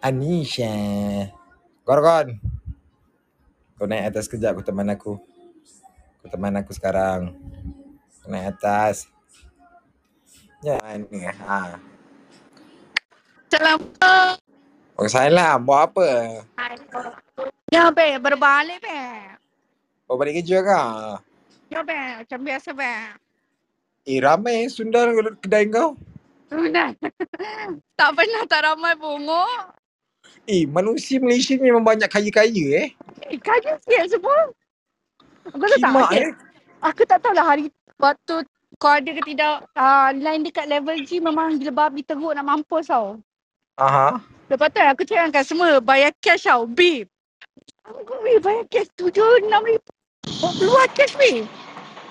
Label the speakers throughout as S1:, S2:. S1: Anisha. Gorgon. Kau naik atas kejap kau teman aku. Kau teman aku sekarang. Kau naik atas. Jangan ni. Ha.
S2: Assalamualaikum.
S1: Waalaikumsalam. lah, Buat apa?
S2: Ya, be, berbalik, be.
S1: Kau balik kerja ke?
S2: Ya, be, macam biasa, be.
S1: Eh ramai eh, sundal kedai kau.
S2: Sudah. tak pernah tak ramai bunga.
S1: Eh manusia Malaysia ni memang banyak kaya-kaya eh.
S2: Eh, kaya sikit semua. Kau tahu tak?
S1: Kimak
S2: Okay.
S1: eh.
S2: Aku tak tahulah hari waktu kau ada ke tidak. Uh, line dekat level G memang gila babi teruk nak mampus tau.
S1: Aha.
S2: Lepas tu aku cakap dengan semua bayar cash tau. Bib. Aku bib bayar cash tujuh enam ribu. Oh, keluar cash bib.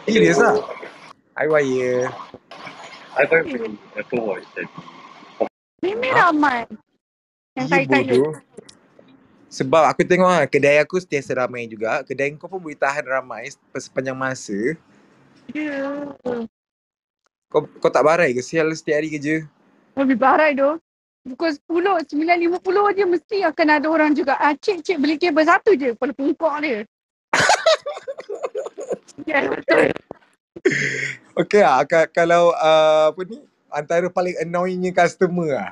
S1: Serius lah. Hari raya.
S3: I don't believe Apple Watch tadi.
S2: Memang
S1: Ha?
S2: ramai. Yang
S1: Ye,
S2: kaya-kaya.
S1: bodoh. Sebab aku tengok lah, kedai aku sentiasa ramai juga. Kedai kau pun boleh tahan ramai se- sepanjang masa.
S2: Ya.
S1: Kau kau tak barai ke sial setiap hari kerja?
S2: Lebih barai tu. Pukul 10, 9.50 je mesti akan ada orang juga. Ah, cik, cik beli kabel satu je. Kepala pungkok dia. ya, betul.
S1: Okey lah, ka- kalau uh, apa ni, antara paling annoyingnya customer lah.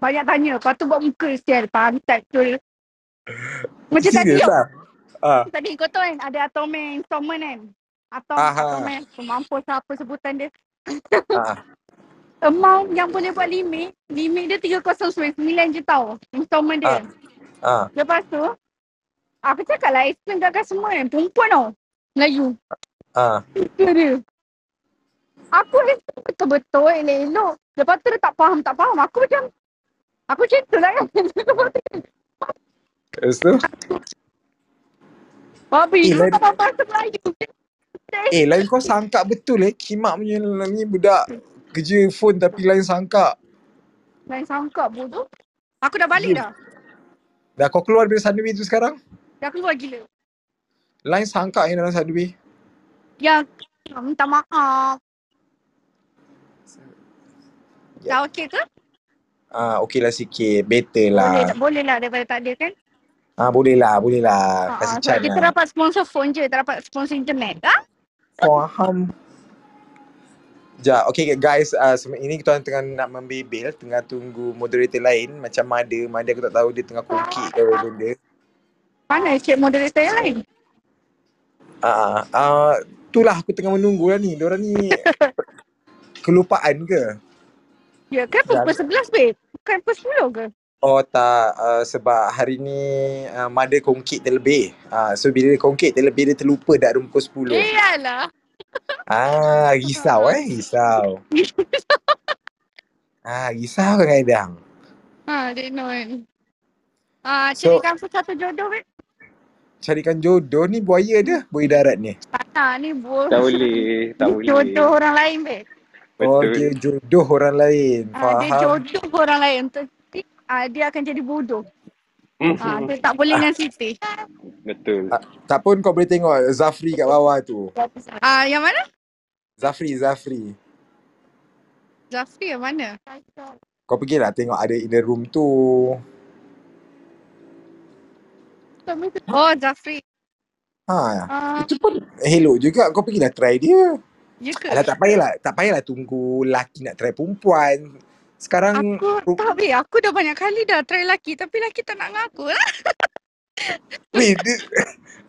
S2: Banyak tanya. Lepas tu buat muka sial. Pantat tu. Macam tadi
S1: Serius
S2: tau.
S1: lah. Ah,
S2: Tadi kau tahu kan ada Atoman, Installment kan. Atom,
S1: Aha.
S2: Atoman. Mampus lah apa sebutan dia.
S1: ah.
S2: Amount yang boleh buat limit. Limit dia 309 je tau. Installment dia.
S1: Ah,
S2: Lepas tu. Aku cakap lah explain kat customer kan. Perempuan tau. Melayu.
S1: ah.
S2: Cerita dia. Aku rasa betul-betul elok-elok. Lepas tu dia tak faham, tak faham. Aku macam, aku macam tu lah kan. Lepas tu,
S1: Lepas tu,
S2: Babi,
S1: Eh,
S2: eh,
S1: lain-
S2: tak faham bahasa Melayu.
S1: eh lain kau sangka betul eh, kimak punya ni budak kerja phone tapi lain sangka.
S2: Lain sangka bodoh. Aku dah balik
S1: Ya.
S2: dah.
S1: Dah kau keluar dari Sunway tu sekarang?
S2: Dah keluar gila.
S1: Lain sangka yang dalam Sunway.
S2: Ya, minta maaf.
S1: Ya.
S2: Dah okey ke?
S1: Ah, okey lah sikit. Better lah.
S2: Boleh, tak boleh lah daripada tak ada kan?
S1: Ah boleh lah, boleh lah.
S2: Ha,
S1: Kasih
S2: sebab
S1: chance
S2: kita
S1: lah.
S2: dapat sponsor phone je, tak dapat sponsor internet. Ha?
S1: Faham. Sekejap, okay guys, uh, ini kita orang tengah nak membebel, tengah tunggu moderator lain macam Mada, Mada aku tak tahu dia tengah kongkit ke benda.
S2: Mana cik moderator yang lain?
S1: Ah, uh, uh, itulah aku tengah menunggu lah ni, diorang ni kelupaan ke?
S2: Ya, kan pukul 11 babe? Bukan pukul 10 ke?
S1: Oh tak, uh, sebab hari ni uh, Mada kongkit terlebih. Ah, so bila dia kongkit terlebih, dia terlupa dah ada pukul 10.
S2: Iyalah.
S1: Ah, risau eh, risau. Ah, risau kadang-kadang.
S2: Ha, dia know kan. Ah,
S1: So-
S2: cari kamu satu jodoh kan?
S1: carikan jodoh ni buaya dia buaya darat ni
S2: Ah, ni bu.
S3: Tak boleh, tak
S2: Dia
S3: boleh.
S2: Jodoh orang lain be.
S3: Betul.
S1: oh dia jodoh orang lain
S2: Ah, dia
S1: faham
S2: jodoh orang lain. Tapi ah, dia akan jadi bodoh.
S3: Mhm,
S2: Ah, dia tak boleh dengan Siti.
S3: Betul.
S1: tak pun kau boleh tengok Zafri kat bawah tu
S2: Ah, yang mana?
S1: Zafri Zafri
S2: Zafri yang mana?
S1: kau pergilah tengok ada in the room tu
S2: Oh, Zafri.
S1: ha
S2: Ah,
S1: itu pun hello juga kau pergilah try dia
S2: ya ke?
S1: alah tak payahlah tak payahlah tunggu laki nak try perempuan sekarang
S2: Aku tak be. Aku dah banyak kali dah try laki tapi laki tak nak ngaku lah.
S1: weh dia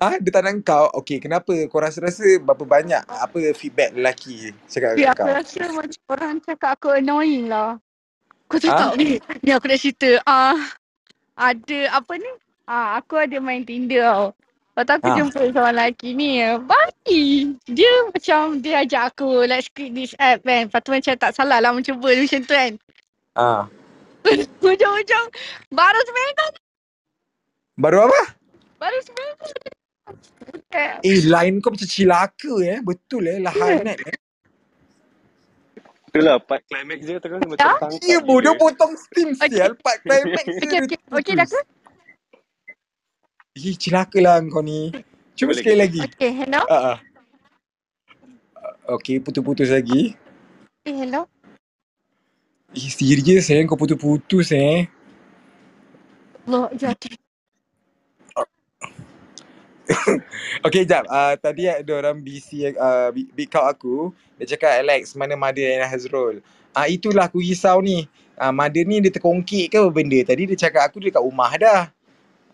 S1: Ah, dia tak nak kau. Okey, kenapa kau rasa-rasa berapa banyak apa feedback lelaki cakap
S2: Be,
S1: kat
S2: aku
S1: kau?
S2: rasa macam orang cakap aku annoying lah. Kau tahu
S1: Ah?
S2: tak ni? Ni aku nak cerita. Ah ada apa ni? Ah aku ada main Tinder tau. Lepas tu aku
S1: Ah.
S2: jumpa seorang lelaki ni. Baki. Dia macam dia ajak aku let's click this app kan. Lepas tu macam tak salah lah mencuba macam tu kan.
S1: Ah.
S2: Hujung-hujung baru seminggu.
S1: Baru apa?
S2: Baru seminggu. Eh,
S1: Eh, line kau macam cilaka eh. Betul eh, lah
S2: Ya.
S1: hanat eh.
S3: Itulah part climax dia terus macam
S2: Ya?
S3: tangkap.
S1: Ya boh, dia potong steam
S2: Okey.
S1: sial. Part climax dia.
S2: Okey, okey. Okey dah ke?
S1: Ih, celakalah kau ni. Cuba
S3: Boleh
S1: sekali lagi.
S2: Okey, hello.
S1: Ah. ah. Okey, putus-putus lagi.
S2: Okey, hello.
S1: Eh, serius eh kau putus-putus eh.
S2: Allah, jadi.
S1: Okay, jap. Uh, tadi ada orang BC, uh, big big kau aku. Dia cakap, Alex, mana mother and Hazrul? Ah itulah aku risau ni. Ah mother ni dia terkongkit ke apa benda? Tadi dia cakap aku dia dekat rumah dah.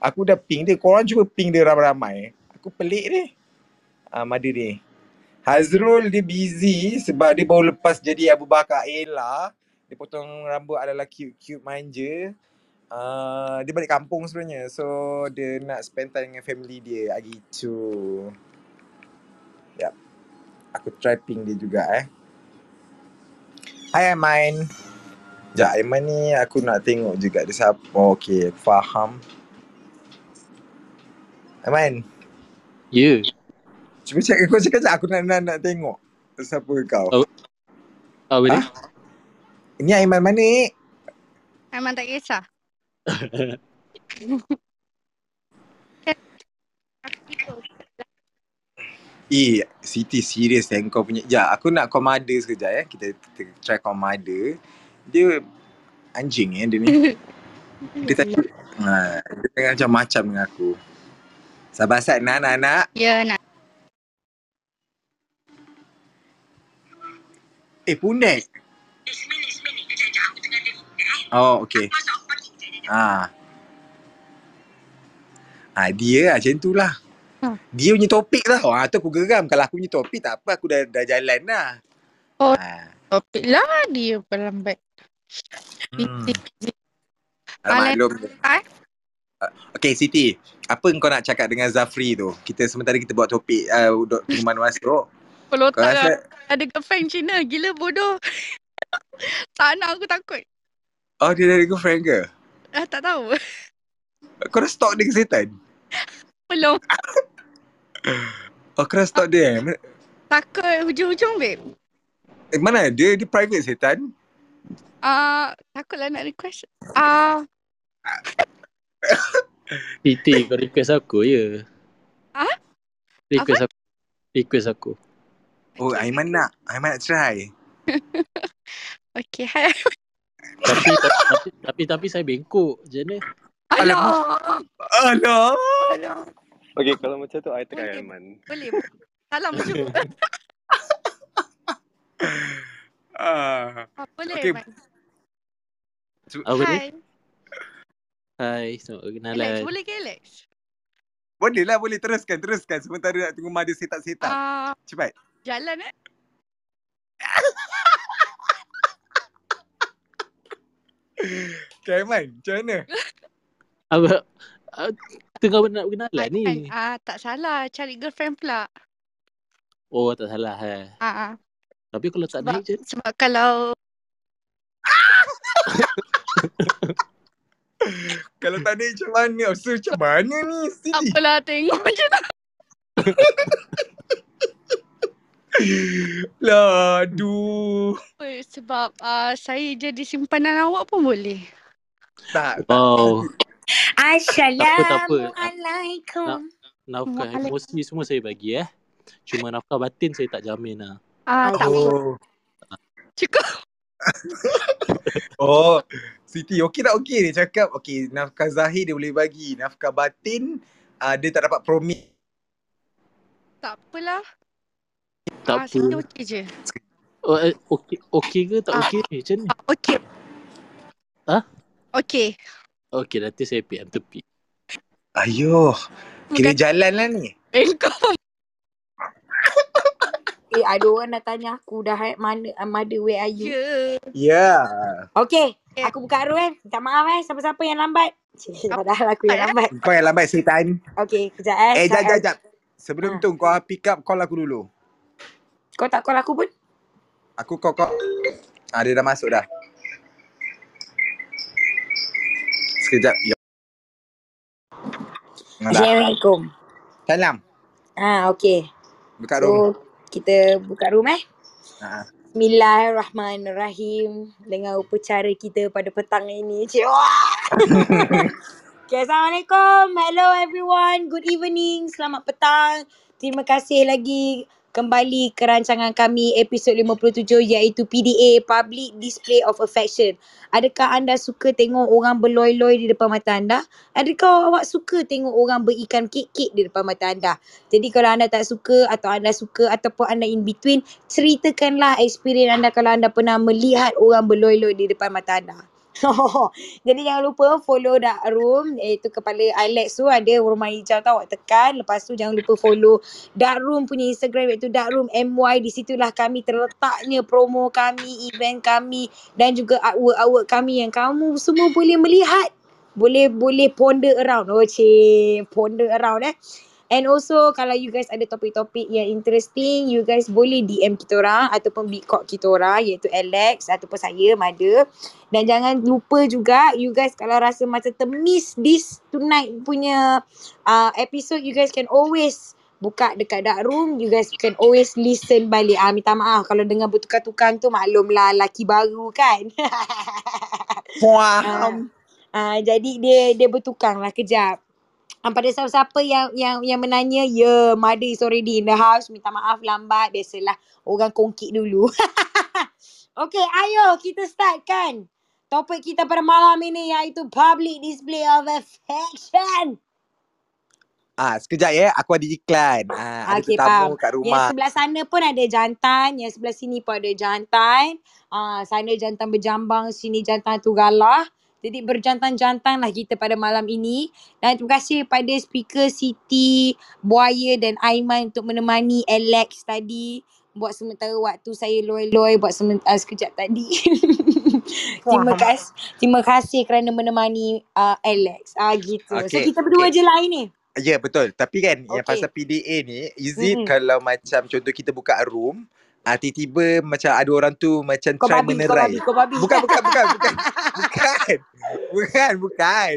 S1: Aku dah ping dia. Korang cuba ping dia ramai-ramai. Aku pelik dia. Ah mother dia. Hazrul dia busy sebab dia baru lepas jadi Abu Bakar Ella. Dia potong rambut adalah cute-cute manja. Uh, dia balik kampung sebenarnya So dia nak spend time dengan family dia Hari tu Yap Aku try ping dia juga eh Hai Aiman Sekejap Aiman ni aku nak tengok juga dia siapa oh, Okay aku faham Aiman
S4: Ya. Yeah.
S1: Cuba cek kau cakap sekejap aku nak, nak, nak tengok Siapa kau
S4: Oh. Ah, boleh?
S1: Ni Aiman mana eh?
S2: Memang tak kisah.
S1: Eh, Siti serius eh kau punya. Ya, aku nak call mother sekejap ya. Kita, kita try call mother. Dia anjing eh dia ni. Dia tak ha, dia tengah macam-macam dengan aku. Sabar Sat, nak, nak, nak.
S2: Ya, nak.
S1: Eh, punek. Oh, okay. Ah. Ah, dia lah macam tu lah.
S2: Hmm.
S1: Dia punya topik tau. Ah, tu aku geram. Kalau aku punya topik tak apa, aku dah, dah jalan lah.
S2: Oh.
S1: Ah.
S2: Topik lah dia pelambat.
S1: Hmm.
S2: Malam-
S1: Maklum. Ah,
S2: Ha?
S1: Okay Siti, apa kau nak cakap dengan Zafri tu? Kita sementara kita buat topik uh, dok minuman masuk.
S2: Kalau
S1: Kau
S2: tak lah.
S1: rasa
S2: Ada girlfriend Cina. Gila bodoh. tak nak aku takut.
S1: oh dia dari girlfriend ke?
S2: Ah, tak tahu.
S1: Kau dah stalk dia ke setan?
S2: Belum.
S1: Oh kau dah stalk
S2: Ah.
S1: dia eh? Mana-
S2: Takut hujung-hujung babe.
S1: Eh, mana dia? Dia private setan?
S2: Ah, takutlah nak request. Ah,
S4: Titik kau request aku ya.
S2: Ah?
S4: Request aku. Request aku.
S1: Oh Aiman nak. Aiman nak try.
S2: okay. Hai.
S4: Tapi tapi, tapi, tapi tapi saya bengkok je ni.
S2: Alah.
S1: Alah.
S2: Alah.
S3: Okay, kalau macam tu, I try
S2: Boleh.
S3: Aiman.
S2: Boleh. Salam jumpa.
S1: Ah.
S2: Ah, Boleh.
S1: Okey.
S2: Okay.
S4: Apa ni?
S2: Hai.
S4: Hai, selamat
S2: Alex,
S4: berkenalan.
S2: boleh ke Alex?
S1: Boleh lah boleh teruskan teruskan sementara nak tunggu mother setak-setak.
S2: Ah,
S1: Cepat.
S2: jalan eh.
S1: Okay Aiman, macam mana?
S4: Apa? Ah, Tengah nak berkenalan
S2: Hai,
S4: Lah, ni.
S2: hai. Ah, tak salah. Cari girlfriend pula.
S4: Oh, tak salah. Ha.
S2: Ah, ah.
S4: Tapi kalau tak
S2: Sebab-
S4: naik je.
S2: Sebab kalau
S1: Kalau tak ada macam mana? So macam mana ni? Siti.
S2: apalah tengok je lah.
S1: Lah, aduh.
S2: Sebab ah, saya jadi simpanan awak pun boleh.
S1: Tak.
S4: Wow. apa.
S5: Assalamualaikum.
S4: Nafkah
S2: Waalaikumsalam.
S4: emosi semua saya bagi eh. Cuma nafkah batin saya tak jamin lah.
S2: Ah, tak apa.
S1: Oh.
S2: Cukup.
S1: Oh, Siti okey tak okey dia cakap. Okey, nafkah zahir dia boleh bagi. Nafkah batin uh, dia tak dapat promise.
S2: Tak apalah. ah,
S4: Tak
S2: Saya
S4: apa.
S2: okey je.
S4: Oh, eh, Okey okey ke tak
S2: Ah.
S4: okey ni? Macam ni?
S2: Ah, okey.
S4: Hah?
S2: Okey.
S4: Okey, nanti saya PM tepi.
S1: Ayuh, kira
S2: Bukan
S1: jalan lah ni.
S2: bengkok.
S5: Eh, ada orang dah tanya aku dah hai- mana uh, mother where are you?
S2: Ya.
S1: Ya.
S5: Okey,
S2: Eh.
S5: aku buka arwah eh. Minta maaf eh siapa-siapa yang lambat. Cik,
S2: Apa-
S5: padahal aku yang
S2: eh?
S5: lambat.
S1: Kau yang lambat setan.
S5: Okey, kejap eh.
S1: Eh, jap, jap,
S5: Kejap,
S1: jap. Sebelum
S5: Ah.
S1: tu kau pick up call aku dulu.
S5: Kau tak call aku pun?
S1: Aku kau kau. Ah, dia dah masuk dah. Sekejap. Ya. Malah.
S5: Assalamualaikum.
S1: Salam.
S5: Ha, okey.
S1: Buka room.
S5: So, kita buka room eh.
S1: Ha.
S5: Bismillahirrahmanirrahim. Dengan upacara kita pada petang ini. Cik, wah! Okay, Assalamualaikum. Hello everyone. Good evening. Selamat petang. Terima kasih lagi kembali ke rancangan kami episod 57 iaitu PDA Public Display of Affection. Adakah anda suka tengok orang berloi-loi di depan mata anda? Adakah awak suka tengok orang berikan kek-kek di depan mata anda? Jadi kalau anda tak suka atau anda suka ataupun anda in between, ceritakanlah experience anda kalau anda pernah melihat orang berloi-loi di depan mata anda. Jadi jangan lupa follow Dark Room iaitu kepala Alex tu ada rumah hijau tau awak tekan lepas tu jangan lupa follow Dark Room punya Instagram iaitu Dark Room MY di situlah kami terletaknya promo kami event kami dan juga artwork-artwork kami yang kamu semua boleh melihat boleh boleh ponder around oh cik ponder around eh And also kalau you guys ada topik-topik yang interesting, you guys boleh DM kita orang ataupun bigkok kita orang iaitu Alex ataupun saya Mada. Dan jangan lupa juga you guys kalau rasa macam termiss this tonight punya uh, episode you guys can always buka dekat dark room you guys can always listen balik ah minta maaf kalau dengar bertukar-tukar tu maklumlah laki baru kan
S1: Muah.
S5: Ah, ah, jadi dia dia bertukang lah kejap. Ah, pada siapa-siapa yang yang yang menanya, ya, yeah, mother is already in the house. Minta maaf lambat, biasalah orang kongkit dulu. okay, ayo kita startkan. Topik kita pada malam ini iaitu public display of affection.
S1: Ah, sekejap ya, aku ada iklan. Ah, ada
S5: Okey,
S1: tetamu kat
S5: Yang
S1: rumah.
S5: sebelah sana pun ada jantan, yang sebelah sini pun ada jantan. Ah, sana jantan berjambang, sini jantan tu galah. Jadi berjantan-jantan lah kita pada malam ini. Dan terima kasih pada speaker Siti, Buaya dan Aiman untuk menemani Alex tadi. Buat sementara waktu saya loi-loi buat sementara sekejap tadi. terima kasih terima kasih kerana menemani uh, Alex. Ah gitu. so
S1: Okey,
S5: kita berdua
S1: okey.
S5: je lah ini.
S1: Ya, betul. Tapi kan yang
S5: Okey.
S1: pasal PDA ni, is it
S5: Mm-mm.
S1: kalau macam contoh kita buka room, ah, tiba-tiba macam ada orang tu macam
S5: Kau
S1: try
S5: babi, kau
S1: menerai.
S5: babi, kau babi.
S1: Bukan, bukan, bukan, bukan. bukan. Bukan, bukan.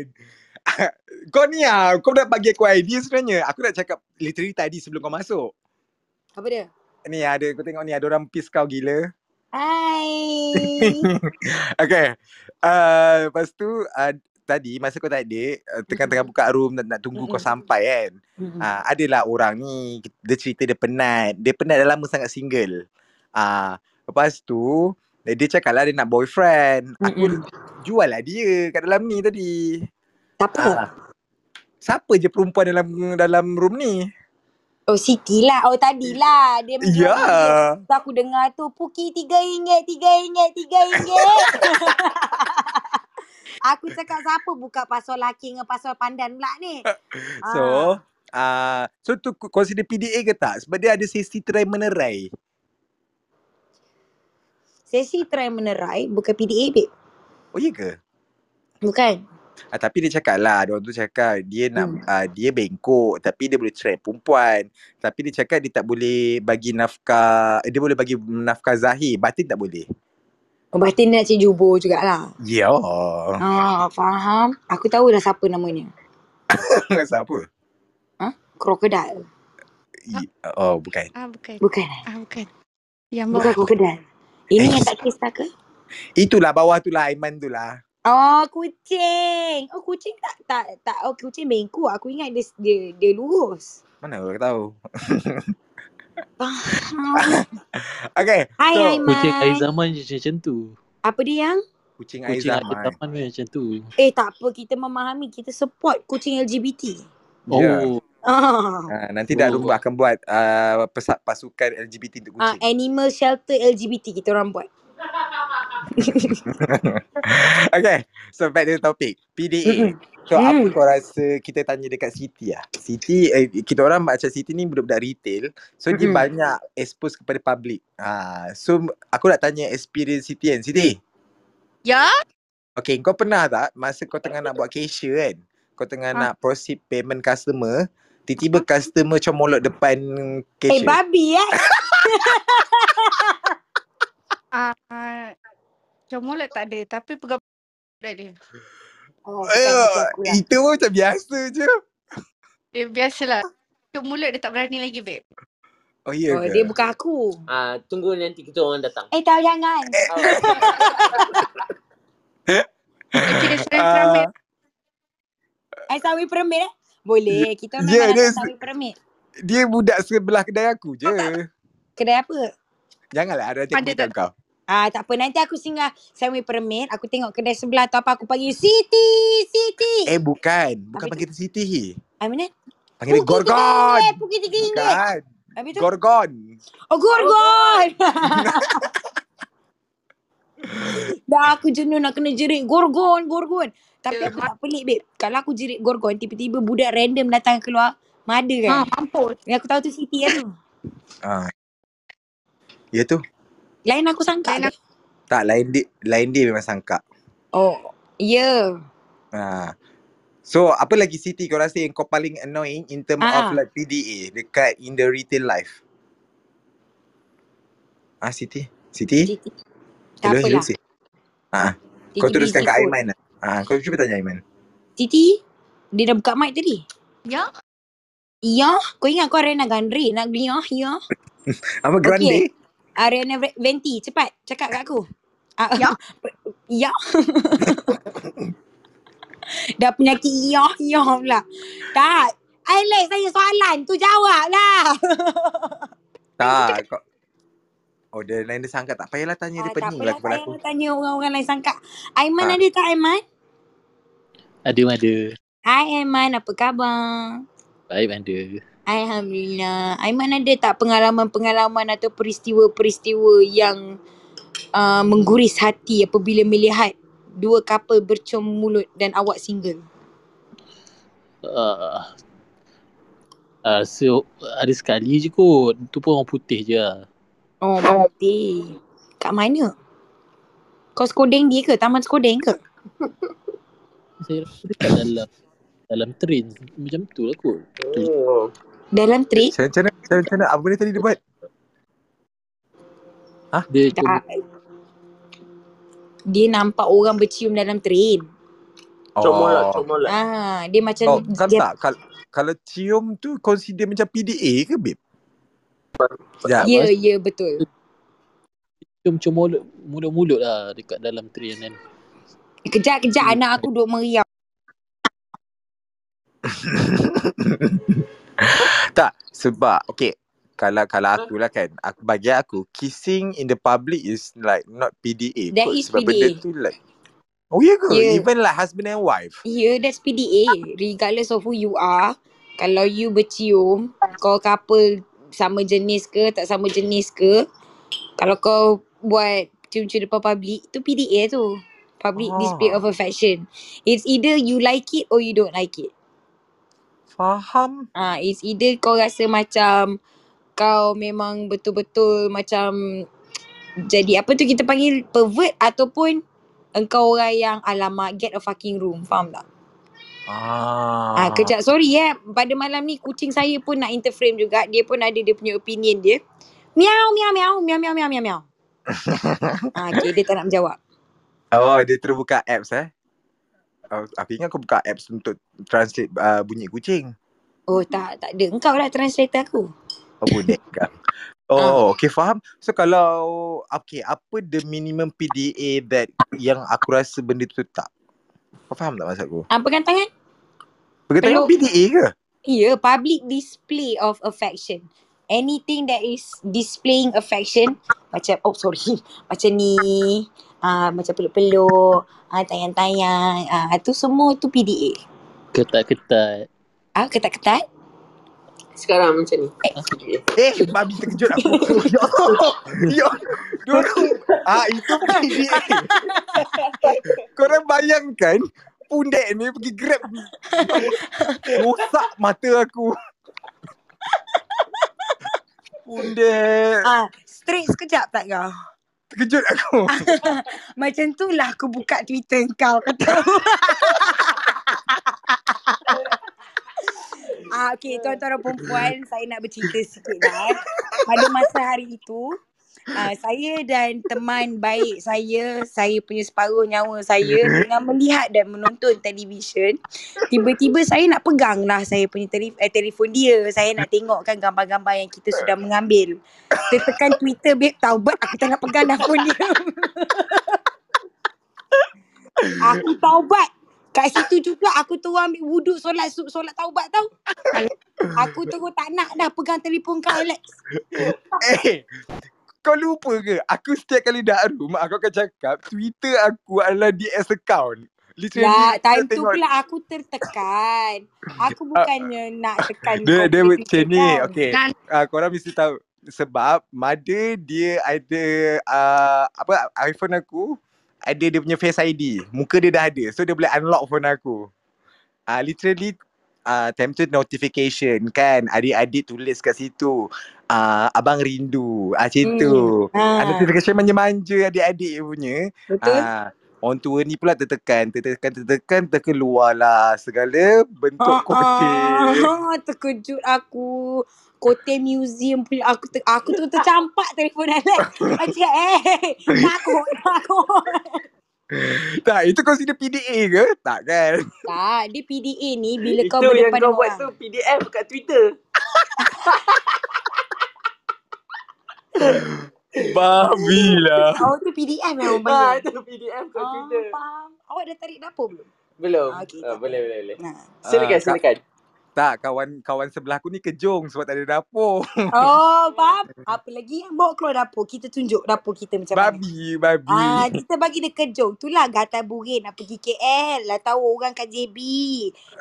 S1: Ah, Kau ni ah, kau dah bagi aku idea sebenarnya. Aku nak cakap literally tadi sebelum kau masuk.
S5: Apa dia?
S1: Ni ada, kau tengok ni ada orang piss kau gila.
S5: Hai.
S1: Okay. Uh, lepas tu uh, tadi masa kau tak ada uh, tengah-tengah buka room nak, nak tunggu kau
S5: Mm-mm. Mm.
S1: sampai kan. Ah uh, adalah orang ni dia cerita dia penat. Dia penat dah lama sangat single. Ah uh, lepas tu dia, dia cakap lah dia nak boyfriend. Aku
S5: Mm-mm.
S1: jual lah dia kat dalam ni tadi.
S5: Siapa?
S1: Ah. Siapa je perempuan dalam dalam room ni?
S5: Oh Siti lah. Oh tadi lah. Dia
S1: Ya. Yeah.
S5: Tu aku dengar tu Puki tiga ringgit, tiga ringgit, tiga ringgit. aku cakap siapa buka pasal laki dengan pasal pandan pula
S1: Eh.
S5: ni.
S1: So, ah uh, so tu consider PDA ke tak? Sebab dia ada sesi terai menerai.
S5: Sesi try menerai bukan PDA babe.
S1: Oh ya ke?
S5: Bukan.
S1: Ah, tapi dia cakap lah, dia orang tu cakap dia nak
S5: Hmm.
S1: hmm. uh, dia bengkok tapi dia boleh track perempuan. Tapi dia cakap dia tak boleh bagi nafkah, eh, dia boleh bagi nafkah zahir, batin tak boleh.
S5: Oh, berarti dia nak cik jubur jugalah.
S1: Ya.
S5: Ah, faham. Aku tahu dah siapa namanya.
S1: Rasa apa?
S5: Krokodil.
S1: I- Oh, bukan.
S2: Ah bukan.
S5: Bukan.
S2: Ah bukan. Ya, Yang
S5: Bukan krokodil.
S1: Eh.
S5: Ini yang tak kisah ke?
S1: Itulah bawah tu lah Aiman tu lah.
S5: Oh, kucing. Oh, kucing tak tak tak. Oh, kucing bengkok. Aku ingat dia dia, dia lurus.
S1: Mana aku tahu.
S5: Hai,
S1: Okay. So,
S5: hai, Mai.
S4: Kucing air zaman je macam tu.
S5: Apa dia yang?
S1: Kucing air
S4: Kucing air
S1: zaman.
S4: zaman je macam tu.
S5: Eh, tak apa. Kita memahami. Kita support kucing LGBT.
S4: Oh,
S1: Ya. Ah,
S5: Ah,
S1: nanti dah rumah akan buat uh, pasukan LGBT untuk
S5: ah,
S1: kucing.
S5: animal shelter LGBT kita orang buat.
S1: okay. So back to the topic. PDA.
S5: Mm-mm.
S1: So hmm. apa
S5: Hmm.
S1: kau rasa kita tanya dekat Siti lah. Siti, eh, kita orang macam Siti ni budak-budak retail. So dia
S5: Mm-mm.
S1: banyak expose kepada public. Ha, so aku nak tanya experience Siti kan. Siti,
S5: Mm.
S2: Ya.
S1: okay kau pernah tak masa kau tengah nak buat cashier kan? Kau tengah
S5: Ha.
S1: nak proceed payment customer. Tiba-tiba customer comolot depan
S5: Eh,
S1: cashier.
S5: babi eh.
S2: Ah uh, comolot tak ada tapi pegang dah dia.
S5: Oh, bukan, bukan aku
S1: Eh,
S5: lah.
S1: itu pun macam biasa je.
S2: Dia Eh, biasalah. Ke mulut dia tak berani lagi babe.
S1: Oh ya
S5: Oh,
S1: ke?
S5: dia bukan aku.
S6: Ah, tunggu nanti kita orang datang.
S5: Eh, tahu jangan.
S2: Dia kira
S1: Ah,
S2: seram-seram
S5: Eh, sawi permit eh. Boleh. Kita memang
S1: Ya,
S5: yeah,
S1: dia-
S5: sawi permit.
S1: dia budak sebelah kedai aku je.
S5: kedai apa?
S1: Janganlah ada
S2: Ada
S1: tengok
S2: tak?
S1: kau.
S5: Ah tak apa nanti aku singgah Sunway Permit, aku tengok kedai sebelah tu apa aku panggil Siti, Siti.
S1: Eh bukan, bukan
S5: Habis-
S1: panggil dia Siti.
S5: I mean eh,
S1: Panggil dia Gorgon.
S5: Pukul tiga ringgit.
S1: Bukan,
S5: Habis tu
S1: Gorgon.
S5: Oh gorgon Dah aku jenuh nak kena jerit Gorgon Gorgon Tapi
S2: Ya,
S5: aku tak pelik babe Kalau aku jerit gorgon Tiba-tiba budak random datang keluar Mada
S2: Ha,
S5: kan
S2: mampus.
S5: Yang aku tahu tu Siti kan tu
S1: Ah. Ya tu.
S5: Lain aku sangka
S2: Lain
S5: babe.
S1: Tak lain dia, lain dia memang sangka.
S5: Oh Ya
S1: Ha. So apa lagi Siti kau rasa yang kau paling annoying in term
S5: Ah.
S1: of like PDA dekat in the retail life? Ah Siti. Siti?
S5: Siti Tak apalah
S1: Siti.
S5: Siti
S1: Kau teruskan
S5: busy
S1: kat
S5: pun.
S1: Aiman lah. Ah, kau cuba tanya Aiman.
S5: Siti Dia dah buka mic tadi
S2: Ya.
S5: Ya Kau ingat kau Ariana Grande Nak beli ya Ya
S1: Apa Grande?
S5: Ariana Ve- Venti Cepat Cakap kat aku Ah,
S2: Ya.
S5: Ya Dah penyakit Ya Ya pula Tak Alex saya soalan Tu jawab lah
S1: Tak. Kau... Oh, dia lain dia sangka. Tak payahlah tanya dia
S5: ah, Tak
S1: pening lah
S5: apalah
S1: kepala
S5: saya
S1: aku.
S5: nak tanya orang-orang lain sangka Aiman
S1: Ah.
S5: ada tak Aiman?
S4: Ada ada.
S5: Hai Aiman apa khabar?
S4: Baik ada.
S5: Alhamdulillah Aiman ada tak pengalaman-pengalaman Atau peristiwa-peristiwa yang uh, Mengguris hati apabila melihat Dua couple bercium mulut dan awak single
S6: Ah.
S4: Uh, uh, so, ada sekali je kot. Tu pun orang putih je lah.
S5: Oh, berarti. Kat mana? Kau skodeng dia ke? Taman skodeng ke?
S4: Saya rasa dekat dalam dalam train. Macam tu lah kot.
S3: Oh.
S5: Dalam trip?
S1: Macam macam mana? Macam macam mana? Apa benda tadi dia buat?
S4: Dia
S5: Tak. Dia nampak orang bercium dalam train.
S3: Comolot, comolot.
S5: Ah, dia
S1: Oh,
S5: macam
S1: kan tak? Kal kalau cium tu consider macam PDA ke, babe? Ya,
S5: Ya, ya betul.
S4: cium-cium mulut, mulut-mulut lah dekat dalam train kan.
S5: Kejap-kejap
S1: Hmm.
S5: anak aku duk meriam.
S1: tak. Sebab, okay. Kalau kalau aku lah kan, aku, bagi aku, kissing in the public is like not PDA. kot.
S5: That is
S1: Sebab
S5: PDA.
S1: benda tu like, Oh ya ke?
S5: Ya.
S1: Even like husband and wife.
S5: Ya, that's PDA. Regardless of who you are, kalau you bercium, kau couple sama jenis ke, tak sama jenis ke, kalau kau buat cium-cium depan public, tu PDA tu.
S1: Ah.
S5: Public display of affection. It's either you like it or you don't like it.
S1: Faham?
S5: Ah, uh, it's either kau rasa macam kau memang betul-betul macam jadi apa tu kita panggil pervert ataupun engkau orang yang alamak get a fucking room. Faham tak? Ah,
S1: Ah.
S5: kejap sorry eh. Pada malam ni kucing saya pun nak interframe juga. Dia pun ada dia punya opinion dia. Miau miau miau miau miau miau miau miau. ah, okay, dia tak nak menjawab.
S1: Oh, dia terbuka apps eh. Oh, aku ingat aku buka apps untuk translate uh, bunyi kucing.
S5: Oh tak, tak ada. Engkau lah translator aku.
S1: Oh, bonek kan. Oh, okay faham. So kalau okay, apa the minimum PDA that yang aku rasa benda tu tak? Kau faham tak maksud aku?
S5: Ah, pegang tangan?
S1: Pergi tengok
S5: Peluk.
S1: PDA ke?
S5: Ya, yeah, public display of affection. Anything that is displaying affection. Macam, oh sorry. Macam ni. Ah, macam peluk-peluk. Ah, tayang-tayang. Ah, tu semua tu PDA.
S4: Ketat-ketat.
S5: Ah, ketat-ketat.
S3: Sekarang macam ni.
S4: Ah,
S1: Eh, babi terkejut aku. ya Allah. Ya. Diorang, ah, itu PDA. Korang bayangkan pundek ni pergi grab ni. Rosak mata aku. Pundek.
S5: Ah, straight sekejap tak kau?
S1: Terkejut aku.
S5: Macam tu lah aku buka Twitter kau. Kau tahu? Ah, okay, tuan-tuan dan perempuan, saya nak bercerita sikit lah. eh. Pada masa hari itu, ah, saya dan teman baik saya, saya punya separuh nyawa saya dengan melihat dan menonton televisyen. Tiba-tiba saya nak pegang lah saya punya telef- eh, telefon dia. Saya nak tengokkan gambar-gambar yang kita sudah mengambil. Tertekan Twitter, babe, taubat aku tak nak pegang dah phone dia. Aku taubat. Kat situ juga aku terus ambil wuduk solat sub solat taubat tau.
S2: Alah.
S5: Aku terus tak nak dah pegang telefon kau Alex.
S1: Eh, kau lupa ke? Aku setiap kali dah room, aku akan cakap Twitter aku adalah DS account. Literally,
S5: Lah,
S1: kau
S5: time tu
S1: tengok-
S5: pula aku tertekan. Aku bukannya nak tekan
S1: Dia, dia
S5: punya
S1: macam ni,
S5: kan.
S1: okay.
S2: Dan-
S1: Uh, korang mesti tahu. Sebab mother dia ada, uh, apa, iPhone aku ada dia punya Face ID. Muka dia dah ada. So, dia boleh unlock phone aku. Uh, literally, uh, time tu notification kan. Adik-adik tulis kat situ. Uh, abang rindu. Ah, macam
S5: Hmm.
S1: tu. Ah,
S5: Ha,
S1: notification manja-manja adik-adik punya.
S5: betul?
S1: Ah, orang tua ni pula tertekan, tertekan, tertekan, terkeluarlah segala bentuk
S5: Ah,
S1: kotik.
S5: ah, terkejut aku. Kote museum pula aku ter, aku tu tercampak telefon Alex. Macam eh takut takut.
S1: Tak, itu consider PDA ke? Tak kan?
S5: Tak, dia PDA ni bila kau
S7: Itu yang
S5: berdepan
S7: kau
S5: dengan
S7: buat
S5: orang.
S7: tu PDF kat Twitter.
S1: Babi lah.
S5: Oh tu PDF yang orang
S7: Ha,
S5: panggil.
S7: itu PDF kat
S5: Oh,
S7: Twitter.
S5: faham. Awak dah tarik dapur belum?
S7: Belum.
S5: Ah, okey,
S7: Ah,
S5: tak.
S7: boleh, boleh, boleh.
S5: Nah.
S1: Ah,
S7: Silakan,
S1: Kak-
S7: silakan.
S1: Tak, kawan kawan sebelah aku ni kejong sebab tak ada dapur.
S5: Oh, faham. Apa lagi yang bawa keluar dapur? Kita tunjuk dapur kita macam mana.
S1: Babi, babi.
S5: Ah, kita bagi dia kejong. Itulah gatal burin nak pergi KL. Lah tahu orang kat JB.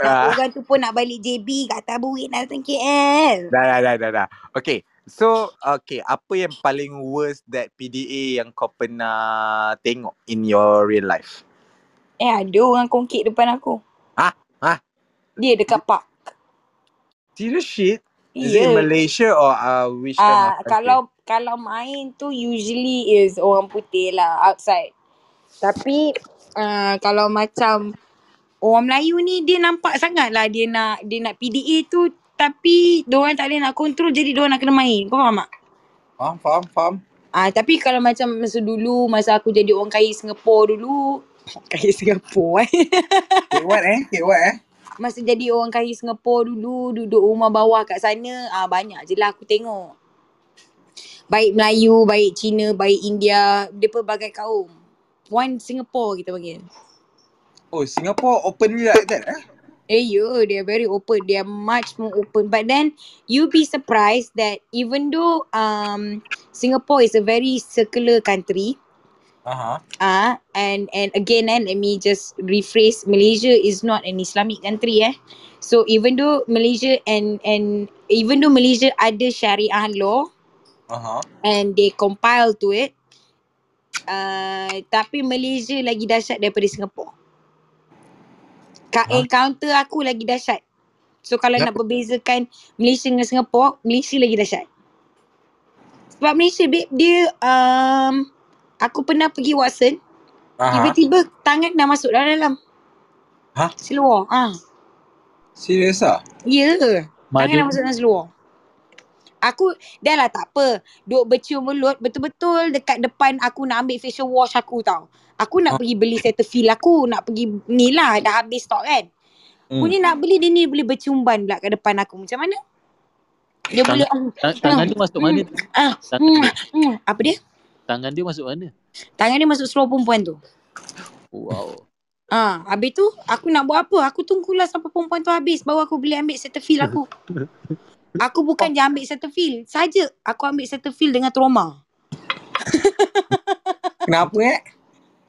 S5: Nak
S1: Ah,
S5: orang tu pun nak balik JB. Gatal burin nak datang KL.
S1: dah, dah, dah, dah, dah. Okay, so okay, apa yang paling worst that PDA yang kau pernah tengok in your real life?
S5: Eh, ada orang kongkit depan aku.
S1: Ah, ah.
S5: Dia dekat park.
S1: Serious shit? Is it
S5: Ya.
S1: in Malaysia or uh, which kind of
S5: Ah,
S1: country?
S5: kalau kalau main tu usually is orang putih lah outside. Tapi uh, kalau macam orang Melayu ni dia nampak sangat lah dia nak dia nak PDA tu tapi diorang tak boleh nak kontrol jadi diorang nak kena main. Kau faham tak?
S1: Faham, faham, faham.
S5: Ah, tapi kalau macam masa dulu masa aku jadi orang kaya Singapura dulu kaya Singapura eh.
S1: Okay, what eh? Okay, what eh?
S5: Masa jadi orang kaya Singapura dulu duduk rumah bawah kat sana ah banyak je lah aku tengok. Baik Melayu, baik Cina, baik India, dia pelbagai kaum. One Singapore kita panggil.
S1: Oh, Singapore openly like that eh?
S5: Eh, yo, they are very open. They are much more open. But then, you be surprised that even though um Singapore is a very circular country,
S1: Uh-huh.
S5: ah, and and again, and let me just rephrase: Malaysia is not an Islamic country, eh. So even though Malaysia and and even though Malaysia ada Shariah law
S1: Uh-huh.
S5: and they compile to it, Uh, tapi Malaysia lagi dahsyat daripada Singapura. Ka-
S1: Huh?
S5: Encounter aku lagi dahsyat. So kalau
S1: Kenapa?
S5: nak berbezakan Malaysia dengan Singapura, Malaysia lagi dahsyat. Sebab Malaysia babe, dia um, aku pernah pergi Watson,
S1: Uh-huh.
S5: tiba-tiba tangan dah masuk dalam dalam.
S1: Hah?
S5: Seluar. Ah.
S1: Serius ah?
S5: Ya. Yeah. Tangan dah
S4: Mother
S5: masuk dalam seluar. Aku dah lah tak apa. Duk bercium mulut betul-betul dekat depan aku nak ambil facial wash aku tau. Aku nak pergi beli Cetaphil aku. Nak pergi ni lah. Dah habis stok kan.
S1: Hmm.
S5: Punya nak beli dia ni boleh bercumban pula kat depan aku. Macam mana? Dia boleh
S4: tangan ta- tangan dia masuk mana?
S5: ah,
S4: Tangan,
S5: mm, mm. Apa dia?
S4: tangan dia masuk mana?
S5: Tangan dia masuk seluar perempuan tu.
S4: Wow.
S5: Ah, habis tu aku nak buat apa? Aku tunggulah sampai perempuan tu habis baru aku boleh ambil Cetaphil aku. Aku bukan je ambil Cetaphil saja. Aku ambil Cetaphil dengan trauma.
S1: Kenapa eh?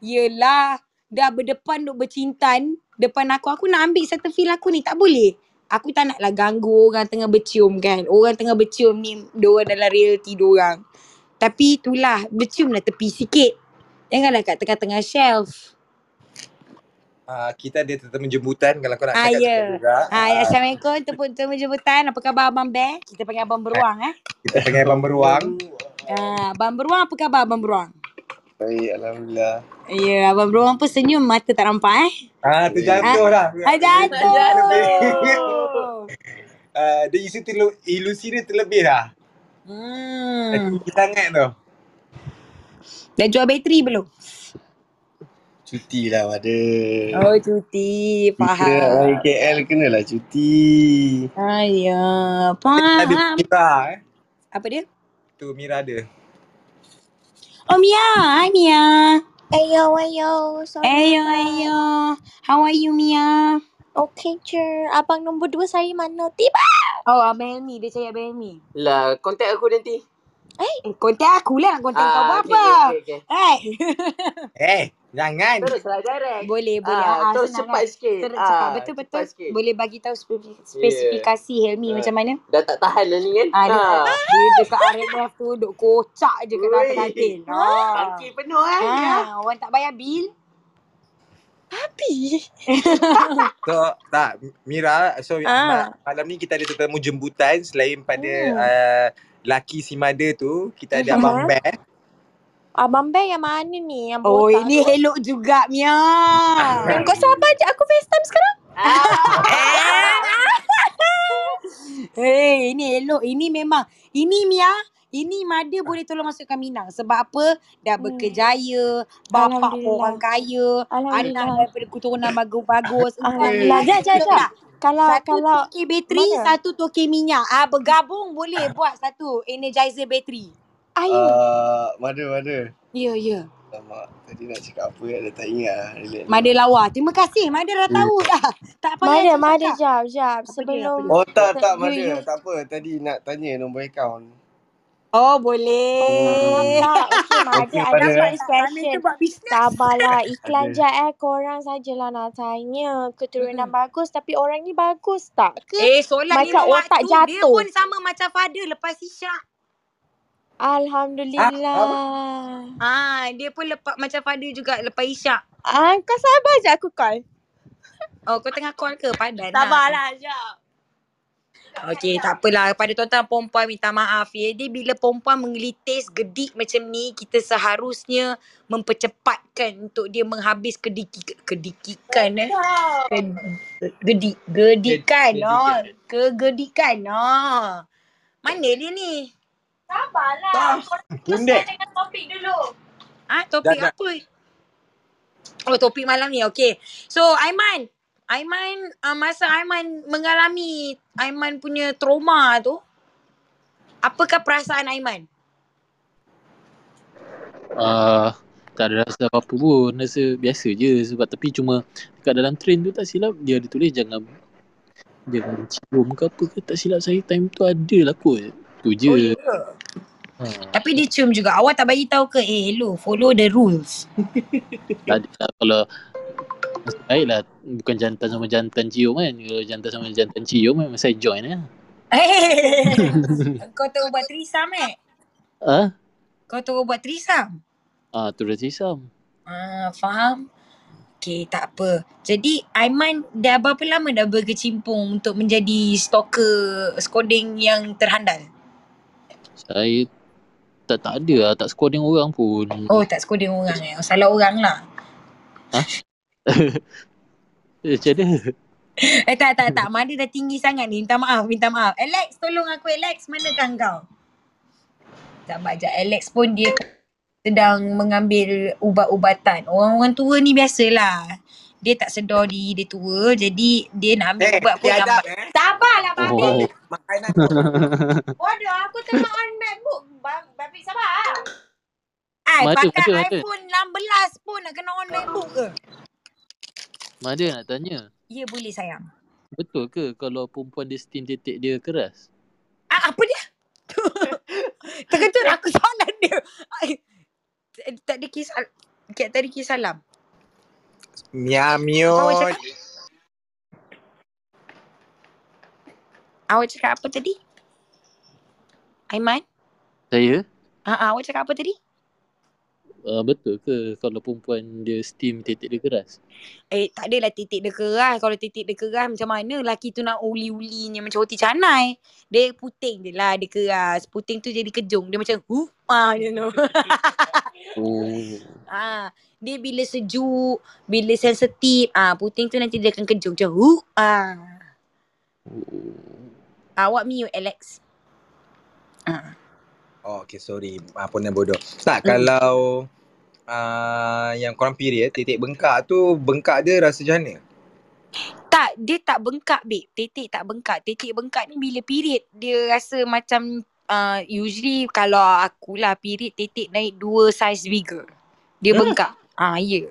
S5: Yelah, dah berdepan duk bercintan depan aku. Aku nak ambil Cetaphil aku ni tak boleh. Aku tak naklah ganggu orang tengah bercium kan. Orang tengah bercium ni diorang dalam reality diorang. Tapi itulah, bercium lah tepi sikit. Janganlah kat tengah-tengah shelf.
S1: Uh, kita ada tetamu jemputan kalau kau nak
S5: Ah,
S1: cakap
S5: ya.
S1: cakap juga.
S5: Hai,
S1: Ah,
S5: Assalamualaikum. Tepuk temu jemputan. Apa khabar Abang Bear? Kita panggil Abang Beruang eh.
S1: kita panggil Abang Beruang.
S5: Ah, Abang Beruang apa khabar Abang Beruang?
S1: Baik, Alhamdulillah.
S5: Ya, yeah, Abang Beruang pun senyum mata tak nampak eh.
S1: Ah, terjatuh lah.
S5: Ah,
S1: Terlebih.
S5: jatuh.
S1: Ah, Dia isu terlu, ilusi dia terlebih lah.
S5: Hmm.
S1: Tinggi sangat tu.
S5: Dah jual bateri belum?
S3: Cuti lah pada.
S5: Oh, cuti.
S3: Kita nak
S5: Faham.
S3: main KL kenalah cuti.
S5: Ayah,
S1: Ada
S5: faham.
S1: Mira eh.
S5: Apa dia?
S1: Tu Mira dia.
S5: Oh, Mia. Hai, Mia.
S8: Ayo, ayo. Sorry.
S5: Ayo, ayo. How are you, Mia?
S8: Okay, cer. Abang nombor dua saya mana? Tiba.
S5: Oh, Abang Helmi. Dia cari Abang Helmi.
S7: Lah, kontak aku nanti.
S5: Eh, kontak aku lah. Kontak kau buat
S7: Ah, okay,
S5: apa?
S7: okay, okay, okay.
S5: Right.
S9: Eh, jangan.
S7: Teruslah lah, direct.
S5: boleh, boleh.
S7: Ah,
S5: Ah, ah,
S7: terus
S5: senang lah.
S7: cepat sikit.
S5: Terus cepat.
S7: Ah,
S5: Betul, betul.
S7: cepat sikit.
S5: Boleh bagi tahu spesif-
S7: Yeah.
S5: spesifikasi Helmi
S7: Ah.
S5: macam mana?
S7: Dah tak tahan lah ni kan?
S5: Ah, dia,
S7: Ha.
S5: dia dekat RMF tu duk kocak je kat atas
S7: Ui.
S5: katil. Ah.
S7: Tangki penuh eh. Ya.
S5: Ah, orang tak bayar bil.
S8: Abi.
S10: So tak Mira So ma-
S8: Ah.
S10: malam ni kita ada tetamu jemputan Selain pada
S8: Hmm.
S10: uh, Laki si mother tu Kita ada Abang
S8: Uh-huh.
S10: Bear
S8: Abang Bear yang mana ni? Yang
S5: Oh,
S8: botak
S5: ini
S8: tu?
S5: elok juga, Mia.
S8: Hmm, kau sabar je. Aku FaceTime sekarang.
S5: Eh.
S7: Ah.
S5: Hei, ini elok. Ini memang. Ini Mia. Ini Mada boleh tolong masukkan Minang. Sebab apa? Dah
S8: Hmm.
S5: berkejaya. Bapak orang
S8: Alhamdulillah.
S5: kaya. Anak
S8: Alhamdulillah.
S5: daripada keturunan bagus-bagus. Engkau ni
S8: Alhamdulillah.
S5: ada
S8: Jap, jap, jap.
S5: eloklah.
S8: Kalau,
S5: Eh. Satu
S8: kalau
S5: tokeh bateri,
S8: mana? Ah.
S5: satu tokeh minyak. Ah, bergabung boleh buat satu energizer bateri.
S8: Ayo.
S9: Uh, mana, mana?
S5: Ya, ya.
S9: Lama. Tadi nak cakap apa dah tak ingat. lah. Relax dulu.
S5: Mada lawa. Terima kasih. Mada
S8: Hmm.
S5: dah
S9: Eh.
S5: tahu dah. Tak payah
S8: Mada,
S5: cakap
S8: mada.
S5: cakap.
S8: Jap,
S5: Apa
S8: jap.
S5: dia? Apa dia?
S8: Sebelum.
S9: Oh tak,
S8: se-
S9: tak
S8: You, you.
S9: Mada. Tak apa. Tadi nak tanya nombor akaun.
S5: Oh,
S8: Oh,
S5: boleh.
S8: nampak. Okey, Mada.
S9: Okey,
S8: I
S9: pada
S5: Nampak
S8: get
S9: eh.
S8: your
S5: tak? Mami tu
S8: question.
S5: buat bisnes.
S8: Sabarlah.
S9: Ada.
S8: Iklan jap eh. Korang sajalah nak tanya. Keturunan
S5: Mm-mm.
S8: bagus tapi orang ni bagus tak ke?
S5: Eh, solat
S8: Macam
S5: lima
S8: otak
S5: waktu. Dia
S8: jatuh.
S5: pun sama macam Fadil lepas Isyak.
S9: Ah, apa?
S8: Alhamdulillah.
S5: Ah, dia pun lepas macam Fadil juga lepas Isyak.
S8: Ah, kau sabar je aku call.
S5: Oh, kau tengah call ke? Padan lah.
S8: Sabarlah, jap.
S5: Okey, tak apalah. Pada tuan-tuan perempuan minta maaf ya. Jadi bila perempuan menggelitis gedik macam ni, kita seharusnya mempercepatkan untuk dia menghabis kediki kedikikan eh. Ged- Gedik gedikan oh.
S9: Jadikan.
S5: Kegedikan oh. Mana dia ni?
S8: Sabarlah.
S5: Bah.
S8: Korang
S9: Pendek.
S8: sesuai dengan topik dulu.
S5: Ah,
S10: Dah
S5: topik
S10: dah
S5: apa? Oh, topik malam ni. Okey. So, Aiman. Aiman, uh, masa Aiman mengalami Aiman punya trauma tu, apakah perasaan Aiman?
S4: Ah, tak ada rasa apa-apa pun. Rasa biasa je sebab tapi cuma dekat dalam train tu tak silap dia ada tulis jangan jangan cium ke apa ke tak silap saya time tu ada lah kot. Tu
S5: Oh,
S4: je.
S5: ya ke?
S4: Ha.
S5: Tapi dia cium juga. Awak tak bagi tahu ke? Eh, hello, follow the rules.
S4: Tak ada lah kalau nasib baik lah bukan jantan sama jantan cium kan. Kalau jantan sama jantan cium memang saya join lah.
S5: Eh, Kau tahu buat trisam eh?
S4: ah,
S5: Kau tahu buat trisam?
S4: ah tu dah sisam.
S5: Ah, faham. Okay, tak apa. Jadi, Aiman dah berapa lama dah berkecimpung untuk menjadi stalker skoding yang terhandal?
S4: Saya tak tak ada lah tak score dengan orang pun.
S5: Oh, tak skoding orang eh. Oh, salah orang lah.
S4: Ha? Eh, Macam mana?
S5: Eh, tak, tak,
S10: Hmm.
S5: tak. Mada dah tinggi sangat ni. Minta maaf, minta maaf. Alex, tolong aku Alex. Manakah kau? Sabar je. Alex pun dia sedang mengambil ubat-ubatan. Orang-orang tua ni biasalah. Dia tak sedar diri dia tua. Jadi dia nak ambil
S10: Eh
S5: ubat pun
S10: tiadap
S5: lambat.
S10: eh
S5: Sabarlah babi.
S4: Oh.
S10: Makanan Makanan kau
S8: Bodoh, aku tengah on MacBook. Bang, babi sabar.
S5: Ai,
S4: Mada,
S5: pakai
S4: mada, mada.
S5: iPhone 16 pun nak kena on MacBook ke?
S4: Mada nak tanya.
S5: Ya boleh sayang.
S4: Betul ke kalau perempuan dia steam titik dia keras?
S5: Ah, apa dia? Terkejut aku soalan dia. Ai, t- tadi kisah tadi kisah salam.
S10: Mia
S5: Awak
S10: miut
S5: cakap awak cakap apa tadi? Aiman?
S4: Saya?
S5: Ah, ah, awak cakap apa tadi?
S4: Uh, betul ke kalau perempuan dia steam titik dia keras?
S5: Eh, tak adalah titik dia keras. Kalau titik dia keras macam mana lelaki tu nak uli-ulinya macam roti canai. Dia puting je lah, dia keras. Puting tu jadi kejung. Dia macam, huh? Ah, you know.
S4: Oh.
S5: ah, dia bila sejuk, bila sensitif, ah puting tu nanti dia akan kejung macam, huh? Ah.
S4: Oh.
S5: Awak mute, Alex. Ah.
S10: Oh okay sorry Apa yang bodoh Tak
S5: Mm.
S10: kalau uh, Yang korang period Titik bengkak tu Bengkak dia rasa macam mana
S5: Tak, dia tak bengkak, babe. Titik tak bengkak. Titik bengkak ni bila period, dia rasa macam uh, usually kalau akulah period, titik naik dua size bigger. Dia
S10: Hmm
S5: bengkak. Ah, ya.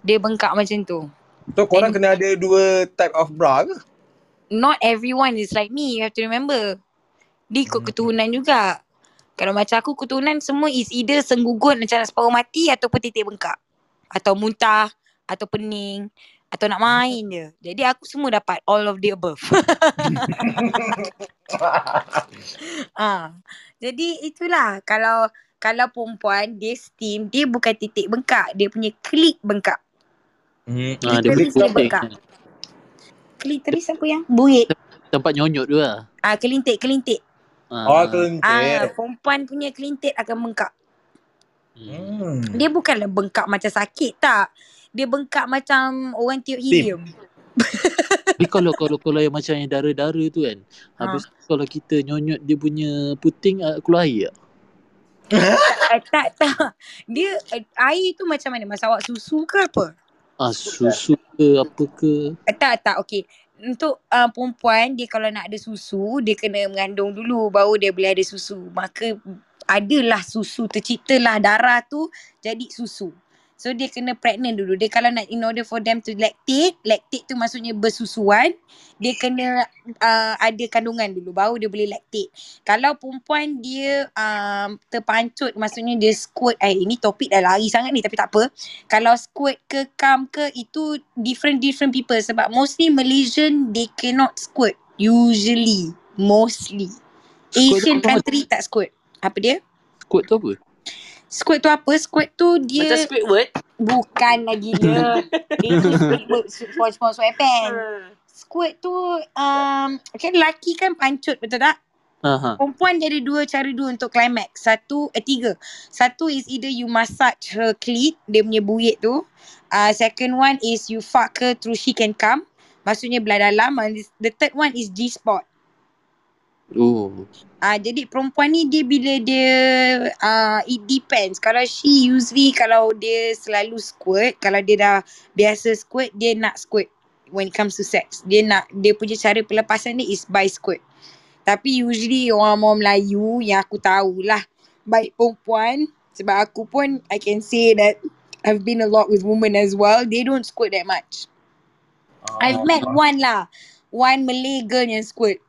S5: Dia bengkak macam tu.
S10: So korang kena ada dua type of bra ke?
S5: Not everyone is like me. You have to remember. Dia ikut keturunan juga. Kalau macam aku keturunan semua is either senggugut macam nak separuh mati ataupun titik bengkak. Atau muntah. Atau pening. Atau nak main je. Jadi aku semua dapat all of the above. ah. Jadi itulah kalau kalau perempuan dia steam dia bukan titik bengkak dia punya klik bengkak
S11: Hmm.
S4: Ah, dia boleh
S5: Klitoris dia
S4: putih.
S5: bengkak. klitoris apa yang buit
S4: Tempat nyonyot tu lah.
S5: ah kelintik kelintik
S11: Oh,
S4: Ah.
S5: ah
S11: kelentik.
S5: perempuan punya kelintik akan bengkak
S4: Hmm.
S11: Hmm.
S5: dia bukanlah bengkak macam sakit tak dia bengkak macam orang tiup helium
S4: Tapi kalau kalau kalau yang macam yang dara-dara tu kan.
S5: Ha.
S4: Habis tu kalau kita nyonyot dia punya puting ah, keluar air tak?
S5: ah, tak tak dia eh, air tu macam mana masa awak susu ke apa
S4: Ah, susu ke apa ke.
S5: Ah, Tak, tak. Okey. Untuk uh, perempuan, dia kalau nak ada susu, dia kena mengandung dulu baru dia boleh ada susu. Maka adalah susu, terciptalah darah tu jadi susu. So dia kena pregnant dulu. Dia kalau nak in order for them to lactate, lactate tu maksudnya bersusuan, dia kena uh, ada kandungan dulu baru dia boleh lactate. Kalau perempuan dia um, terpancut maksudnya dia squirt. Eh ini topik dah lari sangat ni tapi tak apa kalau squirt ke cum ke itu different different people sebab mostly Malaysian they cannot squirt usually mostly
S4: Squat tu
S5: Asian
S4: apa?
S5: country tak squirt apa dia
S4: Squat tu apa?
S5: squirt tu apa squirt tu
S7: Macam
S5: dia
S7: Squidward.
S5: bukan lagi gila itu squirt SpongeBob SquarePants
S7: Ha.
S5: squirt tu um, okay, lelaki kan pancut betul tak
S4: Aha.
S5: perempuan dia ada dua cara dua untuk climax. Satu, eh tiga. Satu is either you massage her clit, dia punya buit tu. Uh, second one is you fuck her through she can come. Maksudnya belah dalam. And this- The third one is G-spot.
S4: Oh.
S5: Ah uh, jadi perempuan ni dia bila dia uh, it depends. Kalau she usually kalau dia selalu squirt, kalau dia dah biasa squirt, dia nak squirt when it comes to sex. Dia nak dia punya cara pelepasan ni is by squirt. Tapi usually orang-orang Melayu yang aku tahulah baik perempuan sebab aku pun I can say that I've been a lot with women as well. They don't squirt that much.
S10: Ah,
S5: I've met one lah. One Malay girl yang squirt.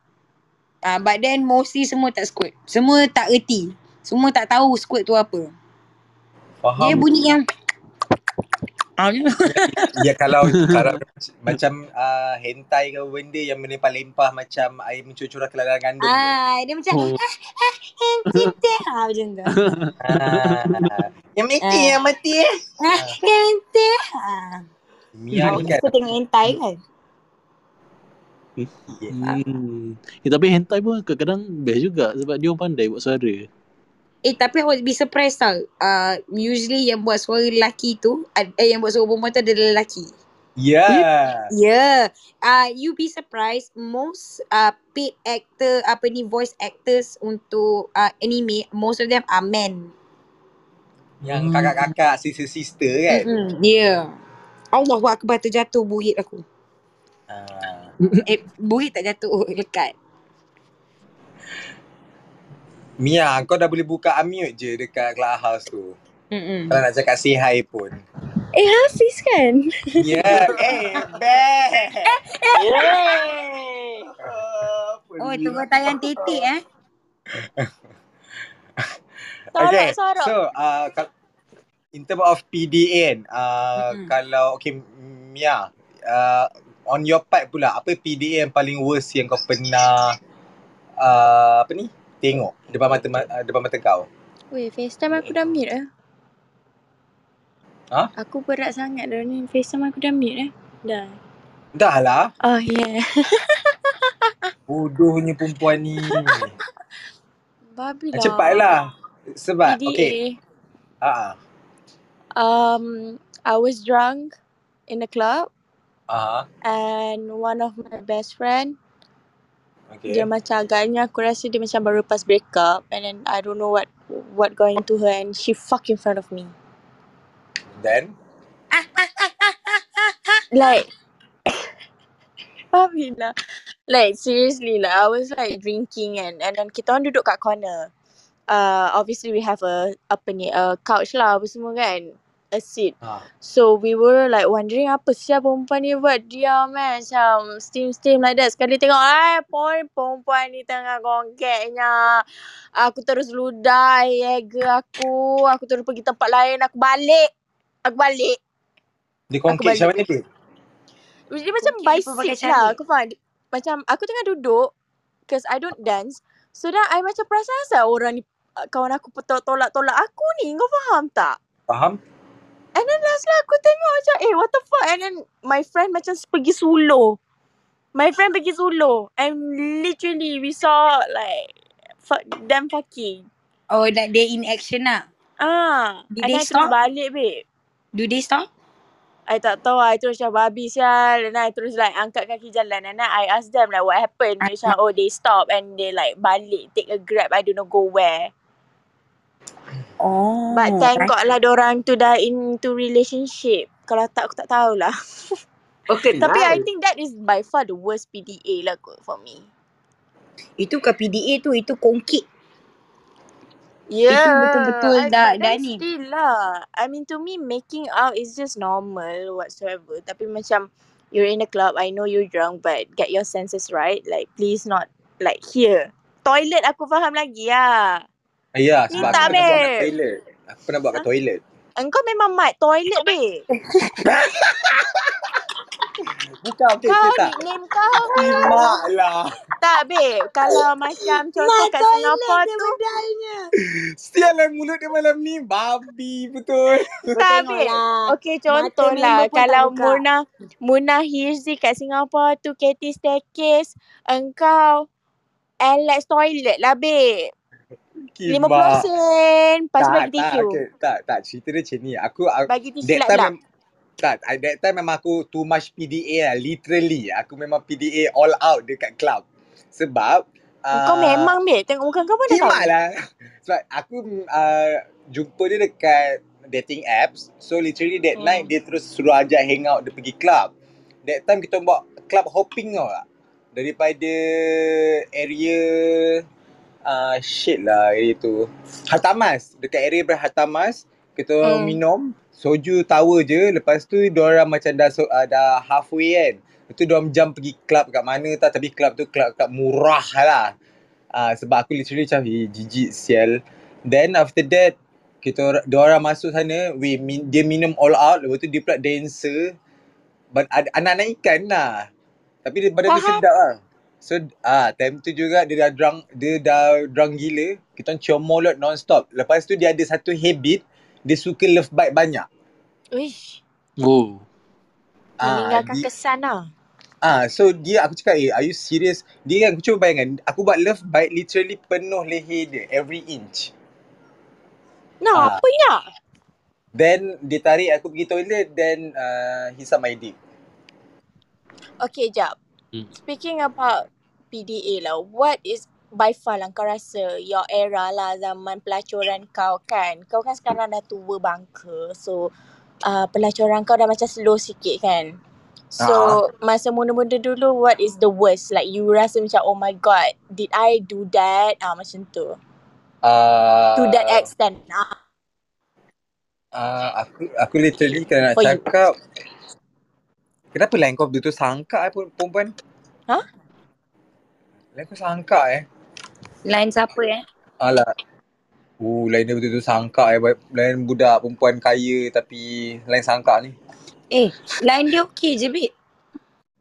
S5: Ah, uh, but then mostly semua tak squirt. Semua tak erti. Semua tak tahu squirt tu apa. Dia
S11: Faham.
S5: bunyi yang Ah, ni.
S10: Ya kalau kalau macam uh, hentai ke benda yang melempah-lempah macam air mencucurah ke dalam kandung tu.
S5: ah, dia macam
S4: Oh.
S5: hentite. Ah, macam tu.
S10: Ah. Yang mati
S5: Ah.
S10: yang mati eh.
S5: Ah, hentite. Ah.
S10: Mia
S5: Awak
S10: ni kan.
S5: suka tengok hentai kan?
S10: Ya.
S4: Hmm. Eh, tapi hentai pun kadang-kadang best juga sebab dia orang pandai buat suara.
S5: Eh tapi I would be surprised tau uh, Usually yang buat suara lelaki tu ad- Eh yang buat suara perempuan tu adalah lelaki
S10: Ya, Yeah.
S8: Hmm.
S5: Yeah uh, You be surprised Most uh, paid actor Apa ni voice actors Untuk uh, anime Most of them are men
S10: Yang kakak-kakak, sister-sister kan.
S8: Hmm.
S5: mm-hmm. Yeah Allah akbar terjatuh buhit aku
S10: Ah.
S5: Eh buhit tak jatuh Lekat
S10: Mia, kau dah boleh buka unmute je dekat clubhouse tu.
S1: Eh,
S5: Mm-mm.
S10: Kalau nak cakap say hi pun.
S8: Eh Hafiz kan?
S10: Yeah. eh, best.
S7: Yeay.
S10: Apa ni?
S5: Oh
S1: lah.
S5: tunggu tayang titik eh
S10: Okay,
S8: Sorok-sorok.
S10: so uh, kal- in term of PDA kan, uh,
S5: Mm-mm.
S10: kalau, okay Mia, uh, on your part pula, apa PDA yang paling worst yang kau pernah, uh, apa ni, tengok depan mata ma- uh, depan mata kau?
S8: Weh, FaceTime aku dah mute eh.
S10: Ha?
S8: Aku berat sangat dah ni. FaceTime aku dah mute eh. Dah.
S10: Dah lah,
S8: Oh yeah.
S10: bodohnya perempuan ni.
S8: Ya.
S10: Ah,
S8: Babi lah.
S10: Cepatlah. Sebab, okay,
S8: PDA.
S10: ha
S8: Um, I was drunk in the club
S10: ah, ah,
S8: and one of my best friend
S10: okay.
S8: dia macam agaknya aku rasa dia macam baru lepas break up and then I don't know what what going to her and she fuck in front of me.
S10: Then,
S8: Like Babi lah. Like seriously like I was like drinking and and then kita orang duduk kat corner. Uh, obviously we have a apa ni a couch lah apa semua kan. a seat.
S10: ah,
S1: Ha.
S8: So we were like wondering apa siapa perempuan ni buat diam eh macam steam-steam like that. Sekali tengok eh pon perempuan ni tengah gongkeknya. Aku terus ludah ya ke aku. Aku terus pergi tempat lain. Aku balik. Aku balik.
S1: Dia
S8: Aku
S1: kongkit
S8: balik.
S1: siapa ni dia?
S8: Dia macam
S7: Mungkin dia pun pakai
S8: bicep lah.
S7: cantik.
S8: Kau faham? Dia- Macam aku tengah duduk. Because I don't dance. So then I macam perasan asal orang ni uh, kawan aku petol- tolak-tolak aku ni. Kau faham tak?
S1: Faham?
S8: And then last lah aku tengok macam eh what the fuck and then my friend macam pergi solo. My friend pergi solo and literally we saw like fuck them fucking.
S5: Oh, that they in action lah.
S8: Ah,
S5: Did
S8: and
S5: they
S8: then I terus
S5: stop?
S8: balik babe.
S5: Do they stop?
S8: I tak tahu I terus macam babi sial And then I terus like angkat kaki jalan And then I ask them like what happened Dia macam oh they stop and they like balik Take a grab I don't know go where But
S5: Oh,
S8: thank god lah orang tu dah into relationship Kalau tak aku tak tahulah
S7: Oh,
S8: Tapi I
S7: kenal.
S8: think that is by far the worst PDA lah kot for me
S5: itu bukan PDA tu, itu kongkit. Itu
S8: Yeah,
S5: betul-betul
S8: I,
S5: dah
S8: but
S5: dah
S8: then
S5: ni.
S8: still lah. I mean to me making out is just normal whatsoever. Tapi macam you're in a club, I know you're drunk but get your senses right. Like please not like here. Toilet aku faham lagi lah.
S1: Ah, Ya, sebab aku
S8: Ni tak
S1: pernah buat kat
S8: babe.
S1: toilet. Aku pernah buat kat
S8: Huh?
S1: toilet.
S8: Engkau memang mat toilet babe.
S1: Bukan, okay,
S8: Kau
S1: okay tak?
S8: nickname kau
S1: Imak lah.
S8: tak babe. Kalau macam contoh
S5: Mat
S8: kat
S5: toilet
S8: Singapore
S5: dia
S8: tu
S5: bedanya.
S1: Sialan lah, mulut dia malam ni. Babi betul.
S5: Kau tengok
S8: Tak babe.
S5: lah.
S8: Okay
S5: Mata member
S8: contohlah
S5: pun tak
S8: kalau
S5: buka.
S8: Muna Muna Hirzi kat Singapura tu Katy staircase engkau Alex toilet lah babe. 50
S1: Imak.
S8: sen. Lepas tu
S1: Tak,
S8: bagi
S1: tak,
S8: tisu.
S1: okay. Tak, tak. Cerita dia macam ni. Aku, aku
S8: Bagi tisu
S1: that time
S8: lap-lap.
S1: mem- tak, I- that time memang aku too much PDA lah. Literally. Aku memang PDA all out dekat club. Sebab,
S8: Kau
S1: uh,
S8: memang babe. Tengok muka kau pun dah tahu.
S1: Imak lah. Sebab aku uh, jumpa dia dekat dating apps. So literally that night
S8: Hmm.
S1: dia terus suruh ajak hang out dia pergi club. That time kita buat club hopping tau tak? Daripada area uh, shit lah area tu. Hatamas. Dekat area berhatamas. Kita
S8: Hmm.
S1: minum soju tawa je. Lepas tu diorang macam dah, so, uh, dah halfway kan. Lepas tu diorang jam pergi club kat mana tak. Tapi club tu club kat murah lah. Ah sebab aku literally macam "Eh, jijik sial. Then after that kita or- dia orang masuk sana, we min, dia minum all out, lepas tu dia pula dancer. But ada anak-anak ikan lah. Tapi dia, badan dia
S8: Faham?
S1: sedap lah. So ah time tu juga dia dah drunk, dia dah drunk gila. Kita orang cium mulut non-stop. Lepas tu dia ada satu habit, dia suka love bite banyak.
S8: Uish.
S4: Oh.
S1: Ah
S8: Meninggalkan
S1: di
S8: kesan lah.
S1: Ah, so dia aku cakap, eh, are you serious? Dia kan, aku cuba bayangkan, aku buat love bite literally penuh leher dia, every inch.
S8: Nah,
S1: Ah,
S8: apa ya?
S1: Then dia tarik aku pergi toilet Then uh, hisap my dick
S8: Okay, jap.
S4: Hmm.
S8: Speaking about PDA lah, what is by far lah kau rasa your era lah zaman pelacuran kau kan? Kau kan sekarang dah tua bangka. So, uh, pelacuran kau dah macam slow sikit kan?
S1: Ah,
S8: So, masa muda-muda dulu, what is the worst? Like, you rasa macam, oh my god, did I do that? Ah, macam tu. To that
S1: uh,
S8: extent. Ah,
S1: uh, Aku aku literally kena nak
S8: for you.
S1: cakap Kenapa lain kau betul sangka eh pe- perempuan
S8: Huh?
S1: Lain kau sangka eh
S5: Line siapa eh?
S1: Alah Oh, lain dia betul-betul sangka eh ba- Lain budak perempuan kaya Tapi lain sangka ni
S5: Eh, line dia okey je, babe.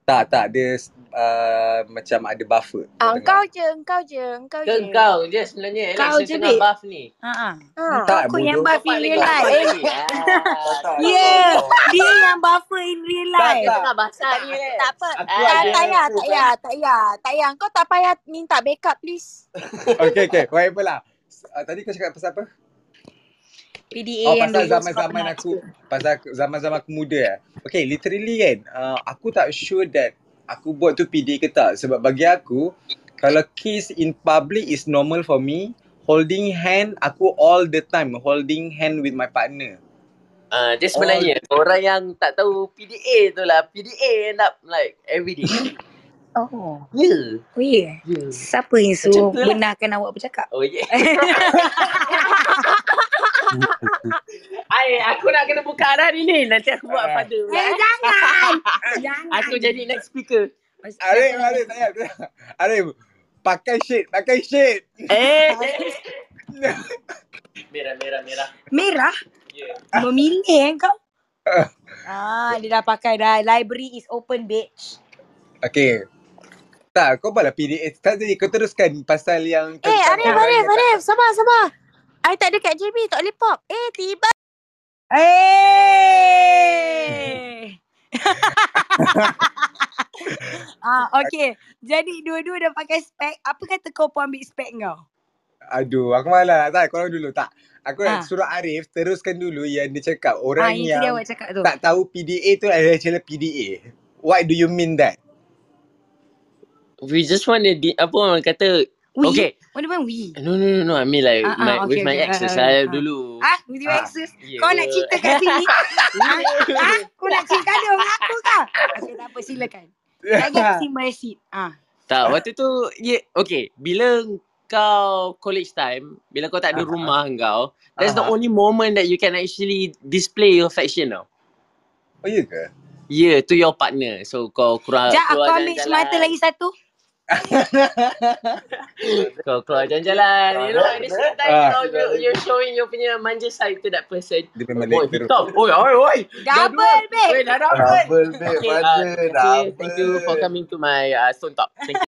S1: Tak, tak Dia uh, macam ada buffer
S8: Ah,
S1: Tengah-tengah
S8: kau je, kau je, kau
S7: Ke
S8: je.
S7: kau je sebenarnya Alex
S5: Kau
S7: yang
S5: je,
S7: tengah
S5: babe.
S7: buff ni.
S5: Ha ah.
S8: Ha.
S5: Kau
S1: Tak,
S5: kau yang
S1: bodoh
S5: buff
S7: Kau
S5: in
S7: paling
S5: real life.
S7: buffer
S8: Eh,
S7: lagi.
S9: Oh,
S1: Tak,
S7: Ah,
S1: tak,
S5: Ya,
S1: tak,
S5: yeah.
S1: tak
S5: dia yang buffer in real
S1: Tak,
S5: life.
S7: Yang
S1: tak
S7: tengah lah. basah
S8: Tak,
S7: ni Alex.
S8: tak apa.
S1: Aku
S8: Tak,
S1: ada
S8: tak
S7: Ah.
S8: payah, tak
S1: proof eh
S8: payah, tak payah, tak payah. Kau tak payah minta backup, please.
S1: Okay, okay. Whatever lah. Uh, tadi kau cakap pasal apa? Oh,
S5: PDA yang
S1: pasal
S5: the worst kau
S1: zaman-zaman
S5: pernah
S1: aku,
S5: experience.
S1: pasal aku- zaman-zaman aku muda eh. Okay, literally kan, uh, aku tak sure that aku buat tu PD ke tak. Sebab bagi aku, kalau kiss in public is normal for me, holding hand, aku all the time holding hand with my partner.
S7: Ah, dia
S1: All
S7: sebenarnya
S5: Oh,
S7: orang yang tak tahu PDA tu lah. PDA end up like Ya. every day.
S5: Oh,
S7: Yeah.
S5: oh yeah.
S1: Ya.
S7: Yeah.
S5: Siapa yang
S7: Macam
S5: suruh
S7: tu lah.
S5: Eh, benarkan awak bercakap?
S7: Oh yeah. Ay, aku nak kena buka hari ni. Nanti aku buat father
S5: Eh,
S7: pula. Eh.
S5: jangan. jangan.
S7: Aku jadi next speaker.
S10: Arif, Arif, tak payah. tak payah. Arif, pakai shade, pakai shade.
S7: Eh. merah, merah, merah.
S5: Merah?
S7: Ya.
S5: Memilih eh kau? ah, dia dah pakai dah. Library is open, bitch.
S1: Okay. Tak, kau lah buatlah PDA. Eh, Tak jadi, kau teruskan pasal yang
S8: Eh,
S1: tentang
S8: Arif,
S1: orang
S8: Arif,
S1: yang tak-
S8: Arif. Sabar, sabar. I tak ada kat JB. Tak boleh pop. Eh, tiba.
S5: Eh. ah, okay. Jadi dua-dua dah pakai spek. Apa kata kau pun ambil spek kau? Ah,
S1: Aduh, aku malas. lah. Tak, korang dulu. Tak. Aku
S5: Ah.
S1: nak suruh Arif teruskan dulu yang dia cakap.
S5: Ah,
S1: Orang
S5: itu dia
S1: yang
S5: awak cakap tu.
S1: tak tahu PDA tu adalah channel PDA. What do you mean that?
S7: We just want to, di- apa orang kata,
S5: We?
S7: okay.
S5: What do you mean we?
S7: No, no, no, no. I mean like,
S5: Ah, ah,
S7: my,
S5: okay,
S7: with my
S5: okay.
S7: exes.
S5: Ah, ah.
S7: saya dulu.
S5: Ah, with your
S7: Ah,
S5: exes?
S7: yeah.
S5: Kau nak cerita kat sini? ah, ah, kau nak cerita dia dengan aku kah? Okay, tak apa. Silakan. Lagi aku simpan seat. Ah.
S7: Tak, waktu tu ya, okay, bila kau college time, bila kau tak
S5: Ah,
S7: ada rumah kau, that's the
S1: Aha.
S7: only moment that you can actually display your affection tau.
S1: Oh, ya ke?
S7: Yeah, to your partner. So kau
S1: Ah,
S7: keluar,
S5: Sekejap, aku
S7: keluar
S5: ambil semata
S7: jalan-jalan.
S5: lagi satu.
S7: Kau keluar jalan-jalan. You know, at the same time,
S1: Ah.
S7: you know, you, you're showing your punya manja side to that person.
S1: Dia
S7: Oh,
S1: memang
S7: boy,
S1: lekter.
S7: hitam. Oi, oi, oi. Dah dua.
S5: Double, babe.
S7: Wait, dah double.
S9: Double babe,
S7: Okay, uh,
S9: manja
S7: terima kasih. Thank you for
S9: double.
S7: coming to my uh, stone talk. Thank you.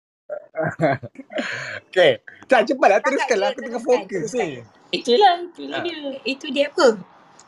S1: Okay. Tak, cepatlah.
S5: Tak, tak,
S1: Teruskanlah. Aku
S5: teruskan,
S1: tengah fokus
S5: teruskan.
S1: ni.
S7: Itulah, itulah
S1: Ah.
S7: dia.
S5: Itu dia apa?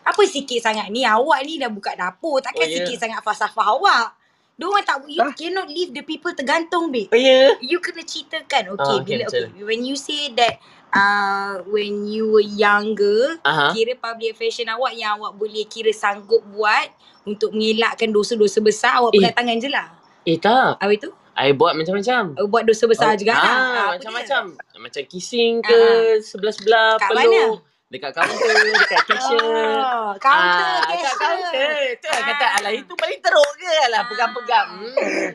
S5: Apa sikit sangat ni? Awak ni dah buka dapur.
S7: Oh,
S5: Takkan
S7: ya.
S5: sikit sangat falsafah awak. Diorang tak, you
S1: Ah.
S5: cannot leave the people tergantung, babe.
S7: Oh, ya.
S5: You kena ceritakan. Okay,
S7: Ah, okay,
S5: bila,
S7: macam
S5: okay. When you say that uh, when you were younger,
S7: Aha.
S5: kira public affection awak yang awak boleh kira sanggup buat untuk mengelakkan dosa-dosa besar, awak
S7: Eh.
S5: pegang tangan je lah.
S7: Eh, tak.
S5: Habis tu?
S7: I buat macam-macam.
S5: Awak buat dosa besar
S7: Oh,
S5: juga lah.
S7: ah,
S5: Ah, apa
S7: macam-macam. Macam kissing
S5: dia? Ah, ah.
S7: ke, sebelah-sebelah,
S5: Kat
S7: peluk. Dekat kaunter, dekat cashier.
S5: Oh, counter
S7: Ah,
S5: cashier.
S7: kat kaunter. Tu lah kata,
S5: Ah.
S7: alah itu paling teruk ke? Alah, pegang-pegang. Hmm,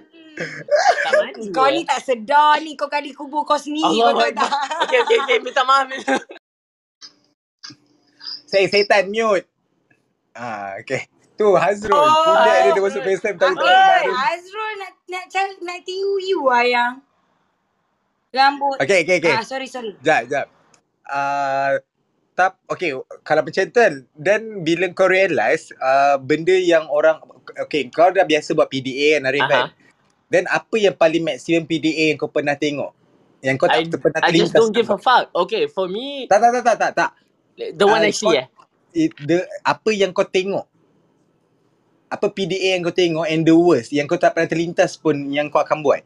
S7: tak mandi
S5: Kau
S7: ya.
S5: ni tak sedar ni. Kau kali kubur kau sendiri.
S7: Allah
S5: Kau tahu tak?
S7: Okey, okey, okey. Minta maaf. minta-
S1: Saya setan mute. Ah, okay. Tu Hazrul.
S7: Oh,
S1: Pudak dia
S7: Azrul.
S1: termasuk first time tahu
S5: Aku
S1: tak
S7: Oi.
S1: baru.
S5: Azrul nak nak cari nak tiru you ayang. Rambut.
S1: Okay, okay, okay.
S5: Ah, sorry, sorry.
S1: Jap, jap. Ah, tap, okay, kalau macam tu, kan, then bila kau realise uh, benda yang orang, okay, kau dah biasa buat PDA kan, Arif
S7: Aha.
S1: kan? Then apa yang paling maksimum PDA yang kau pernah tengok? Yang kau tak
S7: I
S1: ter- pernah
S7: I just
S1: terlintas
S7: don't
S1: nak
S7: give a
S1: buat?
S7: fuck. Okay, for me,
S1: Tak, tak, tak, tak, tak. tak.
S7: the one
S1: Uh,
S7: I
S1: kau,
S7: see eh.
S1: it, the, apa yang kau tengok? Apa PDA yang kau tengok and the worst yang kau tak pernah terlintas pun yang kau akan buat?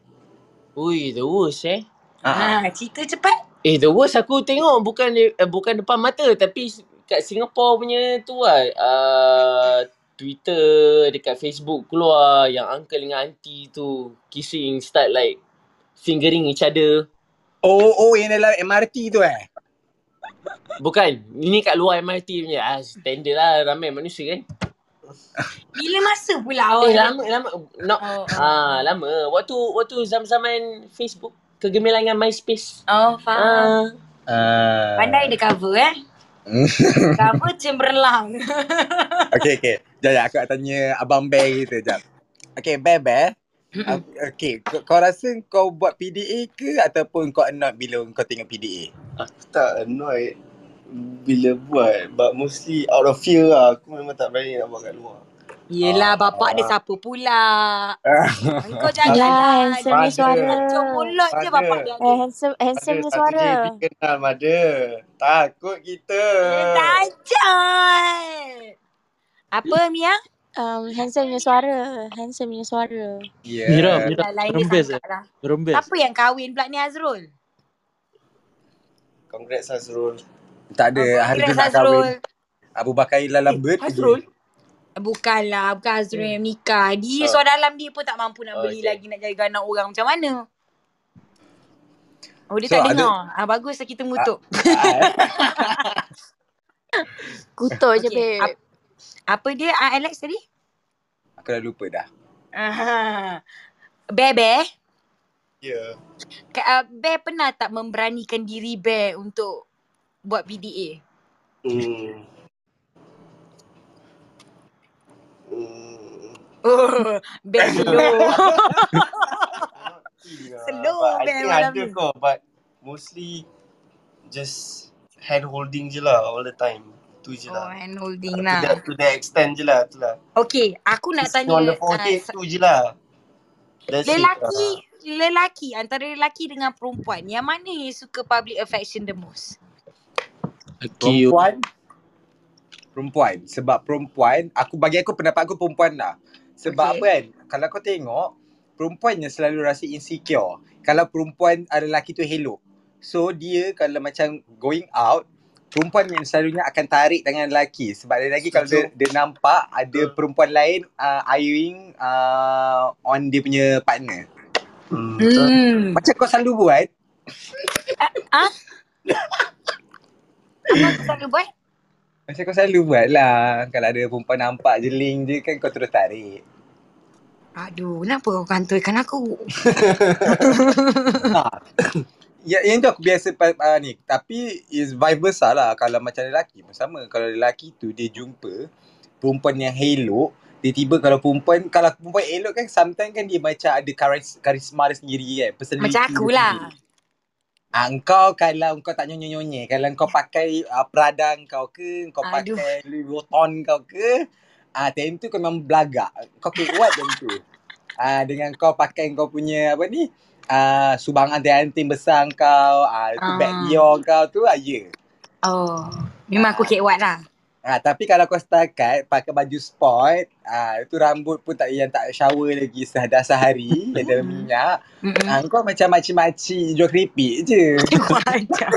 S7: Ui, the worst eh.
S1: Ah,
S5: Ah, cerita cepat.
S7: Eh, the worst aku tengok bukan di- eh, bukan depan mata tapi s- kat Singapore punya tu lah. Uh, Twitter, dekat Facebook keluar yang uncle dengan auntie tu kissing start like fingering each other.
S1: Oh, oh yang dalam MRT tu eh?
S7: Bukan, ini kat luar MRT punya. Ah, standard lah ramai manusia kan.
S5: Bila masa pula awak
S7: Eh,
S5: ada?
S7: lama, lama. Not,
S5: Oh, oh.
S7: ah, lama. Waktu waktu zaman-zaman Facebook kegemilangan MySpace.
S5: Oh, faham.
S7: Ah,
S5: Pandai
S1: Ah.
S5: dia cover eh. Cover cemerlang.
S1: Okay, okay. Jap, jap. Aku nak tanya Abang Bear kita jap. Okay, Bear Bear. Uh, okay, kau, kau rasa kau buat PDA ke ataupun kau annoyed bila kau tengok PDA?
S9: Tak annoyed bila buat but mostly out of fear lah. Aku memang tak berani nak buat kat luar.
S1: Ah.
S5: Yelah, bapak dia siapa pula? Engkau
S8: Alah,
S5: janganlah.
S8: handsome ni
S5: Jangan
S9: Mother,
S8: suara.
S5: jangan jom mulut je bapak
S9: mother,
S5: dia
S8: Eh,
S5: ada.
S8: handsome,
S9: mother
S8: handsome ni
S9: satu JB
S8: suara.
S9: kenal mother. Takut kita.
S5: Dia tajam. Apa Mia?
S8: Um, handsome ni suara. Handsome ni suara.
S4: Mira,
S1: Yeah.
S4: Mira.
S5: Yelah lain dia
S4: Rembes
S5: sangka
S4: eh.
S5: lah.
S4: Rembes.
S5: Siapa yang kahwin pula ni Azrul?
S9: Congrats Azrul.
S1: Tak
S5: Oh,
S1: ada Hazrul
S5: congrats
S1: nak kahwin.
S5: Azrul.
S1: Abu Bakar Hilal
S7: eh,
S1: lambat lagi.
S7: Hazrul.
S5: Bukanlah, bukan Azrul yang nikah. Dia
S7: Oh,
S5: suara dalam dia pun tak mampu nak
S7: oh
S5: beli
S7: okay.
S5: lagi nak jaga anak orang macam mana. Oh, dia
S1: So,
S5: tak
S1: ada...
S5: dengar. Ah, bagus lah kita
S1: Uh,
S5: ngutuk.
S8: Kutuk je,
S5: Okay,
S8: babe.
S5: ap, apa dia ah, Alex tadi?
S1: aku dah lupa dah.
S5: Ah, Bebe,
S9: Ya.
S5: uh, Bear pernah tak memberanikan diri Bear untuk buat PDA?
S9: Yeah. Hmm. Hmm.
S5: Oh, best slow. Slow,
S9: Slow, but I
S5: man,
S9: think
S5: malam
S9: ada
S5: ni.
S9: kau but mostly just hand holding je lah all the time. Tu je
S5: Oh,
S9: lah.
S5: hand holding
S9: To that,
S5: lah.
S9: to that extent je lah. Tu lah.
S5: Okay, aku nak
S9: Kissing on
S5: tanya
S9: the
S5: uh,
S9: forehead tu je lah. That's it
S5: lelaki
S9: lah.
S5: lelaki antara lelaki dengan perempuan yang mana yang suka public affection the most?
S4: Lelaki
S1: Perempuan Perempuan Sebab perempuan Aku bagi aku pendapat aku perempuan lah Sebab
S5: Okay.
S1: apa kan Kalau kau tengok Perempuan yang selalu rasa insecure Kalau perempuan ada lelaki tu hello So dia kalau macam going out Perempuan yang selalunya akan tarik tangan lelaki Sebab dia lagi kalau dia,
S9: Setuju?
S1: dia nampak Ada perempuan lain uh, eyeing uh, on dia punya partner
S9: Hmm, betul.
S5: Hmm.
S1: Macam kau selalu buat
S5: Ah, apa aku selalu buat?
S1: Macam kau selalu buat lah Kalau ada perempuan nampak jeling je kan kau terus tarik
S5: Aduh, kenapa kau kantoi aku?
S1: ha, Ya, yang tu aku biasa uh, ni. Tapi is vice versa lah kalau macam lelaki pun sama. Kalau lelaki tu dia jumpa perempuan yang elok, tiba-tiba kalau perempuan kalau perempuan elok kan sometimes kan dia macam ada karis, karisma dia sendiri kan,
S5: Macam lah.
S1: personality dia sendiri.
S5: akulah.
S1: Ah, engkau kalau engkau tak nyonya-nyonya, kalau engkau pakai uh, Prada kau ke, engkau
S5: Aduh.
S1: pakai Louis Vuitton kau ke, ah uh, time tu kau memang belagak. Kau kuat time tu. Ah uh, dengan kau pakai kau punya apa ni? Ah uh, subang anting-anting besar kau, ah uh, tu bag
S5: Ah.
S1: Dior kau tu ah ya.
S5: Oh, memang aku
S1: Ah
S5: kewat lah.
S1: ah, tapi kalau kau setakat pakai baju sport, ah itu rambut pun tak yang tak shower lagi sedah sehari, yang dalam
S5: Mm.
S1: minyak,
S5: Mm-mm.
S1: ah kau macam makcik-makcik jual keripik je.
S5: Wajar.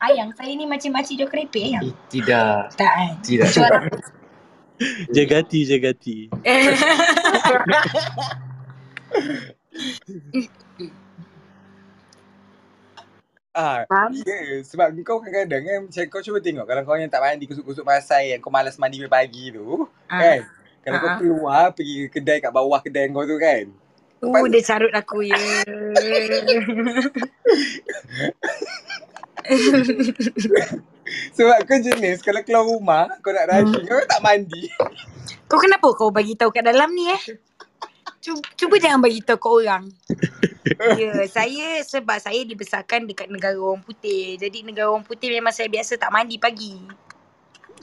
S5: Ayang, saya ni macam-macam jual keripik, Ayang.
S7: Eh, tidak.
S5: Tak, eh.
S7: Tidak.
S5: Jual apa?
S4: jaga hati, jaga hati.
S5: Eh.
S1: Ah,
S5: Faham?
S1: ya, yeah, sebab kau kadang-kadang kan macam kau cuba tengok kalau kau yang tak mandi kusuk-kusuk pasai yang kau malas mandi pagi tu,
S5: Ah.
S1: kan? Kalau kau
S5: Ah.
S1: keluar pergi ke kedai kat bawah kedai kau tu kan. Kau
S5: Uh,
S1: pas-
S5: dia carut aku, ya.
S1: sebab kau jenis kalau keluar rumah kau nak rushing kau tak mandi.
S5: Kau kenapa kau bagi tahu kat dalam ni, eh? Cuba, cuba jangan bagi tahu kat orang. Ya, saya sebab saya dibesarkan dekat negara orang putih. Jadi negara orang putih memang saya biasa tak mandi pagi.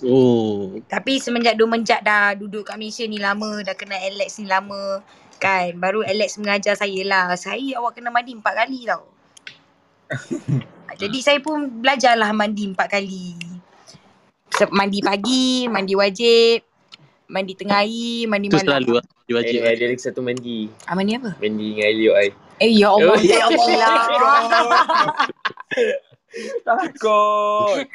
S4: Oh,
S5: Tapi semenjak Domenjak dah duduk kat Malaysia ni lama, dah kenal Alex ni lama kan. Baru Alex mengajar saya lah. Sehari awak kena mandi empat kali tau. Jadi saya pun belajarlah mandi empat kali. Se- Mandi pagi, mandi wajib, mandi tengah hari, mandi
S4: tu
S5: malam.
S4: selalu lah. Dia wajib
S7: Eh,
S4: lah.
S7: ada lagi satu mandi.
S5: Ah, mandi apa?
S7: Mandi dengan Elliot ai.
S5: Eh, ya Allah,
S7: Oh,
S5: ya
S7: ya
S5: Allah.
S1: Takut.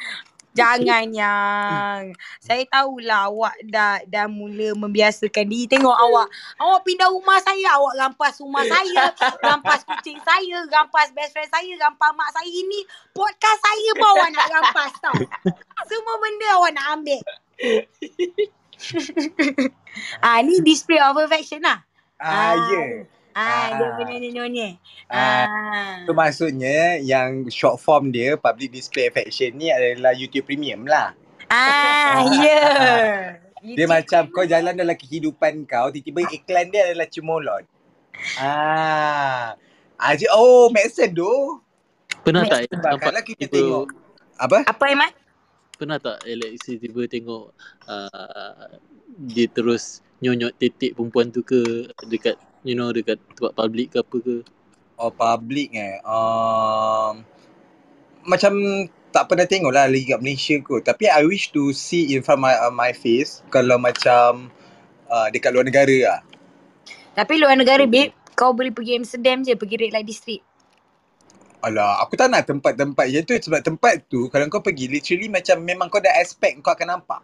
S5: Jangan yang. Saya tahulah awak dah dah mula membiasakan diri. Tengok awak. Awak pindah rumah saya. Awak rampas rumah saya. Rampas kucing saya. Rampas best friend saya. Rampas mak saya. Ini podcast saya pun awak nak rampas tau. Semua benda awak nak ambil. Ah ni display of affection lah.
S1: Ah,
S5: Ah,
S1: ya.
S5: ah dia punya
S1: Ah,
S5: nyonya.
S1: ah,
S5: Ah.
S1: tu maksudnya yang short form dia public display affection ni adalah YouTube Premium lah. Ah,
S5: Ah, ya.
S1: ah. Dia
S5: YouTube
S1: macam kau
S5: premium.
S1: jalan dalam kehidupan kau, tiba-tiba iklan dia adalah cemolon. Ah. Aji oh, make sense doh.
S4: Pernah
S5: Mac-
S4: tak Alex nampak
S1: Sebabkanlah kita
S4: tiba
S1: tengok apa?
S5: Apa Iman?
S4: pernah tak Alex tiba tengok uh, dia terus nyonyot titik perempuan tu ke dekat you know dekat tempat public ke apa ke
S1: Oh, public eh. Um, macam tak pernah tengok lah lagi kat Malaysia kot. Tapi I wish to see in front my, uh, my face kalau macam uh, dekat luar negara lah.
S5: Tapi luar negara babe, kau boleh pergi Amsterdam je, pergi Red Light District.
S1: Alah, aku tak nak tempat-tempat macam tu sebab tempat tu kalau kau pergi literally macam memang kau dah expect kau akan nampak.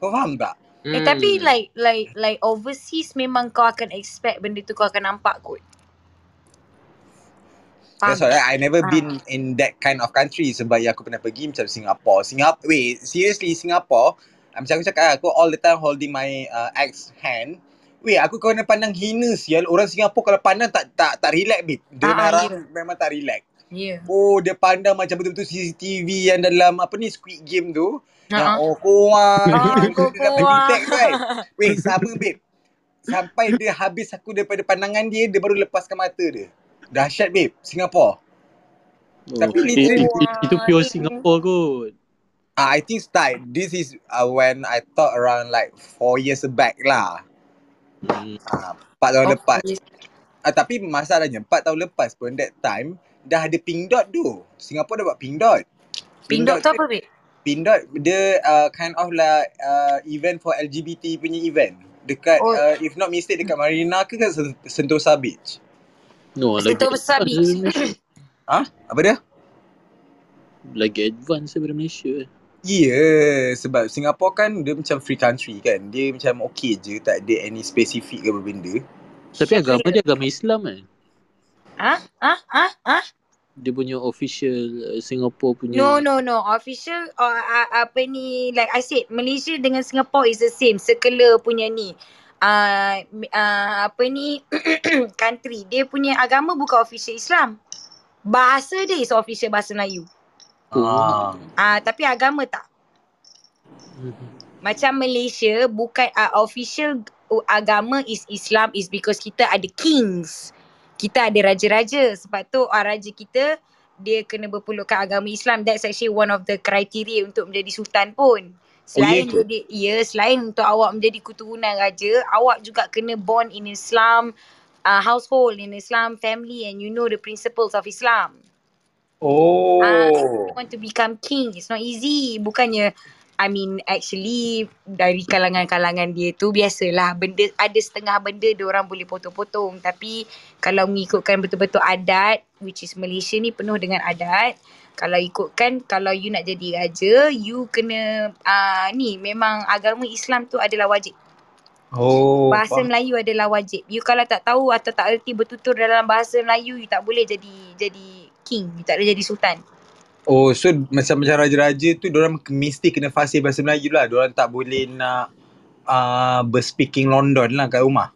S1: Kau faham tak?
S5: Eh tapi
S7: Hmm.
S5: like like like overseas memang kau akan expect benda tu kau akan nampak kot.
S1: That's
S5: Faham
S1: why
S5: tak?
S1: I never
S5: Ha.
S1: been in that kind of country sebab yang aku pernah pergi macam Singapore. Singapore, wait, seriously Singapore, ah, macam aku cakap aku all the time holding my uh, ex hand. Weh, aku kena pandang hina sial. Orang Singapore kalau pandang tak tak tak relax babe. Dia
S5: Ha ah
S1: memang
S5: ya.
S1: orang memang tak relax.
S5: Ya.
S1: Oh dia pandang macam betul-betul CCTV yang dalam apa ni Squid Game tu. Yang
S5: Ha ah.
S1: oh korang
S5: Ah,
S1: Betul-betul dia dapat
S5: korang.
S1: detect tu kan. Weh sama babe. Sampai dia habis aku daripada pandangan dia, dia baru lepaskan mata dia. Dahsyat babe, Singapura.
S4: Oh,
S1: Tapi
S4: it,
S1: literally
S4: it, it, itu
S5: Wah,
S4: pure
S5: eh.
S4: Singapore kot.
S1: Ah, I think start this is uh, when I thought around like four years back lah.
S4: Hmm.
S1: Ah, empat tahun
S5: Oh,
S1: lepas.
S5: yes.
S1: Ah, tapi masalahnya empat tahun lepas pun that time dah ada pink dot tu. Singapura dah buat pink dot. Pink dot
S5: Pindok tu
S1: tu
S5: apa, babe?
S1: pink dot dia uh, kind of lah uh, event for LGBT punya event. Dekat
S5: Oh,
S1: uh, if not mistake dekat Marina ke kat Sen- Sentosa Beach.
S4: No, lagi
S5: Sentuh Besar
S4: advance
S5: Beach.
S4: daripada Malaysia.
S1: Ah, apa dia?
S4: Lagi advance daripada Malaysia. eh.
S1: Ya, yeah, sebab Singapura kan dia macam free country kan. Dia macam okay je, tak ada any specific ke apa benda.
S4: Tapi
S5: Siapa
S4: agama
S5: dia?
S4: dia agama Islam kan.
S5: Ah, ah, ah, ah.
S4: Dia punya official uh, Singapore punya
S5: No, no, no. Official uh, uh, apa ni like I said Malaysia dengan Singapore is the same. Sekela punya ni. Uh, uh, apa ni country. Dia punya agama bukan official Islam. Bahasa dia is official bahasa Melayu.
S4: oh.
S1: Ah.
S5: Ah, uh, tapi agama tak.
S4: Mhm.
S5: Macam Malaysia bukan uh, official uh, agama is Islam is because kita ada kings. Kita ada raja-raja. Sebab tu uh, raja kita dia kena berpelukkan agama Islam. That's actually one of the criteria untuk menjadi sultan pun.
S1: Oh ya
S5: Selain
S1: ke?
S5: jadi ya, selain untuk awak menjadi keturunan raja, awak juga kena born in Islam uh, household in Islam family and you know the principles of Islam. Ah, so if
S1: Oh.
S5: you want to become king, it's not easy. Bukannya, I mean actually dari kalangan-kalangan dia tu biasalah benda ada setengah benda dia orang boleh potong-potong tapi kalau mengikutkan betul-betul adat which is Malaysia ni penuh dengan adat kalau ikutkan kalau you nak jadi raja you kena uh, ni memang agama Islam tu adalah wajib
S1: Oh,
S5: bahasa
S1: faham.
S5: Melayu adalah wajib you kalau tak tahu atau tak erti bertutur dalam bahasa Melayu you tak boleh jadi jadi king you tak boleh jadi sultan
S1: Oh, so macam macam raja-raja tu orang mesti kena fasih bahasa Melayu lah. Orang tak boleh nak uh, berspeaking London lah kat rumah.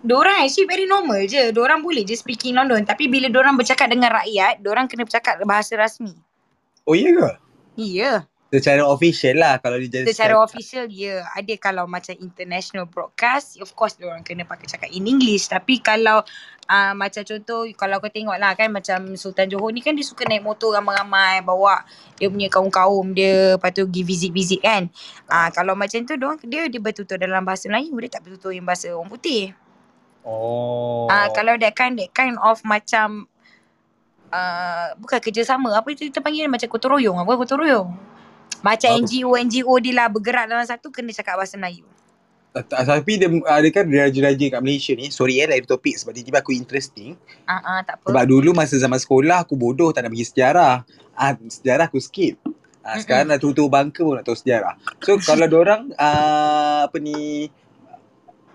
S5: Diorang actually very normal je. Diorang boleh je speaking London. Tapi bila diorang bercakap dengan rakyat, diorang kena bercakap bahasa rasmi.
S1: Oh, iya ke?
S5: Ya.
S1: Secara official lah kalau dia just
S5: Secara
S1: cakap.
S5: official, ya. Ada kalau macam international broadcast, of course diorang kena pakai cakap in English. Tapi kalau uh, macam contoh, kalau kau tengok lah kan macam Sultan Johor ni kan dia suka naik motor ramai-ramai, bawa dia punya kaum-kaum dia, lepas tu pergi visit-visit kan. Ah uh, Kalau macam tu, diorang, dia, dia bertutur dalam bahasa Melayu. Dia tak bertutur yang bahasa orang putih. Ah uh,
S1: Oh.
S5: Kalau that kind, that kind of macam uh, bukan kerjasama apa itu kita panggil macam gotong royong apa gotong royong macam
S1: Oh.
S5: NGO NGO dia lah bergerak dalam satu kena cakap bahasa Melayu
S1: Ah, tak- Tapi dia ada kan raja-raja kat Malaysia ni. Sorry eh lain topik sebab tiba-tiba aku interesting.
S5: ah uh-uh, tak apa
S1: Sebab dulu masa zaman sekolah aku bodoh tak nak pergi sejarah. Ah, sejarah aku skip. Ah,
S5: Mm-mm.
S1: sekarang dah tutup bangka pun nak tahu sejarah. So kalau orang ah, apa ni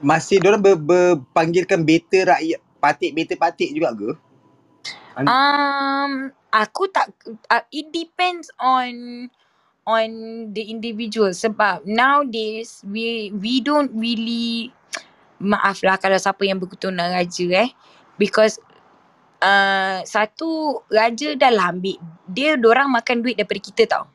S1: masih orang ber, berpanggilkan beta rakyat patik beta patik juga ke? An-
S5: um aku tak uh, it depends on on the individual sebab nowadays we we don't really maaf lah kalau siapa yang berketurunan raja eh because uh, satu raja dah lah ambil dia orang makan duit daripada kita tau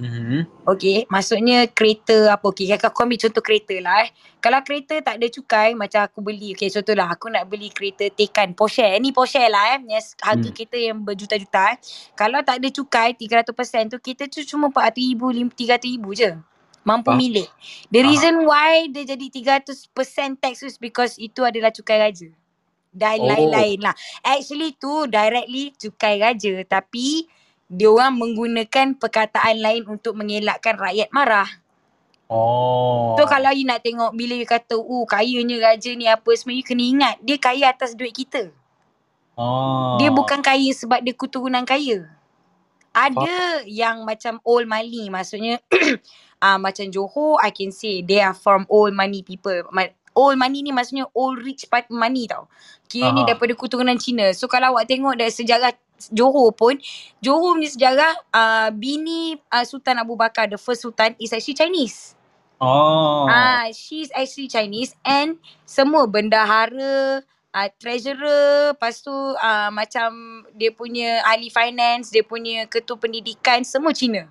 S1: Mhm.
S5: Okay, maksudnya kereta apa. Okay, kakak aku ambil contoh kereta lah eh. Kalau kereta tak ada cukai, macam aku beli. Okay, contoh lah aku nak beli kereta Tekan, Porsche. Ni Porsche lah eh. Yes, harga
S1: Hmm.
S5: kereta yang berjuta-juta eh. Kalau tak ada cukai, 300% tu kita tu cuma RM400,000, RM300,000 je. Mampu
S1: Faham?
S5: milik. The
S1: Aha.
S5: reason why dia jadi 300% tax is because itu adalah cukai raja dan
S1: Oh.
S5: lain-lain lah. Actually tu directly cukai raja tapi dia orang menggunakan perkataan lain untuk mengelakkan rakyat marah. So
S1: Oh.
S5: kalau you nak tengok bila you kata, "Oh, kayanya raja ni apa semua," you kena ingat dia kaya atas duit kita. Dia
S1: Oh.
S5: bukan kaya sebab dia keturunan kaya.
S1: Faham?
S5: Ada yang macam old money maksudnya ah macam Johor I can say they are from old money people. Ma- old money ni maksudnya old rich pa- money tau. Kira ni
S1: Aha.
S5: daripada keturunan Cina. So kalau awak tengok dari sejarah Johor pun Johor punya sejarah uh, bini uh, Sultan Abu Bakar the first sultan is actually Chinese.
S1: Oh.
S5: Ah, she's actually Chinese and semua bendahara uh, treasurer, lepas tu uh, macam dia punya ahli finance, dia punya ketua pendidikan, semua Cina.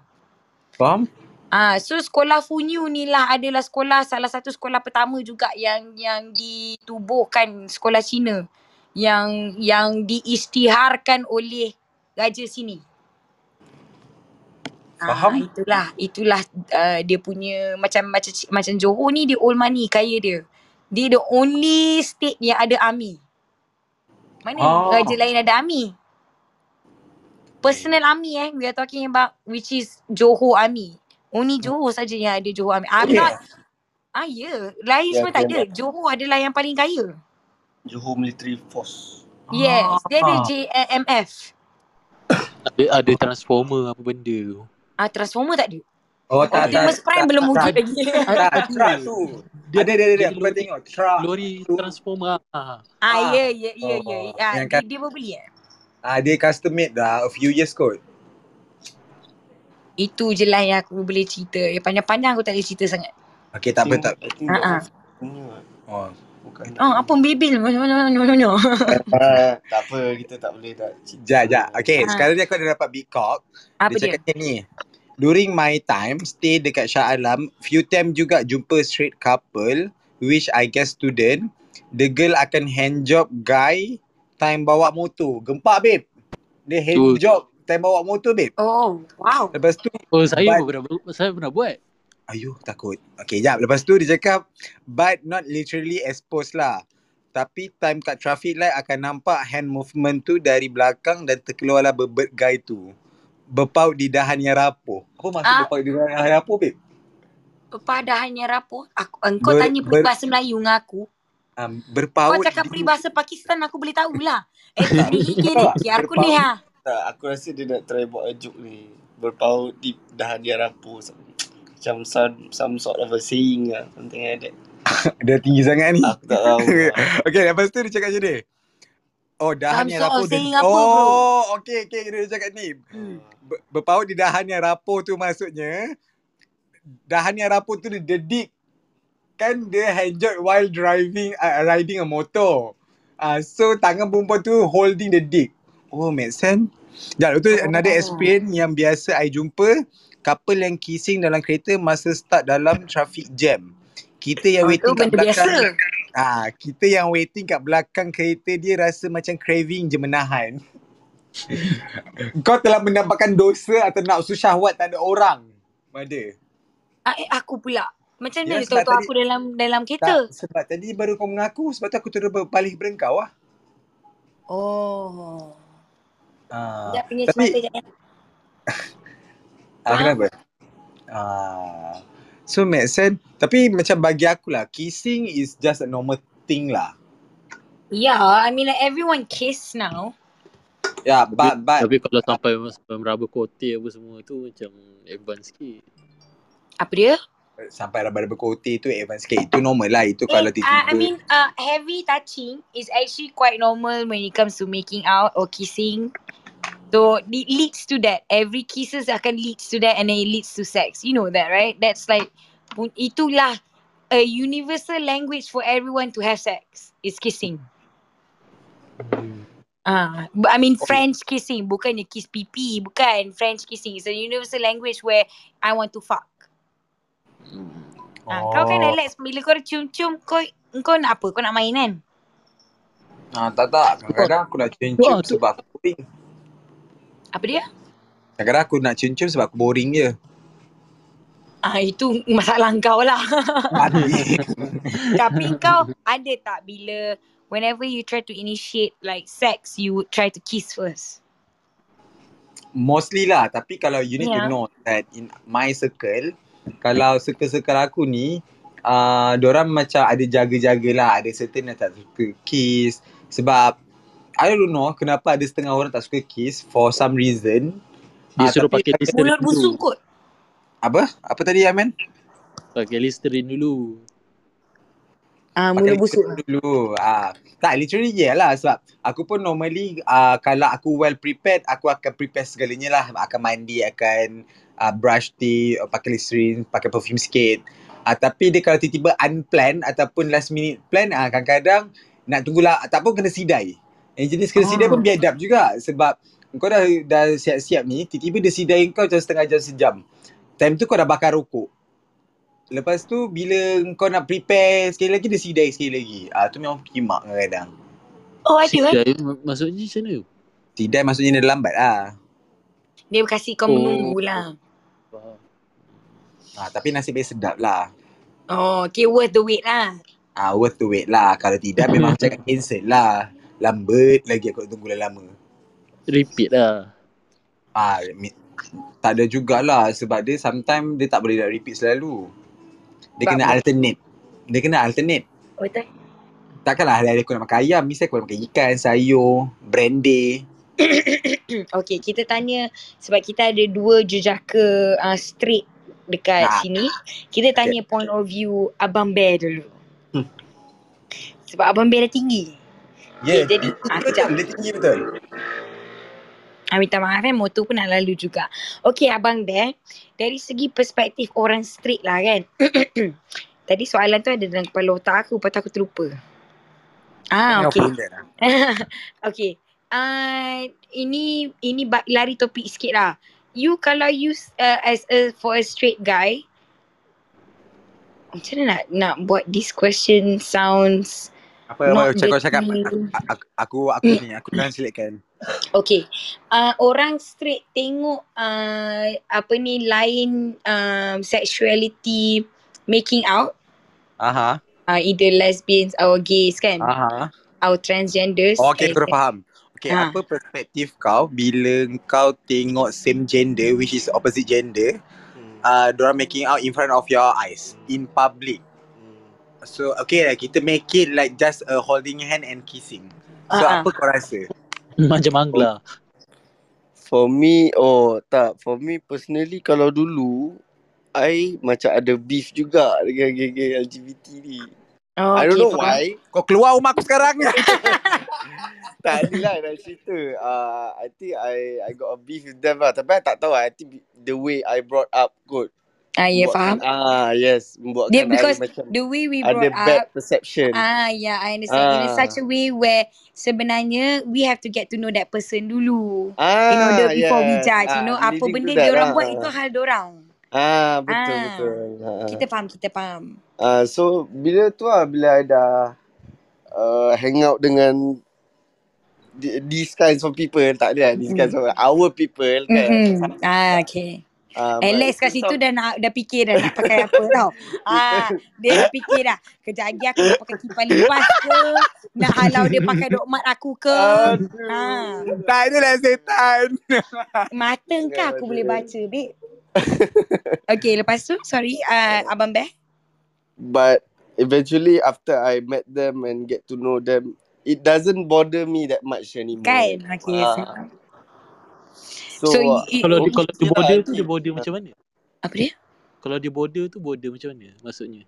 S1: Faham?
S5: Ah, uh, so sekolah Funyu ni lah adalah sekolah salah satu sekolah pertama juga yang yang ditubuhkan sekolah Cina yang yang diisytiharkan oleh raja sini. Ah,
S1: Faham?
S5: itulah itulah uh, dia punya macam macam macam Johor ni dia old money kaya dia. Dia the only state yang ada army. Mana
S1: Ah.
S5: raja lain ada army? Personal army eh we are talking about which is Johor army.
S1: Hmm.
S5: Only Johor saja yang ada Johor army. I'm
S9: Eh,
S5: not ah ya, yeah. lain
S9: yang
S5: semua tak
S9: yang
S5: ada. Johor adalah yang paling kaya.
S1: Ah.
S9: Johor Military Force.
S5: Yes, dia
S1: Ah.
S5: ada JMF.
S4: Ada ada transformer apa benda tu.
S5: Ah Transformer tak ada.
S1: Oh tak tak
S5: Optimus Prime
S1: tak
S5: belum
S1: tak
S5: wujud lagi.
S1: tak truck
S4: Ada.
S1: tu.
S4: Dia
S1: Ada ada ada
S4: dia
S1: aku pernah
S4: lori
S1: tengok truck
S4: lori
S1: tu.
S4: transformer. Ah.
S5: ah
S1: Ah.
S5: ya ya ya ya.
S1: Oh,
S5: Ah
S1: yang
S5: dia
S1: kan
S5: dia baru beli eh.
S1: ah, dia custom made dah a few years kot.
S5: Itu je lah yang aku boleh cerita. Yang panjang-panjang aku tak boleh cerita sangat.
S1: Okay
S9: I
S1: tak apa
S9: think
S1: tak.
S9: I think
S5: Ha
S9: that
S5: ah.
S9: one punya
S1: Oh.
S9: bukan
S5: Oh, apa bebel? Mana mana mana mana.
S9: Ah, tak apa kita tak boleh tak cerita
S1: Sekejap, sekejap.
S9: semua.
S1: Okay,
S5: Ah,
S1: sekarang ni aku ada dapat big cock.
S5: apa
S1: Dia
S5: dia?
S1: cakap macam ni. During my time, stay dekat Shah Alam, few time juga jumpa straight couple, which I guess student. The girl akan hand job guy, time bawa motor. Gempak, babe. Dia hand
S4: Tu
S1: job, time bawa motor, babe.
S5: Oh, wow.
S1: Lepas tu,
S4: oh saya
S1: but...
S4: pun pernah bu- saya pernah buat.
S1: Ayuh, takut. Okay, jap. Lepas tu dia cakap, but not literally exposed lah. Tapi time kat traffic light akan nampak hand movement tu dari belakang dan terkeluarlah bebet guy tu. Berpaut di dahan yang rapuh. Apa maksud
S5: Ah,
S1: berpaut di dahan yang rapuh, babe?
S5: pepadahannya rapuh. Aku engkau
S1: Ber,
S5: tanya
S1: ber,
S5: peribahasa Melayu dengan aku.
S1: um,
S5: Kau
S1: berpaut
S5: cakap
S1: di...
S5: peribahasa Pakistan aku boleh tahulah. Eh,
S1: Tak,
S5: ni
S1: kau
S5: Ricky
S1: tahu tak?
S5: Ricky aku ni
S1: Berpaut.
S5: ha.
S9: Tak, aku rasa dia nak try buat a joke ni. Berpaut di dahan dia rapuh. Macam some, some sort of a saying lah. Something like that.
S1: Dah tinggi sangat ni.
S9: Aku tak tahu lah.
S1: okay, lepas tu dia cakap macam ni. Oh, dahan
S5: Some
S1: yang
S5: sort of
S1: rapuh. Dia,
S5: saying apa bro?
S1: oh, okay, okay. Dia cakap ni.
S5: Hmm.
S1: Ber- Berpaut di dahan yang rapuh tu maksudnya. Dahan yang rapuh tu dia dedik kan dia handjob while driving uh, riding a motor. Ah uh, so tangan perempuan tu holding the dick. Oh make sense. Dan itu another
S5: Oh.
S1: experience yang biasa I jumpa couple yang kissing dalam kereta masa start dalam traffic jam. Kita yang
S5: Oh, tu
S1: waiting kat
S5: benda
S1: belakang
S5: biasa.
S1: ah kita yang waiting kat belakang kereta dia rasa macam craving je menahan. Kau telah menampakkan dosa atau nafsu syahwat tak ada orang. Mada.
S5: Ah, eh, aku pula. Macam
S1: Ya
S5: mana dia
S1: sebab
S5: tahu-tahu
S1: tadi
S5: aku dalam dalam
S1: tak,
S5: kereta?
S1: sebab tadi baru kau mengaku sebab tu aku terus berpaling berengkau lah.
S5: Oh.
S1: Ah,
S5: Sekejap pengis mata
S1: tapi
S5: sekejap. eh.
S1: ah,
S5: Ha?
S1: kenapa? Ah. So make sense. Tapi macam bagi aku lah, kissing is just a normal thing lah.
S5: Yeah, Ya, I mean like everyone kiss now.
S1: Yeah, Ya,
S4: Tapi
S1: but but
S4: tapi kalau sampai sampai meraba kotir apa semua tu macam advance sikit.
S5: Apa dia?
S1: sampai raba-raba kotir tu advance sikit. Itu normal lah. Itu
S5: Eh,
S1: kalau
S5: uh, I
S1: tiba-tiba
S5: mean, uh, heavy touching is actually quite normal when it comes to making out or kissing. So it leads to that. Every kisses akan leads to that, and then it leads to sex. You know that, right? That's like pun- itulah a universal language for everyone to have sex is kissing.
S4: Hmm.
S5: Ah, but I mean
S1: oh,
S5: French kissing bukannya kiss pipi, bukan French kissing. It's a universal language where I want to fuck.
S4: Hmm.
S5: Ah, kau kan
S1: oh.
S5: Alex bila kau cium-cium kau kau nak apa? Kau nak main kan?
S1: Ah, tak tak.
S4: Oh,
S1: Kadang-kadang aku nak
S4: tu ah
S1: cium-cium
S4: tu.
S1: sebab aku boring.
S5: Apa dia?
S1: Kadang-kadang aku nak cium-cium sebab aku boring je.
S5: Ah itu masalah kau lah.
S1: Mati.
S5: Tapi kau ada tak bila whenever you try to initiate like sex, you would try to kiss first?
S1: Mostly lah Tapi kalau you need to
S5: Yeah.
S1: know That in my circle Kalau circle-circle aku ni uh, Diorang macam ada jaga-jaga lah Ada certain yang tak suka kiss Sebab I don't know Kenapa ada setengah orang tak suka kiss For some reason
S4: Dia
S1: uh,
S4: suruh
S1: Tapi
S4: pakai
S1: ada
S4: Listerine
S5: Mulut busuk
S4: dulu.
S5: kot.
S1: Apa? Apa tadi Amen?
S4: Pakai Listerine dulu.
S5: Ah
S1: Pakai
S5: mulut busuk
S1: literally
S5: lah.
S1: dulu ah, Tak literally je lah Sebab aku pun normally uh, Kalau aku well prepared Aku akan prepare segalanya lah Akan mandi Akan uh, brush teeth uh, Pakai Listerine Pakai Ah, perfume sikit uh, Tapi dia kalau tiba-tiba unplanned Ataupun last minute plan uh, Kadang-kadang Nak tunggulah tak pun kena sidai. Yang jenis kena sidai
S2: Ah.
S1: pun biadab juga sebab kau dah dah siap-siap ni, tiba-tiba dia sidai kau macam setengah jam sejam. Time tu kau dah bakar rokok. Lepas tu bila kau nak prepare sekali lagi dia sidai sekali lagi. Ah tu memang kimak kadang-kadang.
S5: Oh ada eh.
S4: Sidai mak- maksudnya macam mana?
S1: Sidai maksudnya dia lambat ah.
S5: Dia kasi kau
S4: Oh.
S5: menunggu lah.
S4: Faham.
S1: Ah tapi nasib baik sedap lah.
S5: Oh, okay worth the wait lah.
S1: Ah worth the wait lah. Kalau tidak memang macam kat cancel lah. Lambat lagi aku tunggu lama.
S4: Repeat lah.
S1: Ah mi- tak ada jugalah sebab dia sometimes dia tak boleh nak repeat selalu. Dia
S5: Sebab
S1: kena
S5: apa?
S1: alternate. Dia kena alternate.
S5: Oh, tak.
S1: Takkanlah hari-hari aku nak makan ayam, mesti aku nak makan ikan, sayur, brandy.
S5: Hmm, okay, kita tanya sebab kita ada dua jejaka uh, straight dekat
S1: Nah.
S5: sini. Kita
S1: Okay. Hmm.
S5: tanya point of view Abang Bear dulu. Sebab Abang Bear dah tinggi.
S1: Ya, yeah,
S5: Okay, jadi
S9: Hmm.
S5: ah,
S1: betul.
S5: kejap.
S1: Dia tinggi betul.
S5: Ah, minta maaf eh, motor pun nak lalu juga. Okay, Abang Bear, dari segi perspektif orang straight lah kan. Tadi soalan tu ada dalam kepala otak aku, lepas tu aku terlupa.
S1: Kau
S5: Ah,
S1: memang
S5: okay.
S1: brilliant lah.
S5: okay. Uh, ini ini ba- lari topik sikit lah. You kalau you s- uh, as a for a straight guy, macam mana nak nak buat this question sounds
S1: Apa apa
S5: not
S1: macam kau cakap
S5: dirty.
S1: aku aku aku, aku ni aku translatekan.
S5: Okay. Uh, orang straight tengok uh, apa ni lain um, sexuality making out
S1: Aha.
S5: uh, either lesbians or gays
S9: Ah.
S5: kan
S1: Aha.
S5: or transgenders
S1: Oh, okay,
S5: as
S1: aku dah faham. Okay,
S5: Ha.
S1: apa perspektif kau bila kau tengok same gender which is opposite gender,
S9: Hmm.
S1: uh, diorang making out in front of your eyes in public.
S9: Hmm.
S1: So, okay lah, kita make it like just a holding hand and kissing. So,
S5: Ah, ah.
S1: apa kau rasa?
S4: Macam mangla.
S9: For me, oh tak. For me personally, kalau dulu, I macam ada beef juga dengan geng-geng LGBT ni.
S5: Oh,
S9: I don't
S5: okay,
S9: know
S5: faham.
S9: why.
S1: Kau keluar rumah aku sekarang.
S9: Tak adalah nak cerita. Uh, I think I I got a beef with them lah. Tapi I tak tahu. I think the way I brought up kot.
S5: Ah, ya yeah, faham.
S9: Membuatkan, ah yes.
S5: Dia
S9: Membuatkan I
S5: because
S9: macam
S5: the way we
S9: ada
S5: brought
S9: bad
S5: up
S9: perception.
S5: Ah, yeah, I understand. In a such
S9: Kan? Ah,
S5: a way where sebenarnya we have to get to know that person dulu. In order
S9: ah,
S5: before we
S9: yes.
S5: judge, you know, apa
S9: Ah, leading to
S5: benda
S9: that
S5: dia
S9: lah.
S5: orang buat itu hal dia orang.
S9: Ah, betul
S5: Ah,
S9: betul. Ah,
S5: kita faham, kita faham.
S9: ah so bila tu lah bila I dah uh, hang out dengan th- these kinds of people tak ada lah, these kinds
S5: Mm-hmm.
S9: of our people kan.
S5: Mm-mm. Ah, okay.
S9: Ah,
S5: At
S9: but
S5: least kat
S9: since
S5: situ
S9: some
S5: dah nak, dah fikir dah nak pakai apa tau.
S9: people
S5: Ah, dia dah fikir dah. Kejap lagi aku nak pakai kipas lepas ke? Nak halau dia pakai dokmat aku ke? Ah,
S9: Aduh.
S1: tak adalah setan.
S5: mata
S9: Jangan
S5: engkau aku boleh
S9: ada.
S5: baca, babe. Okay, lepas tu, sorry, uh, Abang Beh.
S9: But eventually after I met them and get to know them, it doesn't bother me that much anymore.
S5: Kan? Okay,
S9: Hmm. Ah,
S5: faham. So,
S9: so uh,
S5: i- i-
S4: Kalau dia,
S9: okay
S4: kalau dia
S9: je lah
S4: border
S9: I
S4: tu dia
S9: think.
S4: border
S9: Ah.
S4: macam mana?
S5: apa dia?
S4: Kalau dia border tu border macam mana? Maksudnya.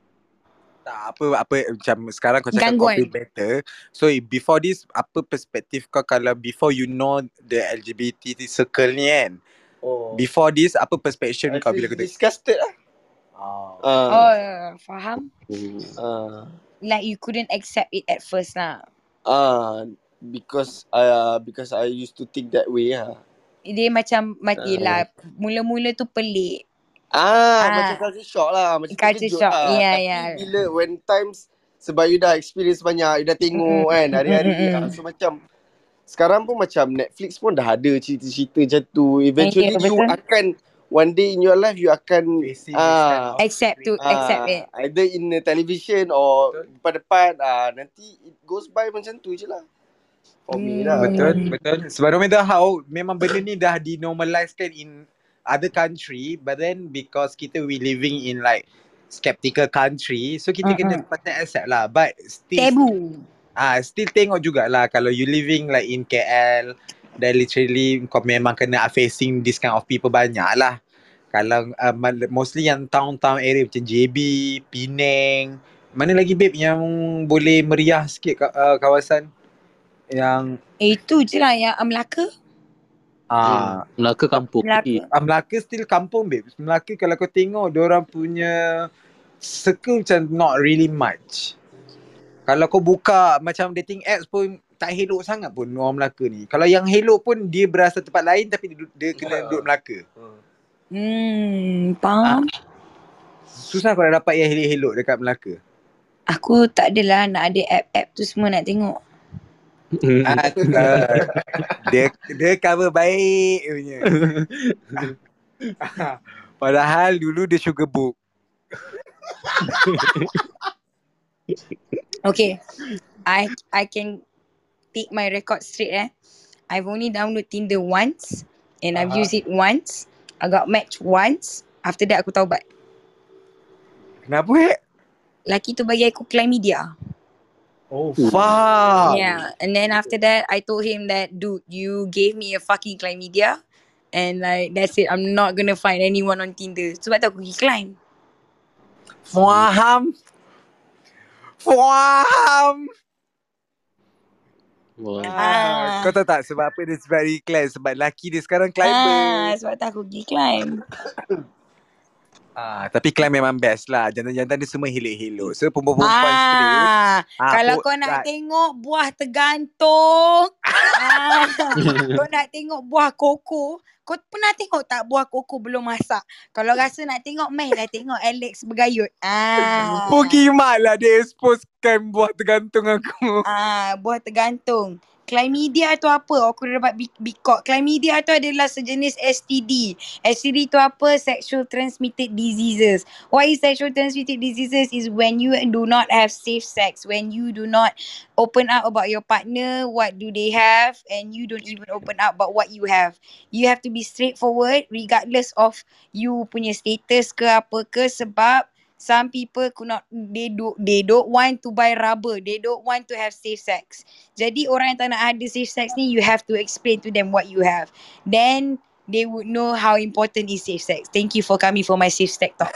S1: Tak apa apa macam sekarang kau cakap kau feel
S5: Gangguan.
S1: better. So before this apa perspektif kau kalau before you know the LGBT circle ni kan.
S9: Oh.
S1: Before this apa perception
S9: I
S1: kau bila kau
S9: feel
S1: tengok?
S9: disgusted lah.
S1: Oh.
S9: Ah.
S5: Oh, faham.
S9: Ah.
S5: Like you couldn't accept it at first lah.
S9: Ah, because uh, because I used to think that way ah.
S5: Dia macam, mat-
S9: Ah,
S5: yelah, mula-mula tu pelik.
S9: ah macam
S5: Ah,
S9: culture shock lah, macam
S5: culture
S9: terkejut
S5: shock.
S9: lah.
S5: Ya, ya.
S9: Tapi bila when times sebab you dah experience banyak, you dah
S5: Mm-mm,
S9: tengok kan hari-hari
S5: mm-mm.
S9: ah. So macam sekarang pun macam Netflix pun dah ada cerita-cerita macam tu.
S5: Ya,
S9: Eventually you
S5: betul.
S9: akan one day in your life you akan
S1: Facing this kind
S9: ah
S1: of
S5: Accept to, accept
S9: ah
S5: it.
S9: either in the television or
S1: Betul.
S9: depan-depan ah nanti it goes by macam tu je lah. For me lah.
S1: Betul,
S5: Hmm.
S1: betul. Sebab no matter how, memang benda ni dah dinormalizekan in other country but then because kita we living in like skeptical country so kita kena
S5: Mm-mm.
S1: patut accept lah but still
S5: Tabu.
S1: ah still tengok jugalah kalau you living like in KL then literally kau memang kena facing this kind of people banyak lah kalau uh, mal- mostly yang town-town area macam JB, Penang mana lagi babe yang boleh meriah sikit ka- uh, kawasan yang
S5: Itu je lah yang ah, Melaka.
S1: ah
S9: Hmm.
S4: Melaka kampung.
S5: Melaka.
S1: ah, Melaka still kampung babe Melaka kalau kau tengok orang punya circle macam not really much Kalau kau buka macam dating apps pun tak elok sangat pun orang Melaka ni. Kalau yang elok pun dia berasal tempat lain tapi dia, du- dia kena
S7: Ah.
S1: duduk Melaka.
S5: Hmm, faham.
S1: Susah kau nak dapat yang elok-elok dekat Melaka.
S5: Aku tak adalah nak ada app-app tu semua nak tengok.
S1: Ah, tu lah. Dia, dia cover baik punya. Padahal dulu dia sugar book.
S5: Okay, I I can take my record straight eh. I've only download Tinder once and I've
S1: Aha.
S5: used it once. I got matched once. After that aku taubat.
S1: Kenapa eh?
S5: Laki tu bagi aku chlamydia.
S1: Oh, fuck.
S5: Yeah, and then after that I told him that dude, you gave me a fucking chlamydia and like that's it. I'm not gonna find anyone on Tinder. Sebab tu aku decline.
S1: Faham. Faham.
S4: Wah.
S1: Ah,
S5: Ah.
S1: kau tahu tak sebab apa dia sebab decline sebab laki dia sekarang
S5: Ah,
S1: climber.
S5: sebab tu aku decline.
S1: Ah, tapi climb memang best lah. Jantan-jantan dia semua helok-helok. So perempuan-perempuan straight.
S5: Ah,
S1: Ah,
S5: kalau
S1: po-
S5: kau nak
S1: tak-
S5: tengok buah tergantung, ah, kau nak tengok buah koko, kau pernah tengok tak buah koko belum masak? Kalau rasa nak tengok, main lah tengok Alex bergayut. Ah,
S1: Pergi mak lah dia expose kan buah tergantung aku.
S5: ah, buah tergantung. Chlamydia tu apa? Aku dah dapat bi- bikok. Chlamydia tu adalah sejenis STD. STD tu apa? Sexual transmitted diseases. Why is sexual transmitted diseases is when you do not have safe sex, when you do not open up about your partner, what do they have, and you don't even open up about what you have. You have to be straightforward regardless of you punya status ke apa ke sebab some people could not they do they don't want to buy rubber they don't want to have safe sex jadi orang yang tak nak ada safe sex ni you have to explain to them what you have then they would know how important is safe sex thank you for coming for my safe sex talk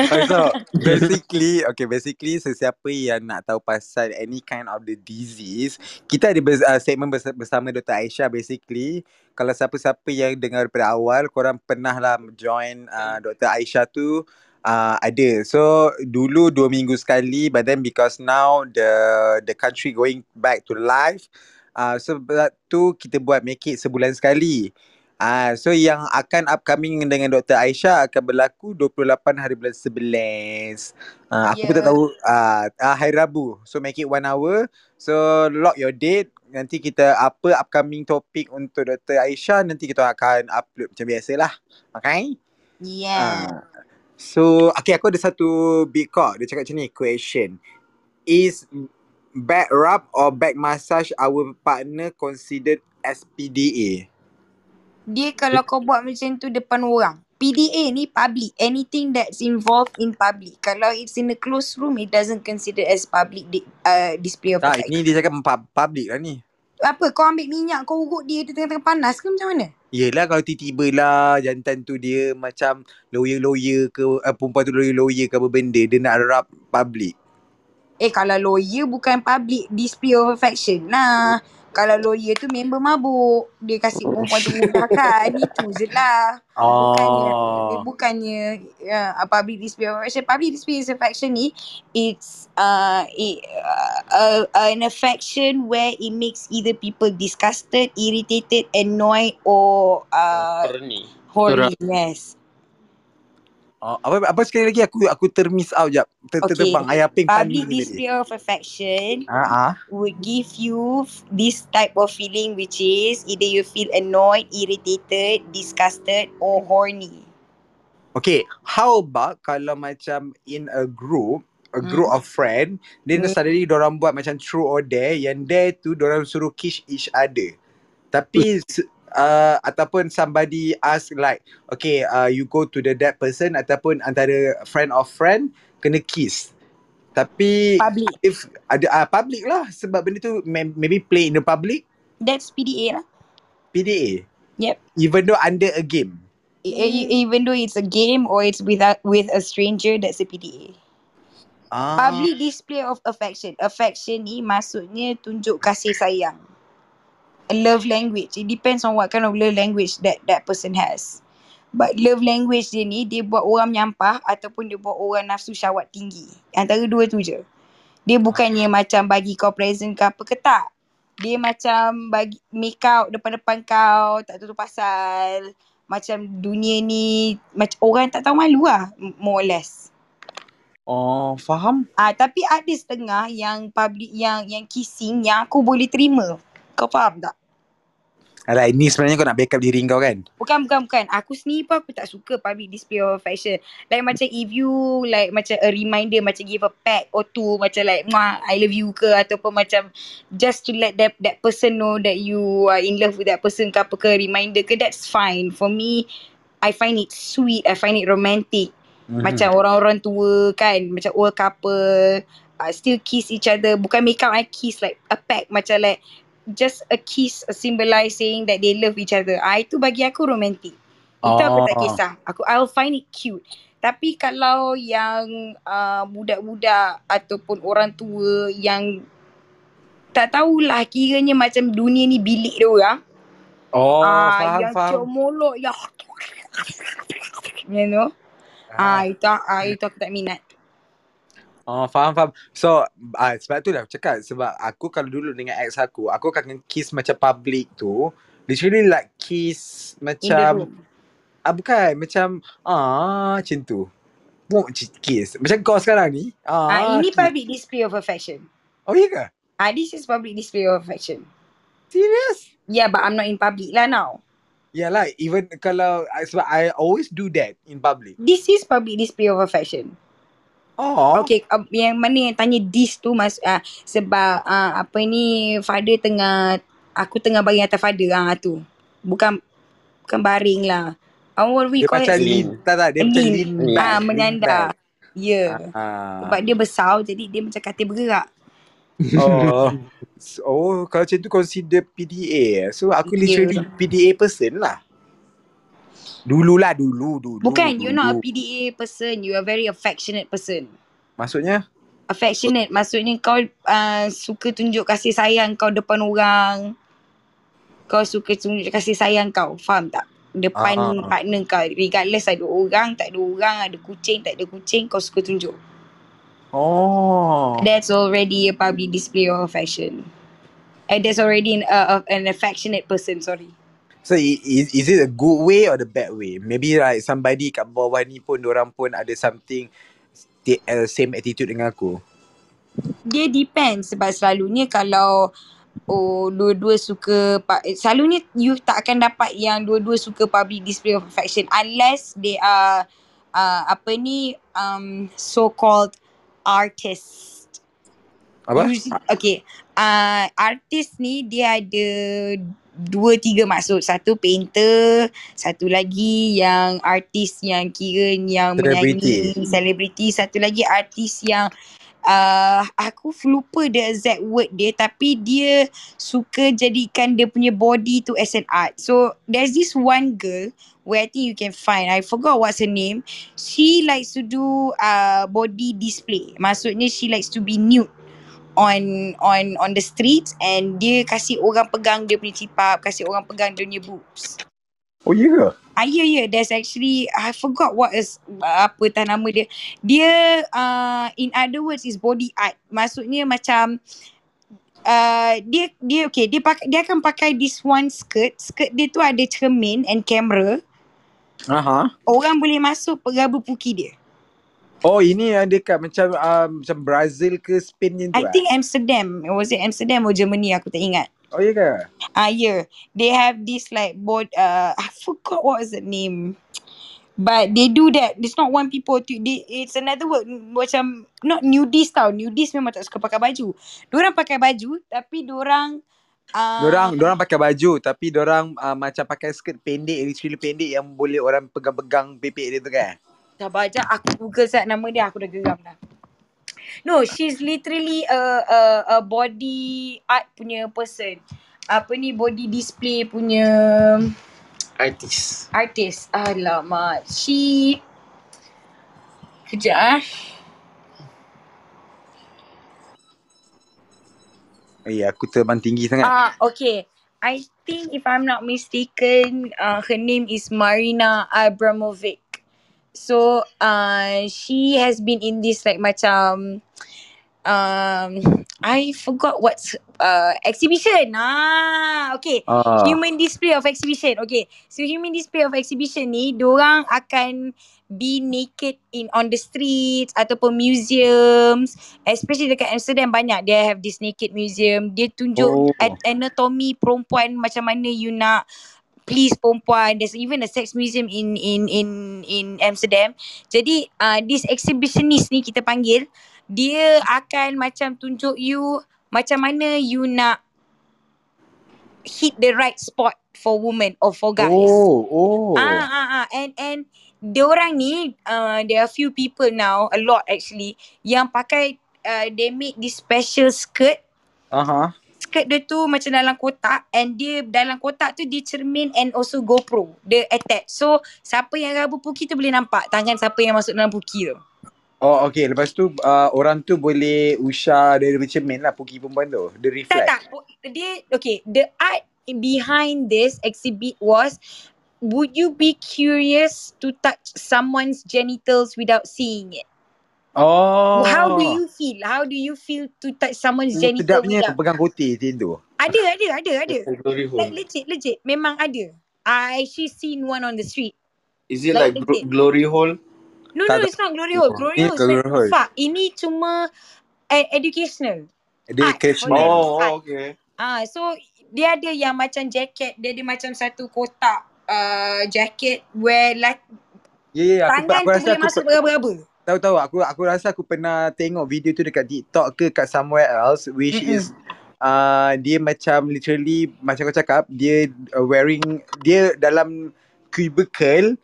S1: Okay, so basically, okay basically sesiapa yang nak tahu pasal any kind of the disease, kita ada bers- uh, segmen bers- bersama Dr. Aisyah basically. Kalau siapa-siapa yang dengar daripada awal, korang pernah lah join uh, Dr. Aisyah tu uh, ada. So dulu dua minggu sekali but then because now the the country going back to life, uh, so sebab tu kita buat make it sebulan sekali. Ah, so yang akan upcoming dengan Dr. Aisyah akan berlaku 28 hari bulan 11. Ah, aku pun tak
S5: Yeah.
S1: tahu ah, ah hari Rabu. So make it one hour. So lock your date. Nanti kita apa upcoming topik untuk Dr. Aisyah nanti kita akan upload macam biasalah. Okay?
S5: yeah
S1: Ah. So okay aku ada satu big call. Dia cakap macam ni question. Is back rub or back massage our partner considered as PDA?
S5: dia kalau kau buat macam tu depan orang PDA ni public anything that's involved in public kalau it's in a closed room it doesn't consider as public di- uh, display of
S1: Tak,
S5: affection
S1: ini dia cakap pub- public lah ni.
S5: apa kau ambil minyak kau urut dia dia tengah-tengah panas ke macam mana
S1: Yelah kalau tiba-tiba lah jantan tu dia macam lawyer-lawyer ke uh, perempuan tu lawyer-lawyer ke apa benda dia nak rap public.
S5: Eh kalau lawyer bukan public display of affection lah. Kalau lawyer tu member mabuk. Dia kasih perempuan tu mudahkan. Itu je lah. Bukannya, eh,
S1: Oh.
S5: bukannya uh, public display of affection. Public display of affection ni, it's uh, it, uh, uh, an affection where it makes either people disgusted, irritated, annoyed or
S7: Oh,
S5: uh,
S7: horny.
S5: horny. Yes.
S1: oh. Apa apa sekali lagi aku aku termiss out jap. Ter, ter,
S5: Okay.
S1: terbang ayah ping tanding
S5: Public
S1: ni tadi.
S5: display of affection
S1: Ha ah.
S5: would give you f- this type of feeling which is either you feel annoyed, irritated, disgusted or horny.
S1: Okay, how about kalau macam in a group a group
S5: Hmm.
S1: of friend then
S5: Hmm.
S1: suddenly dorang buat macam true or dare yang dare tu dorang suruh kiss each other. tapi se- uh, ataupun somebody ask like okay uh, you go to the dead person ataupun antara friend of friend kena kiss tapi
S5: Public.
S1: if ada uh, public lah sebab benda tu may- maybe play in the public
S5: That's PDA lah.
S1: PDA
S5: Yep.
S1: even though under a game
S5: E- e- Even though it's a game or it's without with a stranger, that's a PDA.
S1: ah
S5: Public display of affection. Affection ni maksudnya tunjuk kasih sayang. A love language. It depends on what kind of love language that that person has. But love language dia ni, dia buat orang menyampah ataupun dia buat orang nafsu syahwat tinggi. Antara dua tu je. Dia bukannya macam bagi kau present ke apa ke tak. Dia macam bagi make out depan-depan kau, tak tahu pasal. Macam dunia ni, macam orang tak tahu malu lah, m- more or less.
S1: Oh, faham?
S5: Ah, tapi ada setengah yang public yang yang kissing yang aku boleh terima. Kau faham tak?
S1: Alah, ini sebenarnya kau nak backup diri kau kan?
S5: Bukan bukan bukan. Aku sendiri pun aku tak suka public display of affection. Like macam if you like macam a reminder macam give a peck or two macam like Mwah, I love you ke ataupun macam just to let that that person know that you are in love with that person ke apa ke reminder ke that's fine. For me I find it sweet, I find it romantic.
S1: Mhm.
S5: Macam orang-orang tua kan, macam old couple uh, still kiss each other. Bukan make up, I kiss like a peck macam like just a kiss symbolize saying that they love each other. Ah itu bagi aku romantic. Itu aku tak
S1: Ah.
S5: kisah. Aku I'll find it cute. Tapi kalau yang uh, budak-budak ataupun orang tua yang tak tahulah kiranya macam dunia ni bilik dia orang.
S1: Oh,
S5: Ah
S1: faham,
S5: yang
S1: faham.
S5: cium mulut yang you know.
S1: Ah.
S5: Ah itu ah itu aku tak minat.
S1: Oh, faham, faham. So, uh, sebab tu lah aku cakap. Sebab aku kalau dulu dengan ex aku, aku akan kiss macam public tu. Literally like kiss
S5: In the
S1: macam,
S5: room.
S1: ah, bukan, macam, ah, macam tu. Buat macam kiss. Macam kau sekarang ni,
S5: Ah
S1: ah,
S5: ini
S1: kiss.
S5: public display of affection.
S1: Oh, iya ke?
S5: Ah this is public display of affection.
S1: Serious?
S5: Yeah, but I'm not in public lah now.
S1: Yalah, even kalau, I- sebab I always do that in public.
S5: This is public display of affection.
S1: Oh,
S5: Okay, uh, yang mana yang tanya this tu mas uh, sebab uh, apa ni father tengah aku tengah bagi atas father ah tu. Bukan bukan baring lah. Uh, what we
S1: dia
S5: call
S1: macam
S5: it
S1: lean.
S7: Lean.
S1: Tak, tak, dia macam
S5: lean.
S1: lean
S7: Lean.
S1: back.
S5: Ah
S1: Lean back.
S5: menyandar. Ya. Yeah.
S1: Ah.
S5: Sebab dia besar jadi dia macam katil bergerak.
S1: Oh. So, oh, kalau macam tu consider PDA. eh. So aku
S5: Ya.
S1: literally
S5: Yeah.
S1: PDA person lah. Dulu lah, dulu, dulu,
S5: Bukan you're not a
S1: dulu.
S5: PDA person, you are very affectionate person.
S1: Maksudnya?
S5: Affectionate maksudnya kau uh, suka tunjuk kasih sayang kau depan orang. kau suka tunjuk kasih sayang kau faham tak
S1: Ah,
S5: depan partner kau regardless ada orang tak ada orang ada kucing tak ada kucing kau suka tunjuk
S1: oh.
S5: that's already a public display of affection and that's already an, uh, an affectionate person sorry
S1: So i- is, is it a good way or the bad way? Maybe like somebody kat bawah ni pun orang pun ada something sti- uh, same attitude dengan aku.
S5: dia depends sebab selalunya kalau oh dua-dua suka pa- eh, selalunya you tak akan dapat yang dua-dua suka public display of affection unless they are uh, apa ni um so called artists
S1: Apa?
S5: Usually, okay. Uh, artis ni dia ada dua tiga maksud. Satu painter, satu lagi yang artis yang kira yang
S1: Celebrity.
S5: menyanyi, selebriti, satu lagi artis yang uh, aku lupa the exact word dia tapi dia suka jadikan dia punya body to as an art. So there's this one girl where I think you can find. I forgot what's her name. She likes to do uh, body display. Maksudnya she likes to be nude on on on the streets and dia kasih orang pegang dia punya cipap, kasih orang pegang dia punya boobs.
S1: Oh ya yeah.
S5: Ah, ya, ya. There's actually, I forgot what is, apa tah nama dia. Dia, uh, in other words, is body art. Maksudnya macam, uh, dia, dia, okay, dia, pakai, dia akan pakai this one skirt. Skirt dia tu ada cermin and camera.
S1: Aha. Uh-huh.
S5: Orang boleh masuk peraba puki dia.
S1: Oh ini yang dekat macam um, macam Brazil ke Spain macam tu
S5: I
S1: eh?
S5: think Amsterdam. Was it Amsterdam or Germany? Aku tak ingat.
S1: Oh ya yeah ke?
S5: Ah, yeah. They have this like board. Uh, I forgot what was the name. But they do that. It's not one people to they, It's another word macam not nudist tau. Nudist memang tak suka pakai baju. Diorang pakai baju tapi diorang uh,
S1: Dorang, dorang pakai baju tapi dorang uh, macam pakai skirt pendek, literally pendek yang boleh orang pegang-pegang bebek dia tu kan.
S5: dah baca aku google sat nama dia aku dah geram dah. No, she's literally a a, a body art punya person. Apa ni body display punya
S7: Artis.
S5: artist. Alamak. She Kejap ah.
S1: Eh, aku terbang tinggi sangat.
S5: Ah, okay. I think if I'm not mistaken, uh, her name is Marina Abramovic. So, uh, she has been in this like macam um I forgot what's uh exhibition. Ah, okay.
S1: Ah.
S5: Human display of exhibition. Okay. So human display of exhibition ni diorang akan be naked in on the streets ataupun museums especially dekat Amsterdam banyak dia have this naked museum dia tunjuk
S1: Oh.
S5: an- anatomi perempuan macam mana you nak please perempuan there's even a sex museum in in in in Amsterdam jadi uh, this exhibitionist ni kita panggil dia akan macam tunjuk you macam mana you nak hit the right spot for women or for guys
S1: Oh, oh.
S5: Ah, ah, ah. And and diorang ni, uh, there are few people now, a lot actually, yang pakai, uh, they make this special skirt.
S1: Aha.
S5: Skirt dia tu macam dalam kotak and dia dalam kotak tu dia cermin and also GoPro. Dia attach. So, siapa yang raba puki tu boleh nampak tangan siapa yang masuk dalam puki tu.
S1: Oh, okay. Lepas tu uh, orang tu boleh usah dia macam main lah puki perempuan tu. Dia
S5: Tak,
S1: reflect.
S5: tak. Po- Dia, okay. The art behind this exhibit was would you be curious to touch someone's genitals without seeing it?
S1: Oh.
S5: How do you feel? How do you feel to touch someone's
S1: Oh,
S5: genital
S1: sedapnya
S5: without?
S1: pegang kote macam tu.
S5: Ada, ada, ada, ada.
S9: Glory
S5: Like
S9: hole.
S5: legit, legit. Memang ada. I actually seen one on the street.
S9: Is it
S5: Like
S9: like
S5: legit.
S9: gl- glory hole?
S5: No,
S1: Tak, tak.
S5: no, it's not glory hole. Glory
S1: Ni
S5: hole is like,
S1: kalau hol.
S5: fuck. Ini cuma e- educational.
S1: Dia
S5: Art. For you,
S1: recreational.
S5: it's
S9: Oh, oh
S5: art.
S9: okay.
S5: Ah, so, dia ada yang macam jacket. Dia ada macam satu kotak uh, jacket where like,
S1: Ya, ya, ya. Aku,
S5: tangan
S1: aku
S5: tu
S1: rasa
S5: boleh
S1: aku
S5: masuk berapa-berapa.
S1: Tahu tahu aku aku rasa aku pernah tengok video tu dekat TikTok ke kat somewhere else which
S5: Mm-mm.
S1: is uh, dia macam literally macam kau cakap dia uh, wearing dia dalam cubicle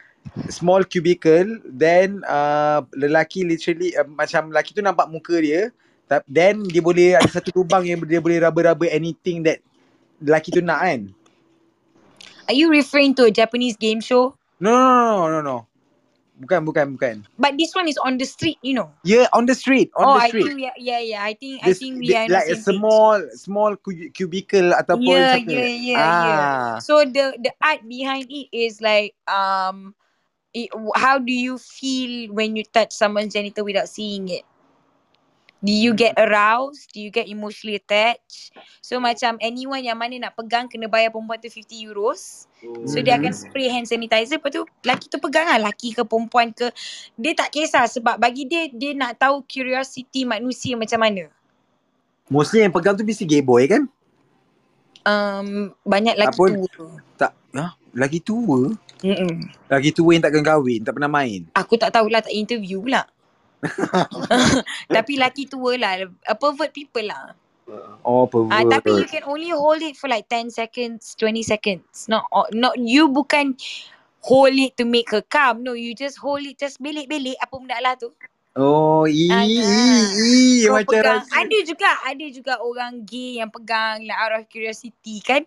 S1: small cubicle then uh, lelaki literally uh, macam lelaki tu nampak muka dia ta- then dia boleh ada satu lubang yang dia boleh raba-raba anything that lelaki tu nak kan
S5: Are you referring to a Japanese game show?
S1: no no no no no bukan bukan bukan
S5: But this one is on the street, you know.
S1: yeah on the street on
S5: Oh,
S1: the
S5: I
S1: street
S5: think yeah, yeah, yeah. I think I
S1: this
S5: think we
S1: the,
S5: are on the
S1: like a
S5: same page. Ya,
S1: small small cu- cubicle ataupun
S5: Yeah,
S1: satu
S5: yeah, yeah, yeah.
S1: ah
S5: So the the art behind it is like um, it, how do you feel when you touch someone's genital without seeing it? Do you get aroused? Do you get emotionally attached? So macam anyone yang mana nak pegang kena bayar perempuan tu 50 euros. So dia akan
S1: mm-hmm.
S5: spray hand sanitizer Lepas tu lelaki tu pegang lah Lelaki ke perempuan ke Dia tak kisah Sebab bagi dia Dia nak tahu curiosity manusia macam mana
S1: mostly yang pegang tu mesti gay boy kan
S5: um, Banyak lelaki
S1: ataupun
S5: tua
S1: tak ah lagi tua
S5: Mm-mm.
S1: lagi tua yang takkan kahwin tak pernah main
S5: Aku tak tahulah tak interview pula. Tapi lelaki tua lah. A pervert people lah.
S1: oh
S5: Ah, tapi you
S1: pervert
S5: can only hold it for like 10 seconds, 20 seconds. Not, oh, not you bukan hold it to make her come. No, you just hold it, just belik-belik apa benda lah tu.
S1: oh i
S5: Ah,
S1: i i
S5: yeah. Kau
S1: Ya, macam
S5: pegang.
S1: rasa
S5: Ada juga, ada juga orang gay yang pegang like out of curiosity kan.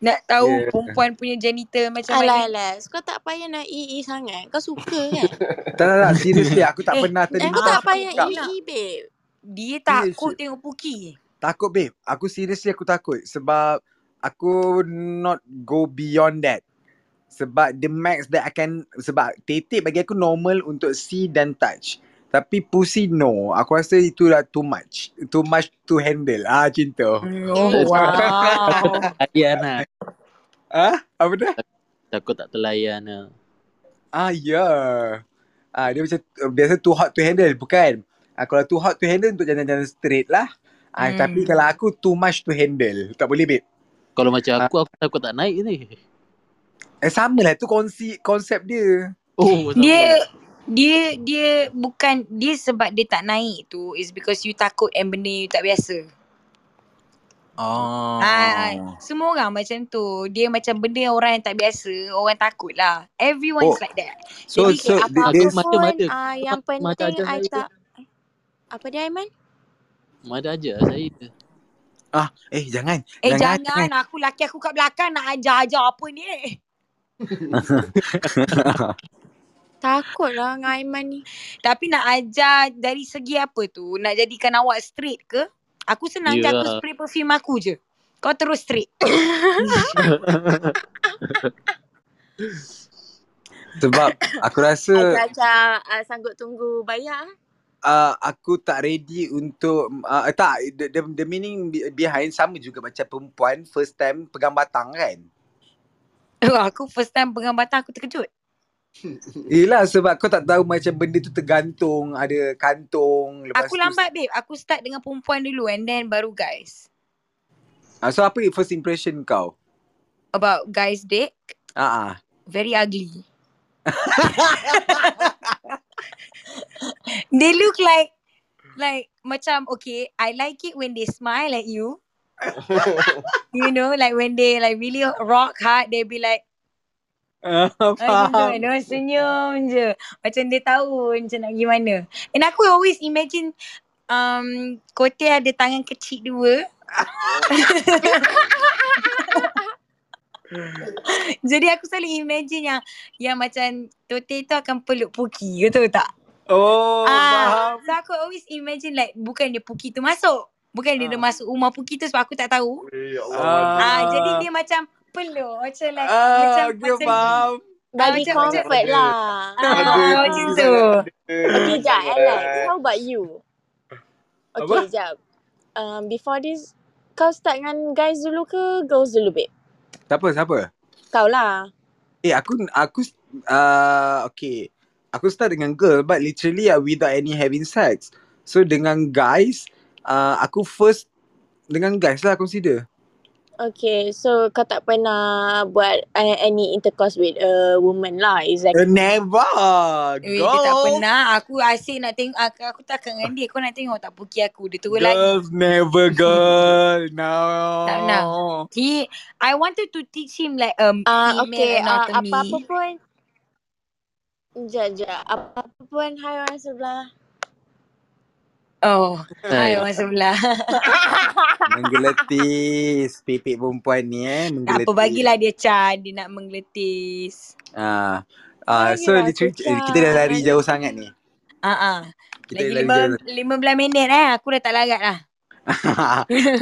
S5: Nak tahu
S1: yeah.
S5: perempuan punya genital macam mana.
S8: Alah, alah. Kau tak payah nak ii sangat. Kau suka kan?
S1: tak lah, tak tak seriously aku tak
S5: Eh,
S1: pernah
S8: Eh, kau
S1: terlintas
S8: tak
S1: aku
S5: aku
S8: payah
S1: pegang
S5: pula.
S8: ii, babe.
S5: Dia
S1: seriously
S5: takut tengok puki.
S1: Takut babe. Aku seriously aku takut sebab aku not go beyond that. Sebab the max that I can sebab titik bagi aku normal untuk see dan touch. Tapi pussy no. Aku rasa itu dah too much. Too much to handle. Ah cinta.
S5: Mm,
S4: Tak
S5: Oh wow.
S4: Layan lah
S1: Ah apa dah?
S4: Takut tak terlayan lah
S1: Ah ya. Yeah. Ah dia macam uh, biasa too hot to handle bukan? Ah, kalau too hot to handle untuk jalan-jalan straight lah. Ah tapi
S5: Hmm.
S1: kalau aku too much to handle. Tak boleh babe.
S4: Kalau macam
S1: Ah,
S4: aku Aku takut tak naik ni
S1: eh sama lah tu konsep konsep dia.
S4: Oh sama
S5: Dia dia dia bukan dia sebab dia tak naik tu is because you takut and benda you tak biasa. Ha,
S1: Oh.
S5: semua orang macam tu. Dia macam benda orang yang tak biasa, orang takut lah. Everyone
S1: Oh,
S5: is like that.
S1: so
S5: Jadi
S1: so th-
S4: Aku
S1: this
S4: macam
S8: Apapun,
S4: ada
S8: uh,
S4: Aku
S8: yang
S4: macam ada ajar
S8: penting I
S4: saya
S8: tak... Apa dia, Aiman?
S4: Mada ajar lah saya
S1: ah eh jangan
S5: Eh
S1: jangan jangan.
S5: jangan aku laki aku kat belakang nak ajar-ajar apa ni. eh.
S8: Takut lah dengan Aiman ni.
S5: Tapi nak ajar dari segi apa tu? Nak jadikan awak straight ke? Aku senang je aku
S4: Ya
S5: spray perfume aku je. Kau terus straight.
S1: Sebab aku rasa
S8: Ajar-ajar uh, sanggup ah, tunggu bayar.
S1: uh, aku tak ready untuk uh, tak the, the, the meaning be- behind sama juga macam perempuan first time pegang batang kan.
S5: aku first time pegang batang aku terkejut.
S1: Yelah sebab kau tak tahu macam benda tu tergantung, ada kantung, lepas tu
S5: Aku lambat babe. Aku start dengan perempuan dulu and then baru guys.
S1: Uh, so apa first impression kau?
S5: About guys dick,
S1: Ah uh-uh.
S5: very ugly. They look like like macam okay, I like it when they smile at you. You know, like when they like really rock hard, they be like,
S1: Ah,
S5: aduh,
S1: faham.
S5: no, senyum je. Macam dia tahu macam nak pergi mana. And aku always imagine um, Kote ada tangan kecil dua. Jadi aku selalu imagine yang yang macam Tote tu akan peluk Puki, kau tahu tak?
S1: Oh, faham.
S5: Ah, so aku always imagine like bukan dia Puki tu masuk. Bukan dia, dia masuk rumah Puki tu sebab aku tak tahu.
S9: Ya Allah.
S5: Ah,
S1: Ah,
S5: jadi dia macam peluk macam like macam
S1: ah, dia
S5: macam
S1: faham.
S5: macam-
S8: Bagi
S9: macam-
S8: comfort lah.
S9: Ada
S5: ah, macam
S9: tu
S8: Ah.
S5: tu.
S9: sangat ada.
S8: Okay, Jap,
S9: sangat.
S8: Alex. How about you?
S1: Apa?
S8: Okay, Jap. Um, before this, kau start dengan guys dulu ke girls dulu, babe?
S1: Siapa, siapa?
S8: Kau lah.
S1: Eh, aku, aku, uh, okay. Aku start dengan girl but literally uh, without any having sex. So, dengan guys, uh, aku first dengan guys lah consider.
S8: Okay, so kau tak pernah buat uh, any intercourse with a woman lah. Exactly.
S1: Uh, never,
S5: Weh, Eh, dia tak
S1: girls.
S5: pernah. Aku asyik nak tengok. Aku, aku tak akan dengan dia. Kau nak tengok tak Puki aku. Dia tua lagi.
S1: Girls never girl. No.
S5: Tak pernah. He, I wanted to teach him like um
S8: Ah,
S5: female
S8: uh, okay. Uh, apa-apa
S5: anatomy.
S8: pun. Jap, jap. Apa-apa pun. Hai orang sebelah.
S5: Oh,
S4: Hai.
S5: hai orang sebelah.
S1: Menggeletis Pipik perempuan ni eh
S5: tak apa,
S1: Menggeletis
S5: bagilah dia Chan. Dia nak menggeletis.
S1: Ah, ah, So
S8: Bagilah aku,
S1: literally eh, Kita dah lari jauh sangat ni
S5: Ah, ah.
S1: Kita dah
S5: Lagi
S1: lari jauh
S5: lima, lima belas minit eh. Aku dah tak larat lah.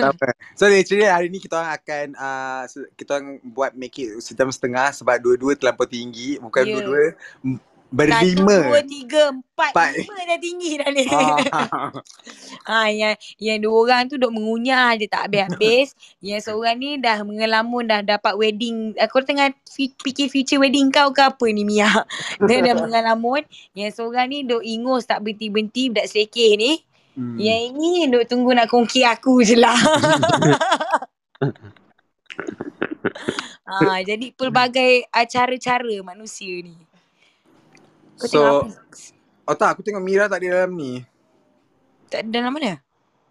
S1: Tak apa So literally hari ni kita orang akan ah, se- Kita orang buat make it sejam setengah Sebab dua-dua terlampau tinggi Bukan
S5: Ya.
S1: dua-dua m-
S5: Satu, dua,
S1: Berlima
S5: tiga, empat,
S1: Empat
S5: lima dah tinggi dah ni.
S1: ah,
S5: ha, yang, yang dua orang tu duk mengunyah je tak habis-habis. yang seorang ni dah mengelamun dah dapat wedding. Aku tengah fi- fikir future wedding kau ke apa ni Mia. Dia dah mengelamun. Yang seorang ni duk ingus tak berhenti-berhenti budak selekeh ni.
S1: hmm.
S5: Yang ini duk tunggu nak kongki aku je lah. ha, jadi pelbagai acara-cara manusia ni. Kau tengok apa?
S1: So Oh tak aku tengok Mira tak ada dalam ni
S5: Tak ada dalam mana?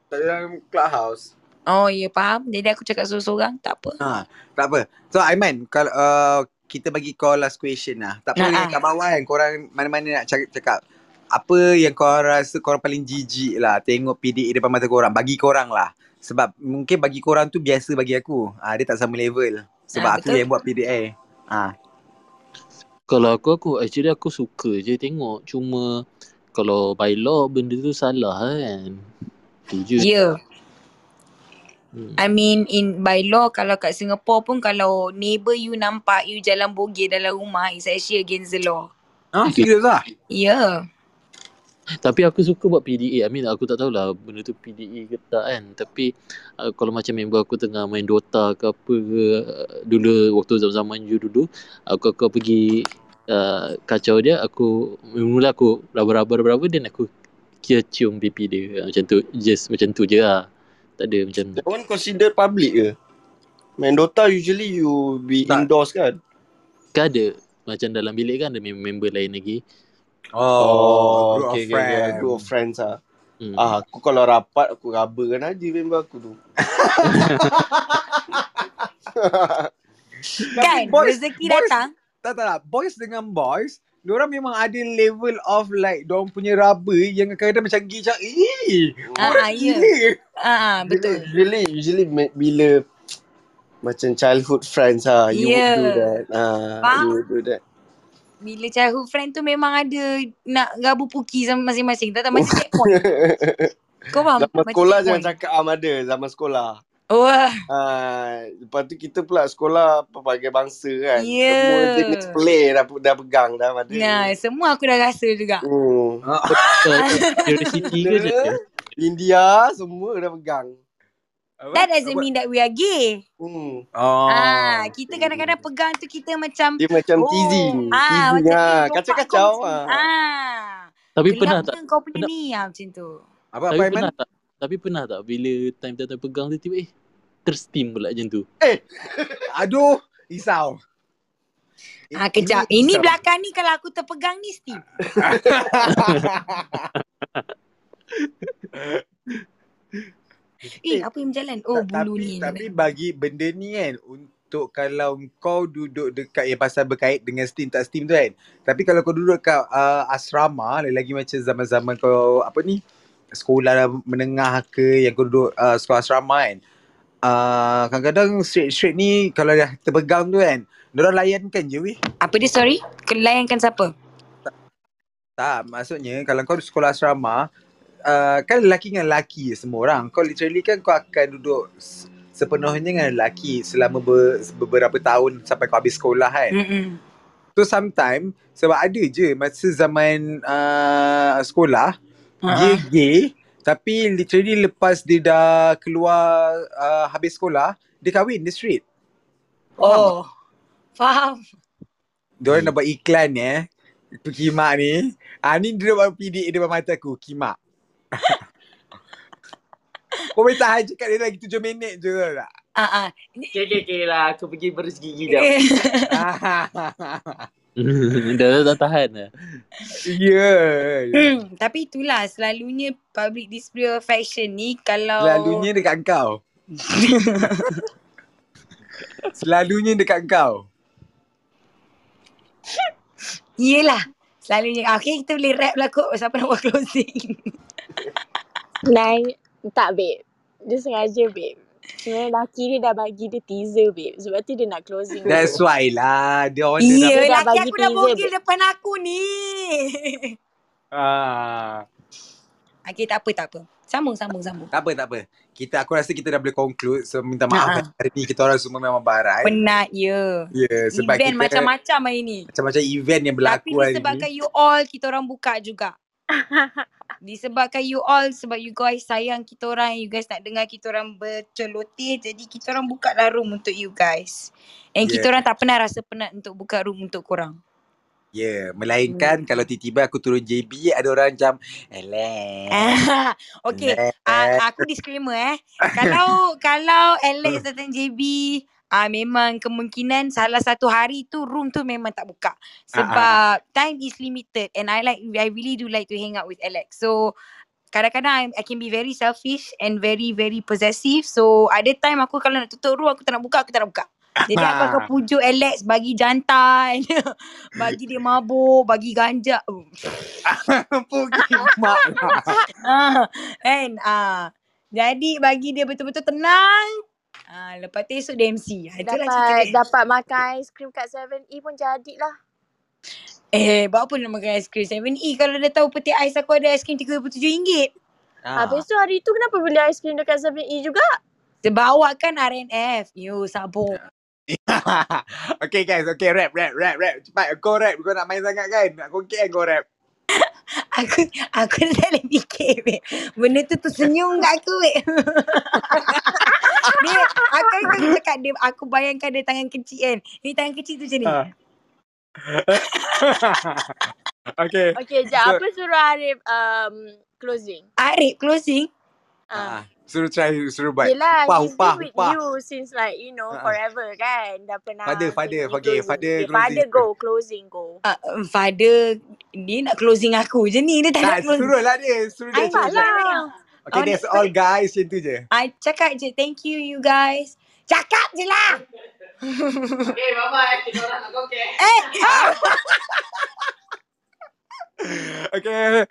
S1: Tak ada dalam clubhouse
S5: Oh, ya faham. Jadi aku cakap seorang-seorang. Tak apa.
S1: Ha, tak apa. So Aiman, kalau uh, kita bagi kau last question lah. Tak
S5: Nah,
S1: apa yang
S5: ah.
S1: kat bawah kan korang mana-mana nak cakap, cakap. Apa yang korang rasa korang paling jijik lah tengok PDA depan mata korang. Bagi korang lah. Sebab mungkin bagi korang tu biasa bagi aku. Ha, dia tak sama level. Sebab
S5: Ah,
S1: aku
S5: betul.
S1: yang buat PDA. Ha.
S4: Kalau aku aku actually aku suka je tengok cuma kalau by law benda tu salah kan. Tu je.
S5: Ya. Yeah.
S4: Hmm.
S5: I mean in by law kalau kat Singapore pun kalau neighbour you nampak you jalan bogey dalam rumah it's actually against the law.
S1: Ha,
S4: Okay.
S1: serius lah.
S5: Ya.
S4: Tapi aku suka buat PDA. I mean aku tak tahulah benda tu PDA ke tak kan. Tapi uh, kalau macam member aku tengah main Dota ke apa ke uh, dulu waktu zaman-zaman you dulu aku aku pergi uh, kacau dia aku mula aku raba-raba-raba dan aku kira cium pipi dia Ah, macam tu just macam tu je lah. Tak ada macam
S9: That one consider public ke? Main Dota usually you be
S1: Tak.
S9: indoors kan?
S4: kan ada macam dalam bilik kan ada mem- member lain lagi.
S1: Oh,
S9: Oh,
S1: group of
S9: okay, okay, okay. A group of
S1: friends.
S9: friends ah.
S4: Hmm.
S9: Ah, aku kalau rapat, aku rubberkan aja member aku tu.
S1: Tapi
S5: Kan
S1: boys,
S5: rezeki
S1: boys,
S5: datang.
S1: tak tak tak. Boys dengan boys, diorang memang ada level of like diorang punya raba yang kadang-kadang macam gila macam, eh,
S5: Ah ah
S1: korang
S5: ya.
S1: gila.
S5: Ah ah
S9: usually,
S5: betul.
S9: usually, usually ma- bila macam childhood friends ah, you
S5: Ya.
S9: would do that. Ah, you
S5: Faham?
S9: would do that.
S5: Bila childhood friend tu memang ada nak gabu puki sama masing-masing. Tak tak macam checkpoint. Kau faham?
S9: Zaman
S5: Macam
S9: sekolah jangan
S5: checkpoint.
S9: cakap am ada zaman sekolah.
S5: Wah,
S9: Ah, lepas tu kita pula sekolah pelbagai bangsa kan.
S5: Ya.
S9: Semua jenis play dah dah pegang dah pada.
S5: nah ya, semua aku dah rasa juga.
S9: Hmm.
S4: Curiosity ke je? ya.
S9: India, India semua dah pegang.
S1: Apa?
S5: That doesn't
S1: Apa?
S5: mean that we are gay.
S9: Hmm.
S1: Oh.
S5: Ah, kita kadang-kadang pegang tu kita macam
S9: Dia macam teasing.
S5: Oh. ah macam
S9: teasing ha.
S5: eh lompat
S9: Kacau-kacau
S5: kau macam
S9: ha.
S5: ni. Ah.
S4: Tapi pernah
S5: Gelap
S4: tak?
S5: ke kau punya
S4: pernah-
S5: ni ah macam tu.
S1: Apa apa
S4: Tapi
S1: Aiman?
S4: pernah tak? Tapi pernah tak bila time-time pegang tu tiba eh tersteam pula macam tu.
S1: Aduh, risau. I- Eh,
S5: Ah
S1: ini
S5: kejap. Ini
S1: risau.
S5: belakang ni kalau aku terpegang ni Steve. Eh,
S1: Eh,
S5: apa yang berjalan?
S1: ta-
S5: Oh,
S1: tapi
S5: bulu ni yang
S1: tapi
S5: jalan.
S1: bagi benda ni kan untuk kalau kau duduk dekat yang pasal berkait dengan steam tak steam tu kan. Tapi kalau kau duduk kat uh, asrama lagi macam zaman-zaman kau apa ni sekolah menengah ke yang kau duduk uh, sekolah asrama kan. Uh, kadang-kadang straight-straight ni kalau dah terpegang tu kan, diorang layankan je weh.
S5: Apa dia sorry? Kelayankan siapa?
S1: Tak, maksudnya kalau kau sekolah asrama, uh, kan lelaki dengan lelaki je semua orang. Kau literally kan kau akan duduk s- sepenuhnya dengan lelaki selama ber, beberapa tahun sampai kau habis sekolah kan.
S5: Mm-mm.
S1: So sometimes sebab ada je masa zaman uh, sekolah dia
S5: Ha.
S1: gay tapi literally lepas dia dah keluar uh, habis sekolah dia kahwin dia straight. Kau faham tak?
S5: Oh. Faham.
S1: Diorang nak buat iklan ni eh. Tu Kimak ni. Ah ni dia buat PDA depan mata aku. Kimak. Kau boleh tahan je kat dia lagi tujuh minit je tau tak?
S5: Ah ah.
S7: Okay, okay, okay lah. Aku pergi berus gigi jap.
S5: Eh,
S1: Ah,
S4: dah, dah, dah tahan lah. dah.
S1: Ya. ya.
S5: hmm, Tapi itulah selalunya public display of affection ni kalau
S1: Selalunya dekat kau. Selalunya dekat kau.
S5: Yelah Selalunya Okay kita boleh rap lah kot Siapa nak buat closing
S8: Nine Tak babe Dia sengaja babe Sebenarnya lelaki dia dah bagi dia teaser babe Sebab tu dia nak closing
S1: That's
S8: babe
S1: why lah. Dia orang dia nak...
S5: Iya
S8: Dia dah
S5: laki
S8: bagi
S5: aku dah
S8: teaser
S5: bogil
S8: babe
S5: depan aku ni
S1: Ah.
S5: Okay tak apa tak apa Sambung sambung sambung
S1: Tak apa, tak apa. Kita, aku rasa kita dah boleh conclude. So, minta maaf
S5: Ha-ha.
S1: kan hari ni kita orang semua memang barai.
S5: Penat ya
S1: Ya, yeah, sebab
S5: Event
S1: kita
S5: macam-macam hari ni
S1: macam-macam event yang berlaku
S5: Tapi
S1: hari ni.
S5: disebabkan you all Kita orang buka juga Disebabkan you all Sebab you guys sayang kita orang You guys nak dengar kita orang berceloteh Jadi kita orang buka lah room untuk you guys And
S1: Ya.
S5: kita orang tak pernah rasa penat Untuk buka room untuk korang
S1: Ya, yeah, melainkan
S8: Hmm.
S1: kalau tiba-tiba aku turun JB ada orang macam eleh.
S5: Ah,
S1: Oh.
S5: okay,
S1: Eleh.
S5: uh, aku disclaimer eh. Kalau kalau Alex datang JB, ah uh, memang kemungkinan salah satu hari tu room tu memang tak buka sebab time is limited and I like I really do like to hang out with Alex. So kadang-kadang I, I can be very selfish and very very possessive. So ada time aku kalau nak tutup room aku tak nak buka, aku tak nak buka. Jadi aku akan
S1: Ha.
S5: pujuk Alex bagi jantan, bagi dia mabuk, bagi ganja. Oh.
S1: Pergi mak lah.
S5: Ah, kan? Ah. Jadi bagi dia betul-betul tenang. Ah, lepas tu esok dia MC. Ah, Itulah cerita
S8: Dapat
S5: dia.
S8: dapat makan aiskrim kat 7E pun jadilah
S5: Eh, buat apa nak makan aiskrim 7E E, kalau dia tahu peti ais aku ada aiskrim RM37.
S1: Ha.
S8: Habis tu hari tu kenapa beli aiskrim dekat 7E juga?
S5: Sebab awak kan RNF. You sabo.
S1: okay guys, okay rap, rap, rap, rap. Cepat, go rap. Kau nak main sangat kan? Nak kokek kan kau rap.
S5: Aku aku tak boleh fikir. Weh. Benda tu tersenyum kat aku. Weh. dia, aku kan cakap dia, aku bayangkan dia tangan kecil kan. Ni tangan kecil tu macam ni.
S1: Ha. okay.
S8: Okay
S1: So,
S8: jap apa suruh Arif um, closing?
S5: Arif closing.
S1: ha.
S8: Ah.
S1: suruh try, suruh buat.
S8: Yelah
S1: Upah,
S8: he's
S1: upah,
S8: been with
S1: upah.
S8: you since like you know
S1: Ha.
S8: forever kan Dah pernah
S1: Father,
S8: okay
S1: father,
S8: you
S1: okay,
S8: closing
S1: father
S8: Okay
S1: closing.
S8: father go closing go
S5: Uh, father, dia nak closing aku je ni. Dia tak nak
S1: Tak,
S5: closing.
S1: suruh lah dia, suruh dia,
S5: I
S1: suruh
S8: Cepat
S1: dia.
S5: cakap je.
S8: lah
S1: Okay,
S5: On,
S1: that's all guys, macam tu je.
S5: I cakap je thank you you guys. Cakap je lah. Eh,
S1: Okay.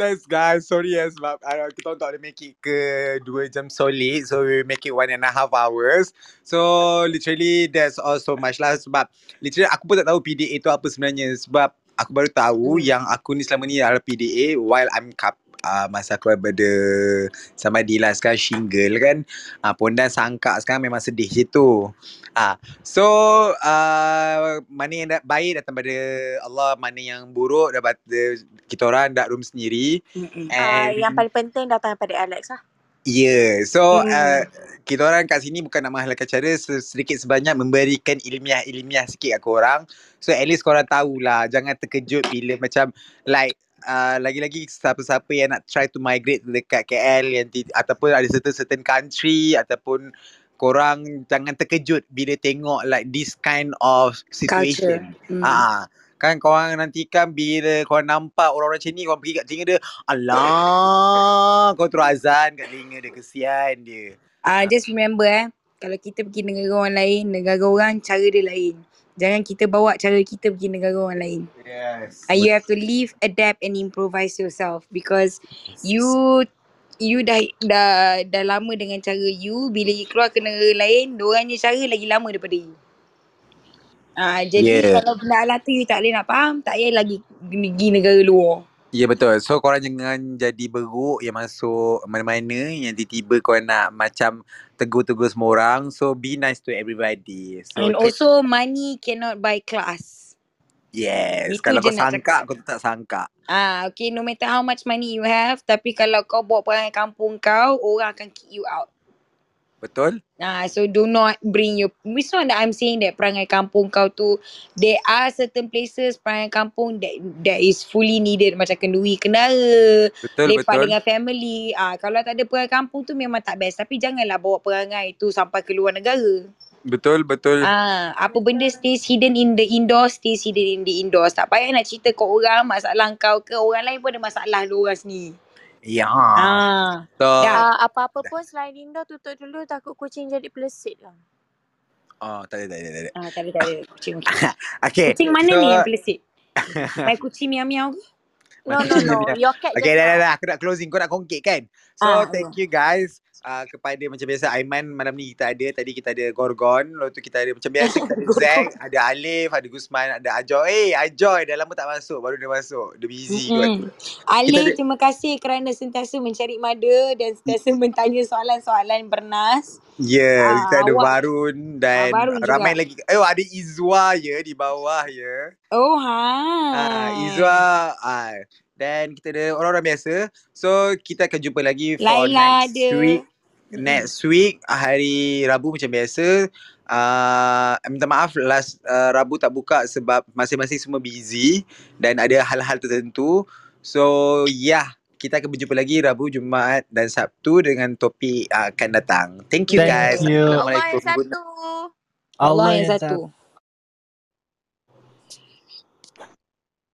S1: Thanks guys. Sorry ya sebab uh, kita orang tak boleh make it ke 2 jam solid. So we make it one and a half hours. So literally there's also much lah sebab literally aku pun tak tahu PDA tu apa sebenarnya sebab aku baru tahu
S8: Hmm.
S1: yang aku ni selama ni adalah PDA while I'm cup Uh, masa aku daripada Samadhi lah sekarang single kan uh, Pondan sangka sekarang memang sedih je tu uh, So uh, mana yang da- baik datang pada Allah Mana yang buruk daripada kita orang dak room sendiri
S8: Uh,
S1: And
S8: yang paling penting datang daripada Alex lah.
S1: Yeah, so
S8: Hmm.
S1: uh, kita orang kat sini bukan nak menghalalkan cara se- sedikit sebanyak memberikan ilmiah-ilmiah sikit kat korang. So at least korang tahulah, jangan terkejut bila macam like uh, lagi-lagi siapa-siapa yang nak try to migrate dekat KL yang ti- ataupun ada certain certain country ataupun korang jangan terkejut bila tengok like this kind of
S8: Culture.
S1: situation.
S5: Mm.
S8: Hmm.
S1: Ah, kan korang nantikan bila korang nampak orang-orang macam ni korang pergi kat telinga dia Alah, kau terus azan kat telinga dia. Kesian dia.
S5: Ah, just remember eh. Kalau kita pergi negara orang lain, negara orang cara dia lain. Jangan kita bawa cara kita pergi negara orang lain.
S1: Yes.
S5: And you have to live, adapt and improvise yourself because you you dah dah dah lama dengan cara you bila you keluar ke negara lain, orangnya cara lagi lama daripada you. Ah, jadi
S1: Yeah.
S5: kalau benda tu you tak boleh nak faham, tak payah lagi pergi negara luar.
S1: Ya yeah, betul. So korang jangan jadi beruk yang masuk mana-mana yang tiba-tiba korang nak macam tegur-tegur semua orang. So be nice to everybody. So take
S5: And also money cannot buy class.
S1: yes.
S5: Itu
S1: Kalau kau
S5: je nak cakap.
S1: sangka, kau tak sangka.
S5: Ah, okay, no matter how much money you have, tapi kalau kau bawa perangai kampung kau, orang akan kick you out.
S1: Betul?
S5: Ah, so do not bring your It's not that I'm saying that perangai kampung kau tu There are certain places perangai kampung that that is fully needed Macam kenduri kendara
S1: Betul,
S5: Lepak
S1: betul.
S5: dengan family ah, Kalau tak ada perangai kampung tu memang tak best Tapi janganlah bawa perangai tu sampai ke luar negara
S1: Betul, betul.
S5: Ah, apa benda stays hidden in the indoor, stays hidden in the indoors. Tak payah nak cerita kat orang masalah kau ke orang lain pun ada masalah dia orang sendiri.
S1: Ya.
S5: Ah,
S1: So,
S5: dah.
S8: Uh, apa-apa pun selain indoor tutup dulu takut kucing jadi pelesit lah.
S1: oh, tak ada, tak ada, tak ada.
S5: Ah, tak ada, tak ada. Kucing, okay.
S1: Okay.
S5: Kucing mana
S1: So,
S5: ni yang pelesit? My kucing miau-miau ke?
S1: My
S8: No, no,
S1: kucing
S8: no.
S1: dia.
S8: Your cat
S1: Okay
S8: just
S1: dah dah
S8: now.
S1: dah Aku nak closing Kau nak kongkit kan So
S5: Ah,
S1: thank
S5: Allah.
S1: you guys uh, Kepada macam biasa Aiman malam ni kita ada Tadi kita ada Gorgon Lepas tu kita ada Macam biasa kita ada Zack Ada Alif Ada Gusman Ada Ajoy Eh Ajoy dah lama tak masuk Baru dia masuk Dia busy kot
S5: Mm-mm.
S1: Kita
S5: Ali,
S1: ada
S5: terima kasih kerana sentiasa mencari mada dan sentiasa bertanya soalan-soalan bernas.
S1: Ya yeah, Kita
S5: Ah,
S1: ada
S5: awak
S1: Warun
S5: ah,
S1: Dan
S5: baru
S1: ramai
S5: juga.
S1: lagi Eh ada Izwa ya Di bawah ya
S5: Oh,
S1: Ah,
S5: hai.
S1: Izwa ah. Dan kita ada orang-orang biasa So kita akan jumpa lagi For
S5: Laila
S1: next
S5: ada.
S1: week
S5: lah Mm-mm.
S1: Next week Hari Rabu macam biasa uh, Minta maaf Last uh, Rabu tak buka Sebab masing-masing semua busy Dan ada hal-hal tertentu So yeah Kita akan berjumpa lagi Rabu, Jumaat dan Sabtu Dengan topik uh, akan datang Thank you guys
S9: Thank
S5: Yes.
S8: Allah
S9: you.
S8: yang
S1: Assalamualaikum Good
S8: satu.
S5: Allah
S9: Allah
S5: yang
S9: yang satu.
S5: satu.